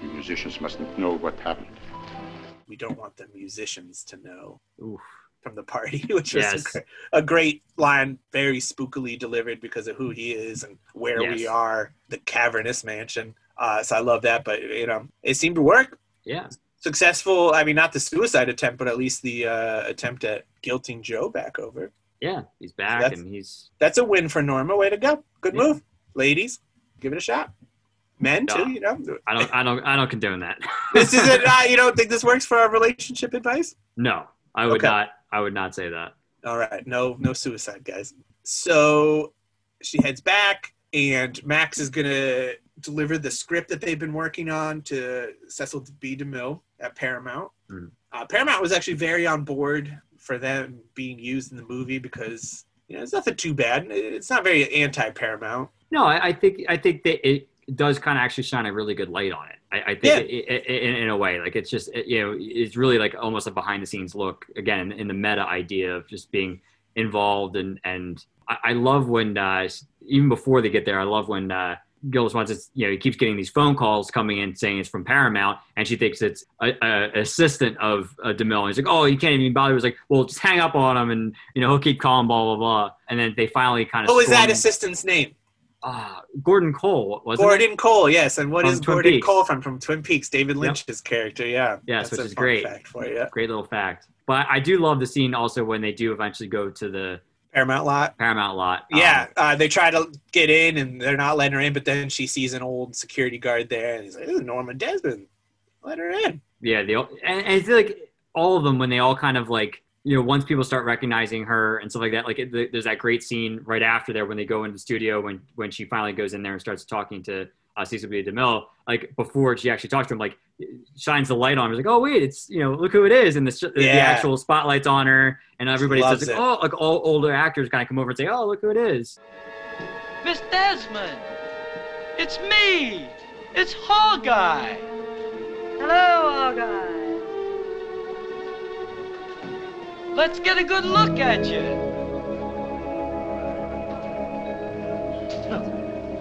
[SPEAKER 4] You musicians mustn't know what happened.
[SPEAKER 1] we don't want the musicians to know
[SPEAKER 2] Oof.
[SPEAKER 1] from the party, which was
[SPEAKER 2] Yes.
[SPEAKER 1] a, gr- a great line, very spookily delivered because of who he is and where we
[SPEAKER 2] Yes.
[SPEAKER 1] are, the cavernous mansion. Uh, so I love that, but you know, it seemed to work.
[SPEAKER 2] yeah,
[SPEAKER 1] Successful. I mean, not the suicide attempt, but at least the uh, attempt at guilting Joe back over.
[SPEAKER 2] yeah. He's back
[SPEAKER 1] that's-
[SPEAKER 2] and he's
[SPEAKER 1] That's a win for Norma. Way to go. Good
[SPEAKER 2] Yeah.
[SPEAKER 1] move, ladies. Give it a shot. Men
[SPEAKER 2] Yeah.
[SPEAKER 1] too, you know.
[SPEAKER 2] I don't I don't I don't condone that.
[SPEAKER 1] This isn't. Uh, you don't think this works for our relationship advice?
[SPEAKER 2] no, I would
[SPEAKER 1] Okay.
[SPEAKER 2] not. I would not say that.
[SPEAKER 1] All right, no, no suicide, guys. So she heads back, and Max is gonna deliver the script that they've been working on to Cecil B. DeMille at Paramount.
[SPEAKER 2] Mhm.
[SPEAKER 1] Uh, Paramount was actually very on board for them being used in the movie because you know it's nothing too bad. It- It's not very anti-Paramount.
[SPEAKER 2] No, I, I think I think that it does kind of actually shine a really good light on it. I, I think
[SPEAKER 1] Yeah.
[SPEAKER 2] it, it, it- in, in a way, like it's just it, you know it's really like almost a behind the scenes look again in the meta idea of just being involved and and I, I love when uh, even before they get there, I love when. Uh, Gil responds, you know, he keeps getting these phone calls coming in saying it's from Paramount, and she thinks it's a, a assistant of uh, DeMille. And he's like, oh, you can't even bother. He's like, well, just hang up on him, and you know, he'll keep calling, blah blah blah. And then they finally kind of
[SPEAKER 1] What was Oh, that assistant's name?
[SPEAKER 2] uh, Gordon Cole was it?
[SPEAKER 1] Gordon Cole. Yes, and what
[SPEAKER 2] From
[SPEAKER 1] is
[SPEAKER 2] Twin
[SPEAKER 1] Gordon
[SPEAKER 2] Peaks.
[SPEAKER 1] Cole from? From Twin Peaks, David Lynch's character. Yeah.
[SPEAKER 2] Yes, which
[SPEAKER 1] a
[SPEAKER 2] is
[SPEAKER 1] fun
[SPEAKER 2] great.
[SPEAKER 1] Fact for you.
[SPEAKER 2] Great little fact. But I do love the scene also when they do eventually go to the
[SPEAKER 1] Paramount lot.
[SPEAKER 2] Paramount lot. Um,
[SPEAKER 1] Yeah, uh, they try to get in and they're not letting her in, but then she sees an old security guard there and he's like, Ooh, Norma Desmond, let her in.
[SPEAKER 2] yeah. They all, and, and I feel like all of them when they all kind of like you know once people start recognizing her and stuff like that. Like it, there's that great scene right after there when they go into the studio when when she finally goes in there and starts talking to uh, Cecil B. DeMille, like before she actually talks to him, like shines the light on her. It's like, oh wait, it's you know, look who it is, and the, the
[SPEAKER 1] Yeah.
[SPEAKER 2] actual spotlight's on her, and everybody
[SPEAKER 1] loves
[SPEAKER 2] says, like,
[SPEAKER 1] it.
[SPEAKER 2] oh, like all older actors kind of come over and say, oh, look who it is.
[SPEAKER 6] Miss Desmond! It's me! It's Hawkeye!
[SPEAKER 5] Hello, Hawkeye.
[SPEAKER 6] Let's get a good look at you!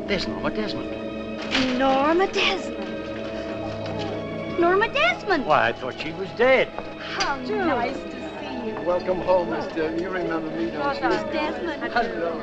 [SPEAKER 3] There's Norma Desmond.
[SPEAKER 7] Norma Desmond. Norma Desmond.
[SPEAKER 8] Why, I thought she was dead.
[SPEAKER 7] How nice to see you.
[SPEAKER 4] Welcome home, Mister. You remember me, don't you?
[SPEAKER 7] Miss Desmond.
[SPEAKER 4] Hello.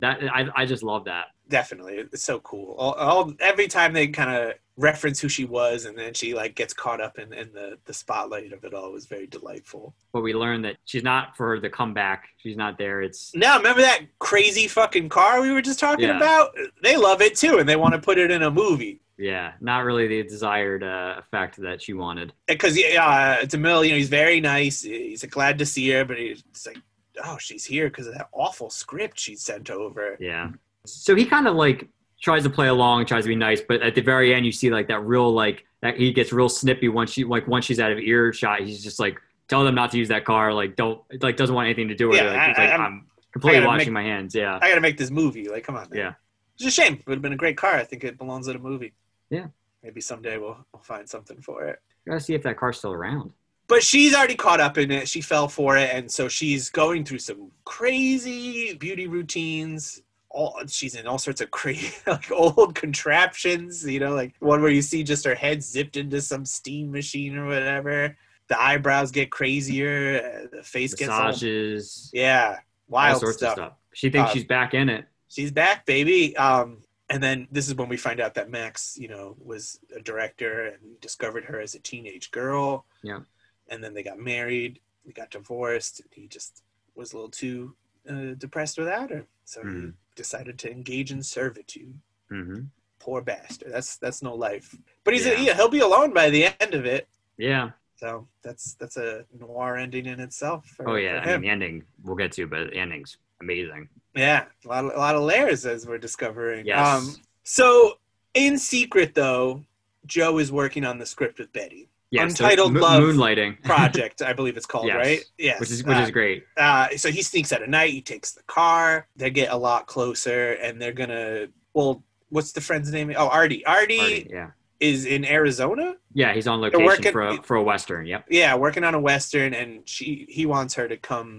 [SPEAKER 2] That I, I just love that.
[SPEAKER 1] definitely it's so cool all, all every time they kind of reference who she was and then she like gets caught up in, in the the spotlight of it all was very delightful
[SPEAKER 2] But we learn that she's not for the comeback. She's not there. It's
[SPEAKER 1] now remember that crazy fucking car we were just talking
[SPEAKER 2] Yeah.
[SPEAKER 1] about they love it too and they want to put it in a movie
[SPEAKER 2] yeah, not really the desired uh, effect that she wanted.
[SPEAKER 1] because yeah uh, demille you know he's very nice he's like, glad to see her but he's like oh she's here because of that awful script she sent over
[SPEAKER 2] Yeah. So he kind of like tries to play along, tries to be nice, but at the very end, you see like that real like that he gets real snippy once she like once she's out of earshot. He's just like tell them not to use that car. Like don't like doesn't want anything to do with
[SPEAKER 1] Yeah,
[SPEAKER 2] it. Like, he's
[SPEAKER 1] I-
[SPEAKER 2] like
[SPEAKER 1] I-
[SPEAKER 2] I'm,
[SPEAKER 1] I'm- I
[SPEAKER 2] completely
[SPEAKER 1] gotta
[SPEAKER 2] washing my hands. Yeah.
[SPEAKER 1] i gotta make this movie like come on man.
[SPEAKER 2] Yeah.
[SPEAKER 1] it's a shame it would have been a great car i think it belongs in a movie
[SPEAKER 2] Yeah.
[SPEAKER 1] maybe someday we'll, we'll find something for it
[SPEAKER 2] gotta see if that car's still around.
[SPEAKER 1] but she's already caught up in it. She fell for it, and so she's going through some crazy beauty routines. All she's in all sorts of crazy, like old contraptions. You know, like one where you see just her head zipped into some steam machine or whatever. The eyebrows get crazier. uh, The face gets all,
[SPEAKER 2] Massages,
[SPEAKER 1] yeah, wild
[SPEAKER 2] all sorts
[SPEAKER 1] stuff.
[SPEAKER 2] of stuff. She thinks
[SPEAKER 1] Uh,
[SPEAKER 2] she's back in it.
[SPEAKER 1] She's back, baby. Um, and then this is when we find out that Max, you know, was a director and discovered her as a teenage girl.
[SPEAKER 2] Yeah.
[SPEAKER 1] And then they got married. They got divorced. And he just was a little too uh, depressed without her, so he
[SPEAKER 2] Mhm.
[SPEAKER 1] decided to engage in servitude. mm-hmm.
[SPEAKER 2] hmm
[SPEAKER 1] Poor bastard. That's that's no life. But he's
[SPEAKER 2] Yeah.
[SPEAKER 1] yeah, he'll be alone by the end of it.
[SPEAKER 2] Yeah.
[SPEAKER 1] So that's that's a noir ending in itself. for-
[SPEAKER 2] Oh
[SPEAKER 1] for
[SPEAKER 2] yeah. I
[SPEAKER 1] him.
[SPEAKER 2] mean, the ending we'll get to, but the ending's amazing.
[SPEAKER 1] Yeah, a lot of, a lot of layers as we're discovering. Um,
[SPEAKER 2] Yes.
[SPEAKER 1] so in secret though, Joe is working on the script with Betty.
[SPEAKER 2] Yeah. so
[SPEAKER 1] Untitled
[SPEAKER 2] Mo-
[SPEAKER 1] Love
[SPEAKER 2] Moonlighting,
[SPEAKER 1] Project, I believe it's called,
[SPEAKER 2] Yes.
[SPEAKER 1] right? Yes.
[SPEAKER 2] which is which is great.
[SPEAKER 1] uh, uh, so he sneaks out at night, he takes the car, they get a lot closer and they're going to well, what's the friend's name? Oh, Artie. Artie,
[SPEAKER 2] Party, yeah.
[SPEAKER 1] is in Arizona?
[SPEAKER 2] Yeah, he's on
[SPEAKER 1] They're
[SPEAKER 2] location
[SPEAKER 1] working-
[SPEAKER 2] for a, for a western. Yep.
[SPEAKER 1] Yeah, working on a western and she he wants her to come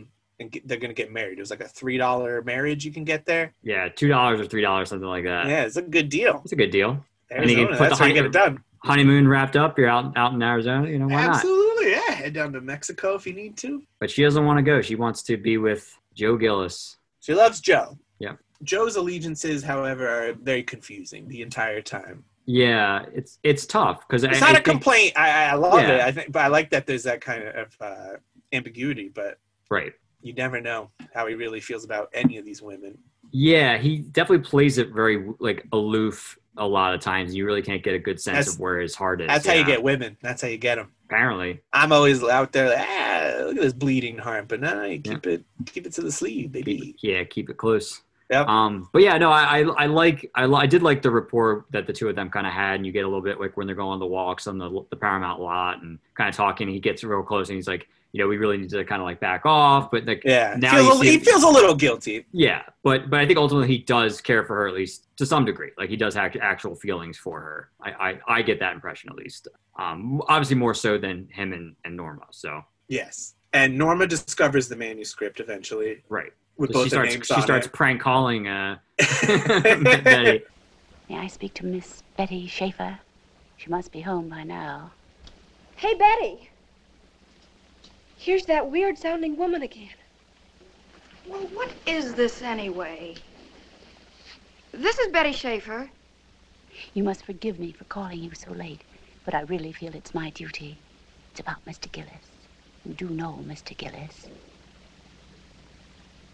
[SPEAKER 1] and get, they're going to get married. It was like a $3 marriage you can get there.
[SPEAKER 2] Yeah, two dollars or three dollars, something like that.
[SPEAKER 1] yeah, it's a good deal.
[SPEAKER 2] It's a good deal. Uh, And you can
[SPEAKER 1] Arizona,
[SPEAKER 2] put
[SPEAKER 1] that's
[SPEAKER 2] the
[SPEAKER 1] how you get
[SPEAKER 2] honey-
[SPEAKER 1] it done.
[SPEAKER 2] Honeymoon wrapped up. You're out out in Arizona. You know why not?
[SPEAKER 1] Absolutely, yeah. Head down to Mexico if you need to.
[SPEAKER 2] But she doesn't want to go. She wants to be with Joe Gillis.
[SPEAKER 1] She loves Joe.
[SPEAKER 2] Yeah.
[SPEAKER 1] Joe's allegiances, however, are very confusing the entire time.
[SPEAKER 2] Yeah, it's it's tough because
[SPEAKER 1] It's not a complaint. I, I love
[SPEAKER 2] Yeah.
[SPEAKER 1] it. I think, but I like that there's that kind of uh, ambiguity. But
[SPEAKER 2] Right.
[SPEAKER 1] you never know how he really feels about any of these women.
[SPEAKER 2] Yeah, he definitely plays it very like aloof a lot of times. You really can't get a good sense
[SPEAKER 1] That's-
[SPEAKER 2] of where his heart is.
[SPEAKER 1] That's how
[SPEAKER 2] yeah,
[SPEAKER 1] you get women. That's how you get them.
[SPEAKER 2] apparently.
[SPEAKER 1] I'm always out there. Like, ah, look at this bleeding heart. But no, you keep it, keep it to the sleeve, baby.
[SPEAKER 2] Keep, yeah, keep it close.
[SPEAKER 1] Yep.
[SPEAKER 2] Um, but yeah, no, I I, I like I, li- I did like the rapport that the two of them kind of had, and you get a little bit like when they're going on the walks on the the Paramount lot and kind of talking. He gets real close, and he's like, you know, we really need to kind of like back off, but like,
[SPEAKER 1] Yeah,
[SPEAKER 2] Now
[SPEAKER 1] feels
[SPEAKER 2] you
[SPEAKER 1] a-
[SPEAKER 2] see
[SPEAKER 1] he
[SPEAKER 2] him-
[SPEAKER 1] feels a little guilty.
[SPEAKER 2] yeah, but but I think ultimately he does care for her at least to some degree. Like he does have actual feelings for her. I I, I get that impression at least. Um, obviously more so than him and, and Norma. So
[SPEAKER 1] Yes. And Norma discovers the manuscript eventually
[SPEAKER 2] right,
[SPEAKER 1] with
[SPEAKER 2] So
[SPEAKER 1] both
[SPEAKER 2] she
[SPEAKER 1] their
[SPEAKER 2] starts
[SPEAKER 1] names
[SPEAKER 2] she
[SPEAKER 1] on
[SPEAKER 2] starts
[SPEAKER 1] it.
[SPEAKER 2] prank calling uh, Betty.
[SPEAKER 7] May I speak to Miss Betty Schaefer? She must be home by now. Hey, Betty.
[SPEAKER 9] Here's that weird sounding woman again.
[SPEAKER 7] Well, what is this anyway? This is Betty Schaefer.
[SPEAKER 10] You must forgive me for calling you so late, but I really feel it's my duty. It's about Mr. Gillis. You do know Mr. Gillis.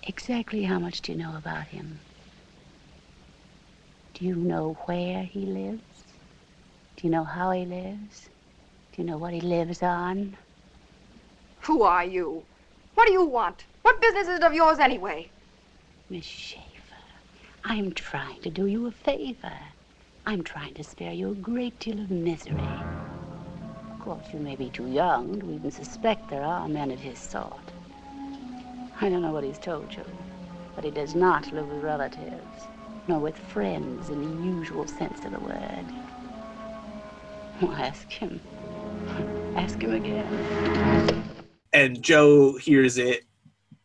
[SPEAKER 10] Exactly how much do you know about him? Do you know where he lives? Do you know how he lives? Do you know what he lives on?
[SPEAKER 7] Who are you? What do you want? What business is it of yours anyway?
[SPEAKER 10] Miss Schaefer, I'm trying to do you a favor. I'm trying to spare you a great deal of misery. Of course, you may be too young to even suspect there are men of his sort. I don't know what he's told you, but he does not live with relatives, nor with friends in the usual sense of the word. Well, ask him. Ask him again.
[SPEAKER 1] and Joe hears it.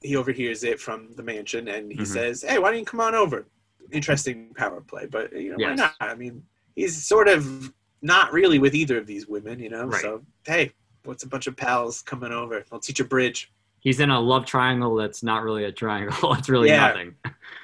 [SPEAKER 1] He overhears it from the mansion, and he
[SPEAKER 2] Mhm.
[SPEAKER 1] says, "Hey, why don't you come on over?" Interesting power play, but you know why
[SPEAKER 2] Yes.
[SPEAKER 1] not? I mean, he's sort of not really with either of these women, you know.
[SPEAKER 2] Right.
[SPEAKER 1] So hey, what's a bunch of pals coming over? I'll teach you bridge.
[SPEAKER 2] He's in a love triangle that's not really a triangle. It's really
[SPEAKER 1] Yeah.
[SPEAKER 2] nothing.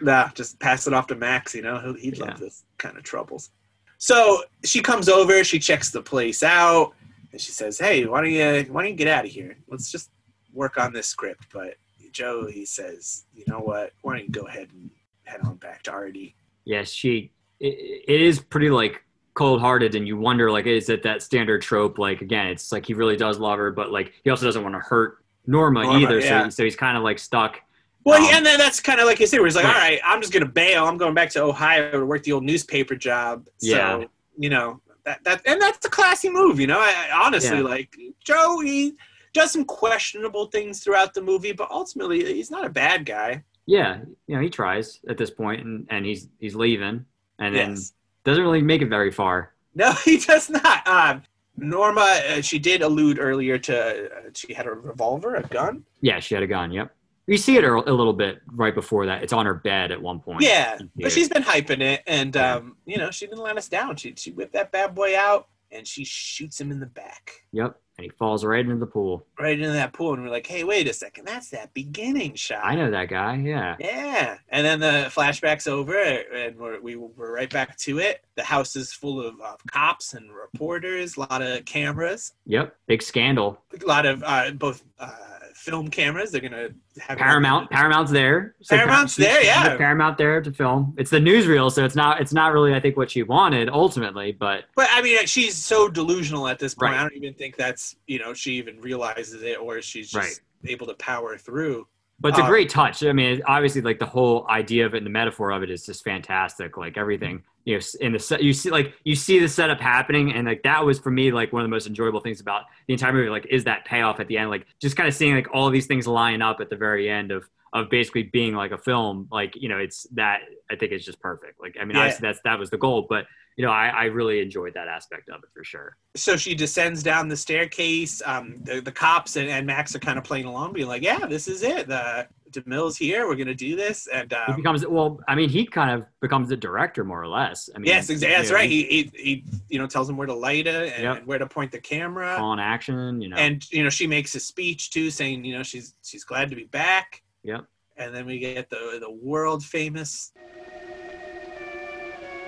[SPEAKER 1] Nah, just pass it off to Max. You know, he'd, he'd love
[SPEAKER 2] Yeah.
[SPEAKER 1] this kind of troubles. So she comes over. She checks the place out, and she says, "Hey, why don't you why don't you get out of here? Let's just work on this script." But Joe, he says, "You know what? Why don't you go ahead and head on back to Artie?"
[SPEAKER 2] Yeah, she. It, it is pretty like cold-hearted, and you wonder like, is it that standard trope? Like again, it's like he really does love her, but like he also doesn't want to hurt Norma,
[SPEAKER 1] Norma,
[SPEAKER 2] either.
[SPEAKER 1] yeah.
[SPEAKER 2] So so he's kind of like stuck.
[SPEAKER 1] Well,
[SPEAKER 2] Um,
[SPEAKER 1] and then that's kind of like you said, where he's like,
[SPEAKER 2] Right.
[SPEAKER 1] "All right, I'm just gonna bail. I'm going back to Ohio to work the old newspaper job."
[SPEAKER 2] Yeah.
[SPEAKER 1] So you know that that and that's a classy move. You know, I, I honestly
[SPEAKER 2] Yeah.
[SPEAKER 1] like Joe. He does some questionable things throughout the movie, but ultimately, he's not a bad guy.
[SPEAKER 2] Yeah, you know he tries at this point, and and he's he's leaving, and then
[SPEAKER 1] Yes.
[SPEAKER 2] doesn't really make it very far.
[SPEAKER 1] No, he does not. Um, Norma, uh, she did allude earlier to uh, she had a revolver, a gun.
[SPEAKER 2] Yeah, she had a gun. Yep. You see it a a little bit right before that. It's on her bed at one point.
[SPEAKER 1] Yeah,
[SPEAKER 2] You see
[SPEAKER 1] but
[SPEAKER 2] it.
[SPEAKER 1] she's been hyping it, and
[SPEAKER 2] Yeah.
[SPEAKER 1] um, you know, she didn't let us down. She she whipped that bad boy out, and she shoots him in the back.
[SPEAKER 2] Yep. And he falls right into the pool.
[SPEAKER 1] right into that pool and we're like, hey, wait a second, that's that beginning shot.
[SPEAKER 2] I know that guy. Yeah.
[SPEAKER 1] Yeah, and then the flashback's over, and we're we, we're right back to it. The house is full of uh, cops and reporters, a lot of cameras,
[SPEAKER 2] Yep. Big scandal.
[SPEAKER 1] a lot of uh, both uh, film cameras. They're gonna have
[SPEAKER 2] Paramount. Paramount's there.
[SPEAKER 1] Paramount's
[SPEAKER 2] Par-
[SPEAKER 1] there, yeah.
[SPEAKER 2] Paramount there to film. It's the newsreel, so it's not. It's not really. I think what she wanted ultimately, but
[SPEAKER 1] But I mean, she's so delusional at this point.
[SPEAKER 2] Right.
[SPEAKER 1] I don't even think that's you know she even realizes it, or she's just able to power through.
[SPEAKER 2] but it's a
[SPEAKER 1] Uh,
[SPEAKER 2] great touch. I mean, it- obviously, like the whole idea of it and the metaphor of it is just fantastic. Like everything, you know, s- in the set, you see, like you see the setup happening, and like that was for me like one of the most enjoyable things about the entire movie. Like, is that payoff at the end? Like, just kind of seeing like all these things line up at the very end of of basically being like a film. Like, you know, it's that I think it's just perfect. Like, I mean,
[SPEAKER 1] Yeah.
[SPEAKER 2] obviously that's that was the goal, but you know, I, I really enjoyed that aspect of it for sure.
[SPEAKER 1] so she descends down the staircase. Um, the, the cops and, and Max are kind of playing along, being like, "Yeah, this is it. The Demille's here. We're gonna do this." And
[SPEAKER 2] He
[SPEAKER 1] um,
[SPEAKER 2] becomes well. I mean, he kind of becomes the director more or less. I mean,
[SPEAKER 1] yes, exactly.
[SPEAKER 2] you
[SPEAKER 1] That's
[SPEAKER 2] know,
[SPEAKER 1] right.
[SPEAKER 2] he's
[SPEAKER 1] He, he he you know tells him where to light it and,
[SPEAKER 2] Yep.
[SPEAKER 1] and where to point the camera.
[SPEAKER 2] on action, you know.
[SPEAKER 1] And you know she makes a speech too, saying you know she's she's glad to be back.
[SPEAKER 2] Yep.
[SPEAKER 1] And then we get the the world famous.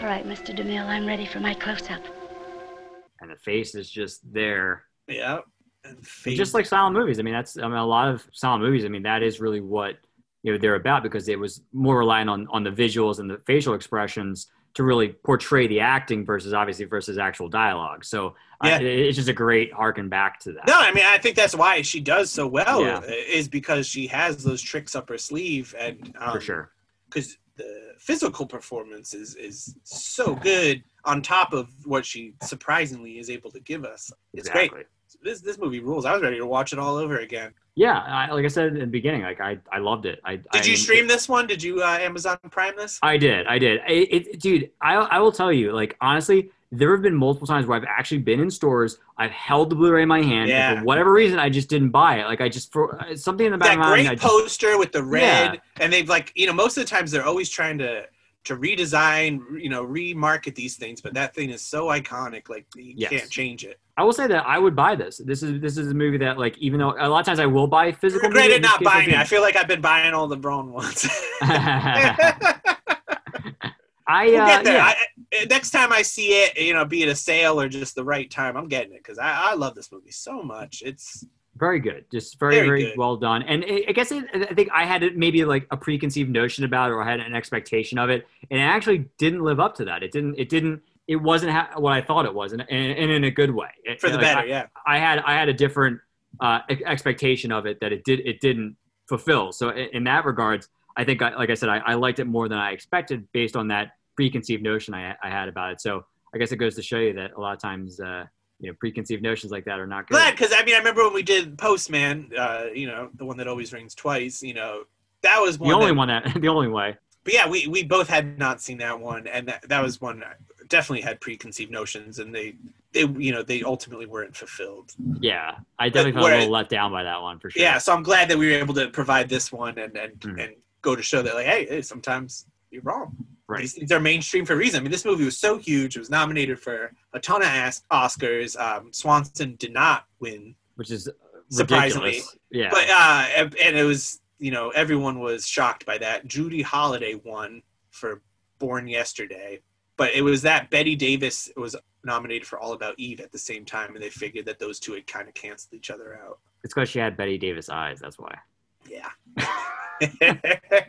[SPEAKER 10] All right, Mr. DeMille, I'm ready for my close up.
[SPEAKER 2] and the face is just there.
[SPEAKER 1] Yeah. And
[SPEAKER 2] And
[SPEAKER 1] fade.
[SPEAKER 2] just like silent movies, I mean, that's I mean, a lot of silent movies. I mean, that is really what you know they're about because it was more reliant on on the visuals and the facial expressions to really portray the acting versus obviously versus actual dialogue. So I-
[SPEAKER 1] Yeah.
[SPEAKER 2] it- it's just a great harken back to that.
[SPEAKER 1] No, I mean I think that's why she does so well
[SPEAKER 2] Yeah.
[SPEAKER 1] is because she has those tricks up her sleeve and um,
[SPEAKER 2] for sure.
[SPEAKER 1] because the physical performance is is so good on top of what she surprisingly is able to give us. It's
[SPEAKER 2] Exactly.
[SPEAKER 1] great. This this movie rules. I was ready to watch it all over again.
[SPEAKER 2] Yeah, I, like I said in the beginning, like I I loved it. I
[SPEAKER 1] Did you stream this one? Did you uh, Amazon Prime this?
[SPEAKER 2] I did. I did. I- It, it, dude, I, I will tell you, like, honestly, there have been multiple times where I've actually been in stores. I've held the Blu-ray in my hand. And
[SPEAKER 1] Yeah.
[SPEAKER 2] for whatever reason, I just didn't buy it. Like, I just, for uh, something in the back
[SPEAKER 1] That
[SPEAKER 2] of my mind, I
[SPEAKER 1] great
[SPEAKER 2] just-
[SPEAKER 1] poster with the red,
[SPEAKER 2] Yeah.
[SPEAKER 1] and they've like you know most of the times they're always trying to to redesign, you know, remarket these things, but that thing is so iconic, like you
[SPEAKER 2] Yes.
[SPEAKER 1] can't change it.
[SPEAKER 2] I will say that I would buy this. This is, this is a movie that, like, even though a lot of times I will buy physical media,
[SPEAKER 1] Regretted
[SPEAKER 2] in this
[SPEAKER 1] not
[SPEAKER 2] case, I
[SPEAKER 1] buying it. I
[SPEAKER 2] didn't.
[SPEAKER 1] feel like I've been buying all the wrong ones.
[SPEAKER 2] I,
[SPEAKER 1] We'll
[SPEAKER 2] uh,
[SPEAKER 1] get there.
[SPEAKER 2] yeah.
[SPEAKER 1] I, I- next time I see it, you know, be it a sale or just the right time, I'm getting it because I, I love this movie so much. It's
[SPEAKER 2] very good just very very,
[SPEAKER 1] Very good.
[SPEAKER 2] well done and i I guess it, i think i had maybe like a preconceived notion about it or i had an expectation of it and it actually didn't live up to that it didn't it didn't it wasn't ha- what i thought it was and, and, and in a good way It-
[SPEAKER 1] for the
[SPEAKER 2] like,
[SPEAKER 1] better.
[SPEAKER 2] I-
[SPEAKER 1] yeah,
[SPEAKER 2] I had I had a different uh, e- expectation of it that it did it didn't fulfill. So i- in that regards, I think, I, like I said, I, I liked it more than I expected based on that preconceived notion I, I had about it. So I guess it goes to show you that a lot of times, uh, you know, preconceived notions like that are not good.
[SPEAKER 1] Glad because I mean I remember when we did Postman, uh, you know, the one that always rings twice. You know, that was one.
[SPEAKER 2] the only
[SPEAKER 1] that-
[SPEAKER 2] one that, the only way.
[SPEAKER 1] But yeah, we we both had not seen that one, and that that was one I definitely had preconceived notions, and they they you know they ultimately weren't fulfilled.
[SPEAKER 2] Yeah. I definitely felt a
[SPEAKER 1] whereas-
[SPEAKER 2] little let down by that one for sure.
[SPEAKER 1] Yeah, so I'm glad that we were able to provide this one and and
[SPEAKER 2] Mhm.
[SPEAKER 1] and go to show that like hey, hey, sometimes you're wrong.
[SPEAKER 2] Right.
[SPEAKER 1] These things are mainstream for a reason. I mean, this movie was so huge; it was nominated for a ton of as- Oscars. Um, Swanson did not win
[SPEAKER 2] Which is
[SPEAKER 1] Surprisingly.
[SPEAKER 2] ridiculous. Yeah.
[SPEAKER 1] But uh, and- and it was you know everyone was shocked by that. Judy Holliday won for Born Yesterday, but it was that Betty Davis was nominated for All About Eve at the same time, and they figured that those two had kind of canceled each other out.
[SPEAKER 2] it's because she had Betty Davis eyes. That's why.
[SPEAKER 1] Yeah.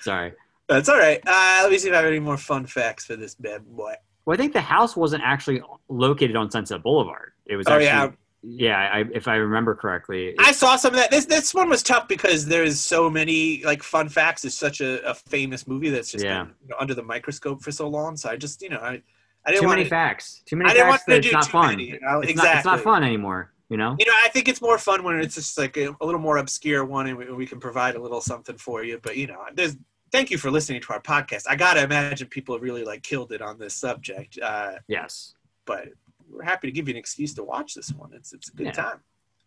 [SPEAKER 2] Sorry.
[SPEAKER 1] That's all right. Uh, let me see if I have any more fun facts for this bad boy.
[SPEAKER 2] Well, I think the house wasn't actually located on Sunset Boulevard. It was
[SPEAKER 1] Oh,
[SPEAKER 2] actually,
[SPEAKER 1] yeah.
[SPEAKER 2] yeah, I, if I remember correctly. it-
[SPEAKER 1] I saw some of that. This this one was tough because there's so many like fun facts. It's such a, a famous movie that's just
[SPEAKER 2] Yeah.
[SPEAKER 1] been you know, under the microscope for so long. So I just you know I I didn't
[SPEAKER 2] too
[SPEAKER 1] want
[SPEAKER 2] many
[SPEAKER 1] to
[SPEAKER 2] facts. Too many
[SPEAKER 1] I didn't
[SPEAKER 2] facts
[SPEAKER 1] want to
[SPEAKER 2] that
[SPEAKER 1] do
[SPEAKER 2] it's not
[SPEAKER 1] too
[SPEAKER 2] fun.
[SPEAKER 1] many, you know?
[SPEAKER 2] it's, not, it's not
[SPEAKER 1] Exactly.
[SPEAKER 2] fun anymore, you know?
[SPEAKER 1] You know, I think it's more fun when it's just like a, a little more obscure one, and we, we can provide a little something for you. But you know, there's thank you for listening to our podcast. I gotta imagine people really like killed it on this subject, uh,
[SPEAKER 2] Yes.
[SPEAKER 1] but we're happy to give you an excuse to watch this one. It's it's a good
[SPEAKER 2] Yeah.
[SPEAKER 1] time.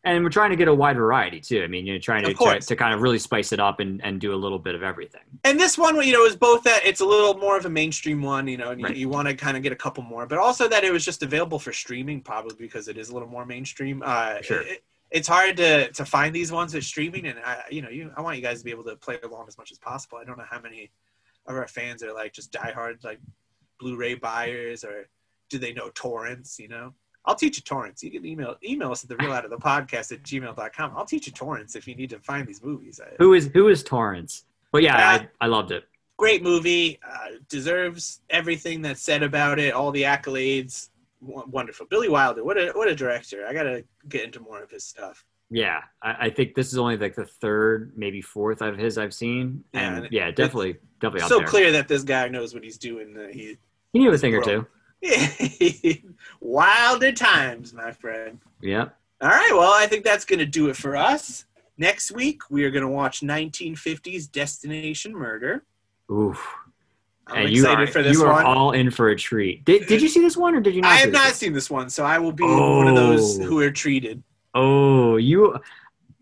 [SPEAKER 2] And we're trying to get a wide variety, too. I mean, you're trying to,
[SPEAKER 1] Of
[SPEAKER 2] to,
[SPEAKER 1] course.
[SPEAKER 2] to kind of really spice it up and, and do a little bit of everything.
[SPEAKER 1] And this one, you know, is both that it's a little more of a mainstream one, you know, and
[SPEAKER 2] Right.
[SPEAKER 1] you, you want to kind of get a couple more, but also that it was just available for streaming, probably because it is a little more mainstream. Uh,
[SPEAKER 2] Sure.
[SPEAKER 1] it- it's hard to, to find these ones at streaming, and I, you know, you I want you guys to be able to play along as much as possible. I don't know how many of our fans are like just diehard like Blu-ray buyers, or do they know torrents? You know, I'll teach you torrents. You can email email us at the real out of the podcast at gmail.com. I'll teach you torrents if you need to find these movies. I-
[SPEAKER 2] Who is who is Torrance? But yeah,
[SPEAKER 1] Uh,
[SPEAKER 2] I, I loved it.
[SPEAKER 1] great movie uh, deserves everything that's said about it all the accolades W- wonderful billy wilder what a what a director i gotta get into more of his stuff
[SPEAKER 2] Yeah, I, I think this is only like the third, maybe fourth of his I've seen.
[SPEAKER 1] Yeah,
[SPEAKER 2] And
[SPEAKER 1] and
[SPEAKER 2] yeah,
[SPEAKER 1] it-
[SPEAKER 2] definitely, definitely up
[SPEAKER 1] so
[SPEAKER 2] there.
[SPEAKER 1] clear that this guy knows what he's doing that he
[SPEAKER 2] He knew a thing or
[SPEAKER 1] Well,
[SPEAKER 2] two.
[SPEAKER 1] wilder times my friend
[SPEAKER 2] Yeah.
[SPEAKER 1] all right well i think that's gonna do it for us next week we are gonna watch 1950s destination murder
[SPEAKER 2] Oof.
[SPEAKER 1] i'm
[SPEAKER 2] and you
[SPEAKER 1] excited
[SPEAKER 2] are,
[SPEAKER 1] for this
[SPEAKER 2] you are
[SPEAKER 1] one
[SPEAKER 2] all in for a treat. Did, did you see this one or did you not?
[SPEAKER 1] i
[SPEAKER 2] see
[SPEAKER 1] have
[SPEAKER 2] this
[SPEAKER 1] not seen this one so i will be one of those
[SPEAKER 2] Oh.
[SPEAKER 1] who are treated
[SPEAKER 2] one? Oh, you,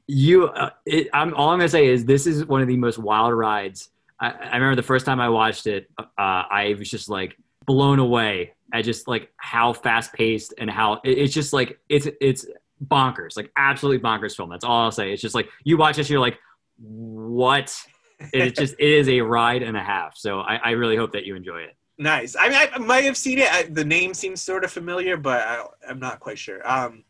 [SPEAKER 2] you. Uh, it, I'm all I'm gonna say is this is one of the most wild rides. I, I remember the first time I watched it, uh, I was just like blown away at just like how fast paced and how it- it's just like it's it's bonkers, like absolutely bonkers film. That's all I'll say. It's just like you watch this, you're like, what? It's just it is a ride and a half. So I, I really hope that you enjoy it.
[SPEAKER 1] Nice. I mean, I might have seen it. I, the name seems sort of familiar, but I, I'm not quite sure. Um,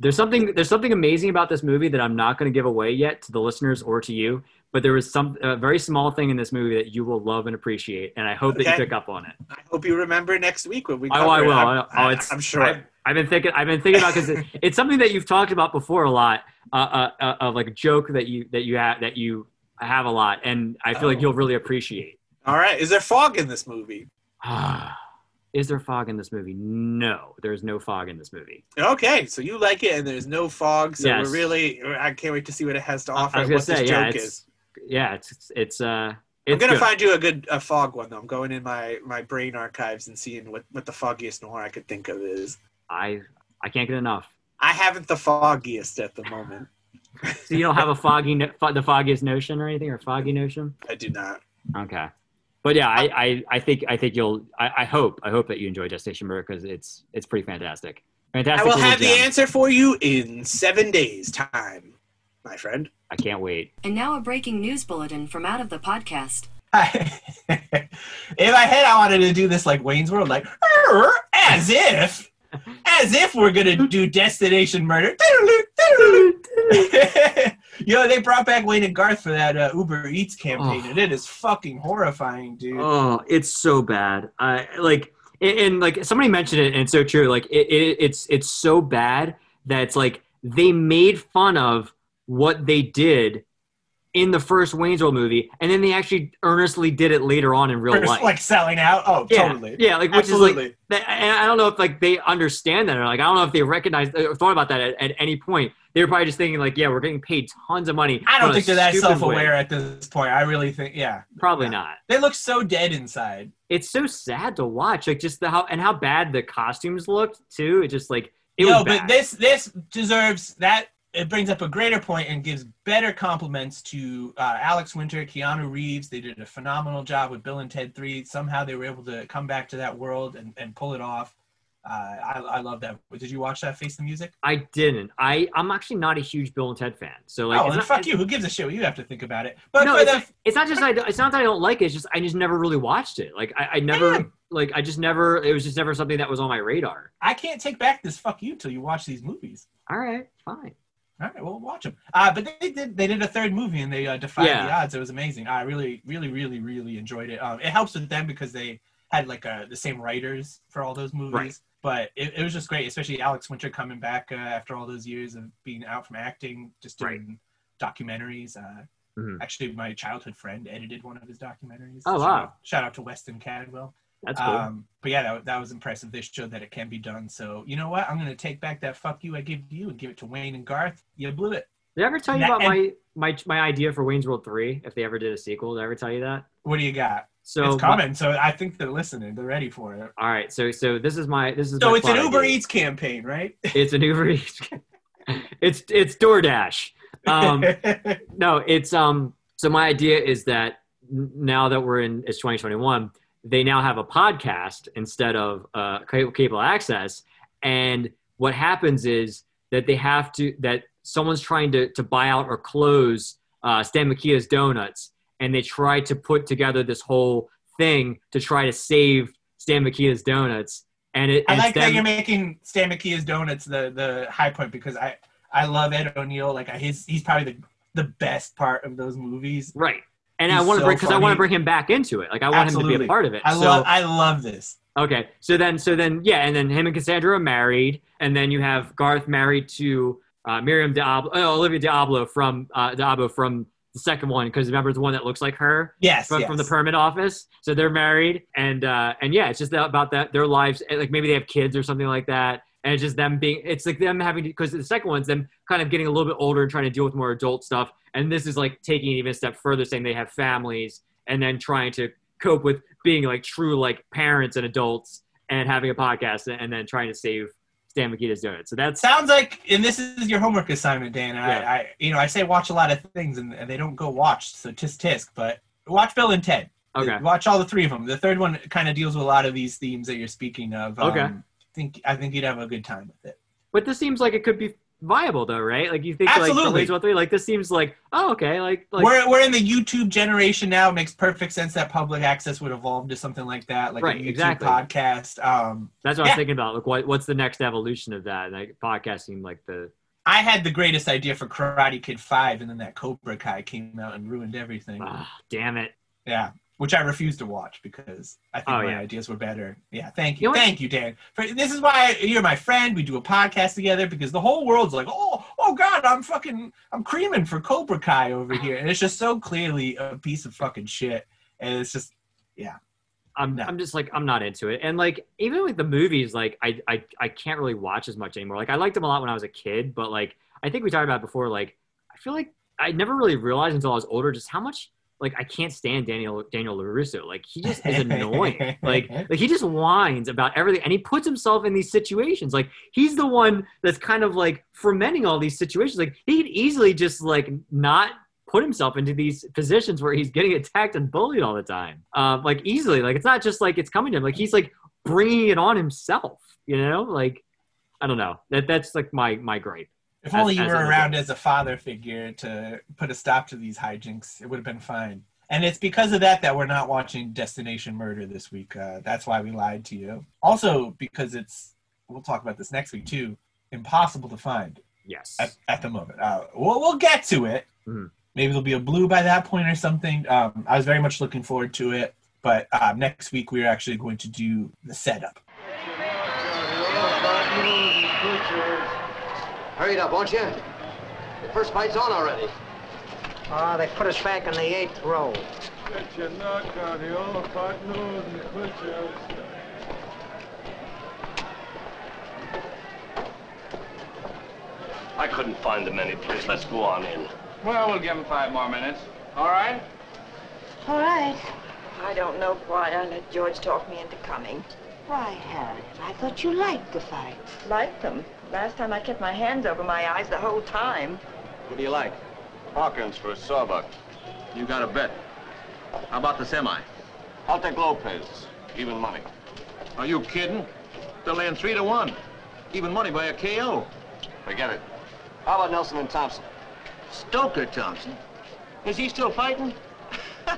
[SPEAKER 2] There's something there's something amazing about this movie that I'm not going to give away yet to the listeners or to you, but there was some a very small thing in this movie that you will love and appreciate, and I hope that
[SPEAKER 1] Okay.
[SPEAKER 2] you pick up on it.
[SPEAKER 1] I hope you remember next week when we.
[SPEAKER 2] Oh,
[SPEAKER 1] cover
[SPEAKER 2] I
[SPEAKER 1] it.
[SPEAKER 2] will.
[SPEAKER 1] I'm,
[SPEAKER 2] I- oh,
[SPEAKER 1] I-
[SPEAKER 2] it's-
[SPEAKER 1] I'm sure.
[SPEAKER 2] I- I've been thinking I've been thinking about because it, it's something that you've talked about before a lot, uh, uh, uh, of like a joke that you that you have that you have a lot, and I feel like
[SPEAKER 1] Oh.
[SPEAKER 2] you'll really appreciate. Ah,
[SPEAKER 1] All right. Is there fog in this movie?
[SPEAKER 2] Is there fog in this movie? No, there is no fog in this movie.
[SPEAKER 1] Okay, so you like it, and there's no fog. So
[SPEAKER 2] Yes.
[SPEAKER 1] we're really. I can't wait to see what it has to offer.
[SPEAKER 2] I
[SPEAKER 1] and
[SPEAKER 2] was gonna
[SPEAKER 1] what
[SPEAKER 2] say
[SPEAKER 1] this
[SPEAKER 2] yeah,
[SPEAKER 1] joke
[SPEAKER 2] it's,
[SPEAKER 1] is.
[SPEAKER 2] yeah, it's it's, it's uh,
[SPEAKER 1] I'm
[SPEAKER 2] it's
[SPEAKER 1] gonna
[SPEAKER 2] good.
[SPEAKER 1] find you a good a fog one though. I'm going in my my brain archives and seeing what what the foggiest noir I could think of is.
[SPEAKER 2] I I can't get enough.
[SPEAKER 1] I haven't the foggiest at the moment.
[SPEAKER 2] So you don't have a foggy, no- fo- the foggiest notion or anything, or foggy notion?
[SPEAKER 1] I do not.
[SPEAKER 2] Okay, but yeah, I, I, I think I think you'll. I, I hope I hope that you enjoy Gestation Murder because it's it's pretty fantastic.
[SPEAKER 1] I
[SPEAKER 2] Fantastic.
[SPEAKER 1] will
[SPEAKER 2] little
[SPEAKER 1] have the
[SPEAKER 2] gem.
[SPEAKER 1] answer for you in seven days' time, my friend.
[SPEAKER 2] I can't wait.
[SPEAKER 8] And now a breaking news bulletin from out of the podcast.
[SPEAKER 1] I, in my head, I wanted to do this like Wayne's World, like "Er, as if, as if we're gonna do Destination Murder. you know, they brought back Wayne and Garth for that uh, Uber Eats campaign,
[SPEAKER 2] Oh.
[SPEAKER 1] and it is fucking horrifying, dude.
[SPEAKER 2] Oh, it's so bad. I like and, and like somebody mentioned it, and it's so true. Like it, it, it's it's so bad that it's like they made fun of what they did in the first Wayne's World movie, and then they actually earnestly did it later on in real
[SPEAKER 1] First,
[SPEAKER 2] life.
[SPEAKER 1] like selling out. Oh,
[SPEAKER 2] yeah,
[SPEAKER 1] totally.
[SPEAKER 2] yeah, like which
[SPEAKER 1] Absolutely.
[SPEAKER 2] is like, that, and I don't know if like they understand that or like I don't know if they recognize or thought about that at, at any point. They were probably just thinking like, yeah, we're getting paid tons of money.
[SPEAKER 1] I
[SPEAKER 2] but
[SPEAKER 1] don't
[SPEAKER 2] in a
[SPEAKER 1] think they're that
[SPEAKER 2] stupid way.
[SPEAKER 1] self-aware at this point. I really think, yeah,
[SPEAKER 2] Probably not.
[SPEAKER 1] they look so dead inside.
[SPEAKER 2] It's so sad to watch, like just the how and how bad the costumes looked too. It just like it
[SPEAKER 1] no,
[SPEAKER 2] was bad.
[SPEAKER 1] but this this deserves that. It brings up a greater point and gives better compliments to uh, Alex Winter, Keanu Reeves. They did a phenomenal job with Bill and Ted Three. Somehow they were able to come back to that world and, and pull it off. Uh, I, I love that. Did you watch that Face the Music?
[SPEAKER 2] I didn't. I I'm actually not a huge Bill and Ted fan. So like,
[SPEAKER 1] oh,
[SPEAKER 2] it's
[SPEAKER 1] then
[SPEAKER 2] not-
[SPEAKER 1] fuck you. Who gives a shit? what You have to think about it. But
[SPEAKER 2] no,
[SPEAKER 1] for
[SPEAKER 2] it's,
[SPEAKER 1] the
[SPEAKER 2] it's not just I, don't- it's not that I don't like it. It's just I just never really watched it. Like I, I never like I just never it was just never something that was on my radar.
[SPEAKER 1] I can't take back this fuck you till you watch these movies.
[SPEAKER 2] All right, fine.
[SPEAKER 1] All right, well, watch them. Uh, but they did they did a third movie and they uh, defied the
[SPEAKER 2] Yeah.
[SPEAKER 1] odds. It was amazing. I really, really, really, really enjoyed it. Um, it helps with them because they had like uh, the same writers for all those movies.
[SPEAKER 2] Right.
[SPEAKER 1] But it, it was just great, especially Alex Winter coming back uh, after all those years of being out from acting, just doing documentaries. Uh,
[SPEAKER 2] Mhm.
[SPEAKER 1] Actually, my childhood friend edited one of his documentaries.
[SPEAKER 2] Oh,
[SPEAKER 1] Shout
[SPEAKER 2] wow.
[SPEAKER 1] out- Shout out to Weston Cadwell.
[SPEAKER 2] That's cool.
[SPEAKER 1] Um, but yeah, that, that was impressive. They showed that it can be done. So you know what? I'm gonna take back that fuck you I gave you and give it to Wayne and Garth. You blew it.
[SPEAKER 2] Did I ever tell you
[SPEAKER 1] That-
[SPEAKER 2] about
[SPEAKER 1] and-
[SPEAKER 2] my my my idea for Wayne's World three? If they ever did a sequel, did I ever tell you that?
[SPEAKER 1] What do you got?
[SPEAKER 2] So
[SPEAKER 1] it's coming. so I think they're listening. They're ready for it.
[SPEAKER 2] All right, so so this is my this is
[SPEAKER 1] So
[SPEAKER 2] my
[SPEAKER 1] it's an
[SPEAKER 2] plot
[SPEAKER 1] Uber
[SPEAKER 2] idea.
[SPEAKER 1] Eats campaign, right?
[SPEAKER 2] It's an Uber Eats. it's it's DoorDash. Um, no, it's um. So my idea is that n- now that we're in it's 2021, they now have a podcast instead of uh, ca- cable access. And what happens is that they have to that someone's trying to to buy out or close uh, Stan Makia's Donuts, and they try to put together this whole thing to try to save Stan Makia's Donuts. And it
[SPEAKER 1] I
[SPEAKER 2] and
[SPEAKER 1] like that
[SPEAKER 2] Stan-
[SPEAKER 1] you're making Stan Makia's donuts the the high point because I I love Ed O'Neill. Like I- his he's probably the the best part of those movies.
[SPEAKER 2] right. And I
[SPEAKER 1] He's
[SPEAKER 2] want to
[SPEAKER 1] so
[SPEAKER 2] bring because I want
[SPEAKER 1] funny.
[SPEAKER 2] to bring him back into it. Like I want him to be
[SPEAKER 1] Absolutely.
[SPEAKER 2] a part of it.
[SPEAKER 1] I
[SPEAKER 2] so,
[SPEAKER 1] love I love this.
[SPEAKER 2] Okay, so then, so then, yeah, and then him and Cassandra are married, and then you have Garth married to uh, Miriam Diablo, oh, Olivia Diablo from uh, Diablo from the second one, because remember the one that looks like her
[SPEAKER 1] Yes,
[SPEAKER 2] from,
[SPEAKER 1] yes.
[SPEAKER 2] from the permit office. So they're married, and uh, and yeah, it's just about that their lives, and, like maybe they have kids or something like that, and it's just them being, it's like them having because the second one's them kind of getting a little bit older and trying to deal with more adult stuff, and this is like taking it even a step further, saying they have families, and then trying to cope with being like true like parents and adults and having a podcast and, and then trying to save Stan Mikita's donuts. So that's
[SPEAKER 1] sounds like and this is your homework assignment dan and
[SPEAKER 2] Yeah.
[SPEAKER 1] I, I you know i say watch a lot of things and, and they don't go watched so tisk tisk but watch bill and ted Uh,
[SPEAKER 2] okay.
[SPEAKER 1] watch all the three of them the third one kind of deals with a lot of these themes that you're speaking of
[SPEAKER 2] Okay.
[SPEAKER 1] I think i think you'd have a good time with it
[SPEAKER 2] But this seems like it could be viable though, right? Like you think like
[SPEAKER 1] Absolutely.
[SPEAKER 2] from Wayne's World three, like this seems like oh okay, like like
[SPEAKER 1] we're, we're in the youtube generation now it makes perfect sense that public access would evolve to something like that like
[SPEAKER 2] Right,
[SPEAKER 1] a youtube
[SPEAKER 2] exactly.
[SPEAKER 1] podcast um
[SPEAKER 2] that's what I
[SPEAKER 1] yeah.
[SPEAKER 2] was thinking about. Like what what's the next evolution of that? And like podcast seemed like the
[SPEAKER 1] i had the greatest idea for karate kid 5 and then that cobra kai came out and ruined everything
[SPEAKER 2] ah, damn it.
[SPEAKER 1] Yeah, which I refuse to watch because I think
[SPEAKER 2] Oh,
[SPEAKER 1] my
[SPEAKER 2] yeah.
[SPEAKER 1] ideas were better. Yeah, thank
[SPEAKER 2] You
[SPEAKER 1] you,
[SPEAKER 2] know what-
[SPEAKER 1] thank you, Dan. For, this is why you're my friend. We do a podcast together because the whole world's like, oh, oh God, I'm fucking, I'm creaming for Cobra Kai over here, and it's just so clearly a piece of fucking shit, and it's just, yeah,
[SPEAKER 2] I'm
[SPEAKER 1] No.
[SPEAKER 2] I'm just like I'm not into it. And like even with the movies, like I, I I can't really watch as much anymore. Like I liked them a lot when I was a kid, but like I think we talked about it before, like I feel like I never really realized until I was older just how much like I can't stand Daniel Daniel Larusso. Like he just is annoying. like like he just whines about everything, and he puts himself in these situations. Like he's the one that's kind of like fermenting all these situations. Like he could easily just like not put himself into these positions where he's getting attacked and bullied all the time. Um, like easily, like it's not just like it's coming to him. Like he's like bringing it on himself. You know, like I don't know. That that's like my my gripe.
[SPEAKER 1] If
[SPEAKER 2] As-
[SPEAKER 1] only you
[SPEAKER 2] as
[SPEAKER 1] were
[SPEAKER 2] an
[SPEAKER 1] around as a father figure to put a stop to these hijinks, it would have been fine. And it's because of that that we're not watching Destination Murder this week. Uh, that's why we lied to you. Also, because it's, we'll talk about this next week too, impossible to find
[SPEAKER 2] Yes.
[SPEAKER 1] at, at the moment. Uh, we'll, we'll get to it.
[SPEAKER 2] Mhm.
[SPEAKER 1] Maybe there'll be a blue by that point or something. Um, I was very much looking forward to it. But uh, next week, we're actually going to do the setup.
[SPEAKER 6] Hurry it up, won't you? The first fight's on already.
[SPEAKER 11] Oh, they put us back in the eighth row.
[SPEAKER 12] Get your knock out of all partners and put you outside.
[SPEAKER 13] I couldn't find them any place. Let's go on in.
[SPEAKER 14] Well, we'll give him five more minutes. All right?
[SPEAKER 9] All right.
[SPEAKER 15] I don't know why I let George talk me into coming.
[SPEAKER 9] Why, Harriet, I thought you liked the fight.
[SPEAKER 15] Liked them. Last time I kept my hands over my eyes the whole time.
[SPEAKER 13] Who do you like?
[SPEAKER 14] Hawkins for a sawbuck. You got a bet. How about the semi? I'll take Lopez. Even money. Are you kidding? They're laying three to one. Even money by a KO. Forget it. How about Nelson and Thompson? Stoker Thompson? Is he still fighting?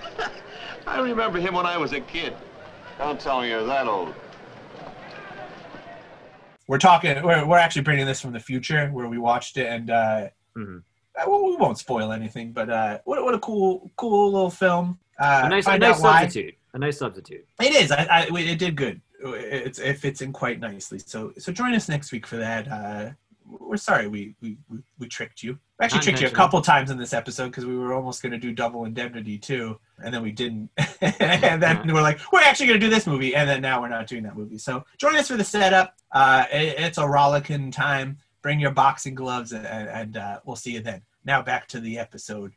[SPEAKER 14] I remember him when I was a kid. Don't tell me you're that old.
[SPEAKER 16] We're talking. We're, we're actually bringing this from the future where we watched it, and uh,
[SPEAKER 2] Mm-hmm.
[SPEAKER 16] uh, well, we won't spoil anything. But uh, what what a cool cool little film. Uh,
[SPEAKER 2] a nice, a
[SPEAKER 16] find
[SPEAKER 2] nice
[SPEAKER 16] out why.
[SPEAKER 2] substitute. A nice substitute.
[SPEAKER 16] It is. I, I it did good. It's it fits in quite nicely. So so join us next week for that. Uh, we're sorry we we, we, we tricked you. We actually
[SPEAKER 2] Not
[SPEAKER 16] tricked you a
[SPEAKER 2] intentional.
[SPEAKER 16] couple times in this episode because we were almost going to do double indemnity too, and then we didn't. and then we're like, we're actually going to do this movie, and then now we're not doing that movie. So join us for the setup. Uh, it- it's a rollicking time. Bring your boxing gloves, and, and uh, we'll see you then. Now back to the episode.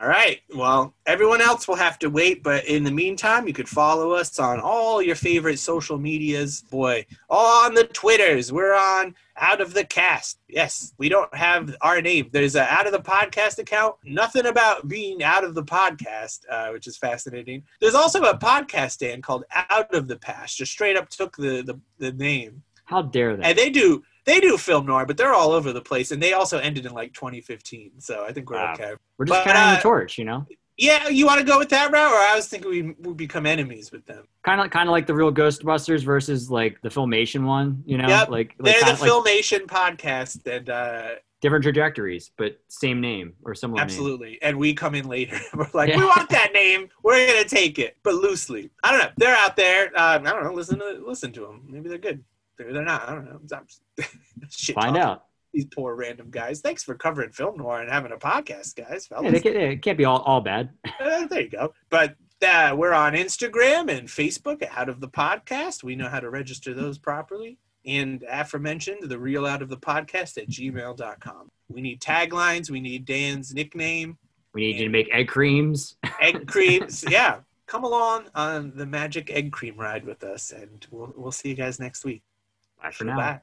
[SPEAKER 1] All right. Well, everyone else will have to wait, but in the meantime, you could follow us on all your favorite social medias. Boy, on the Twitters, we're on Out of the Cast. Yes, we don't have our name. There's a Out of the Podcast account. Nothing about being out of the podcast, uh, which is fascinating. There's also a podcast stand called Out of the Past. Just straight up took the the, the name.
[SPEAKER 2] How dare they?
[SPEAKER 1] And they do they do film noir, but they're all over the place, and they also ended in like 2015. So I think we're
[SPEAKER 2] Wow.
[SPEAKER 1] okay.
[SPEAKER 2] We're just
[SPEAKER 1] But,
[SPEAKER 2] carrying the
[SPEAKER 1] uh,
[SPEAKER 2] torch, you know.
[SPEAKER 1] yeah, you want to go with that route, or I was thinking we would become enemies with them.
[SPEAKER 2] Kind of, kind of like the real Ghostbusters versus like the filmation one, you know,
[SPEAKER 1] Yep,
[SPEAKER 2] like, like,
[SPEAKER 1] They're
[SPEAKER 2] kinda
[SPEAKER 1] the
[SPEAKER 2] like
[SPEAKER 1] Filmation podcast, and uh,
[SPEAKER 2] different trajectories, but same name or similar name.
[SPEAKER 1] absolutely, and we come in later. We're like, we want that name. We're gonna take it, but loosely. I don't know. They're out there. Um, I don't know. Listen to listen to them. Maybe they're good. Maybe they're not. I don't know. I'm- Shit
[SPEAKER 2] Find
[SPEAKER 1] talking.
[SPEAKER 2] out.
[SPEAKER 1] These poor random guys. Thanks for covering film noir and having a podcast, guys.
[SPEAKER 2] Yeah,
[SPEAKER 1] fellas.
[SPEAKER 2] they can't, it can't be all, all bad.
[SPEAKER 1] Uh, there you go. But uh, we're on Instagram and Facebook at Out of the Podcast. We know how to register those properly. And aforementioned, the real out of the podcast at gmail.com. We need taglines. We need Dan's nickname,
[SPEAKER 2] We need you to make egg creams.
[SPEAKER 1] egg creams. yeah. Come along on the magic egg cream ride with us, and we'll, we'll see you guys next week.
[SPEAKER 2] Bye for now.
[SPEAKER 1] Bye.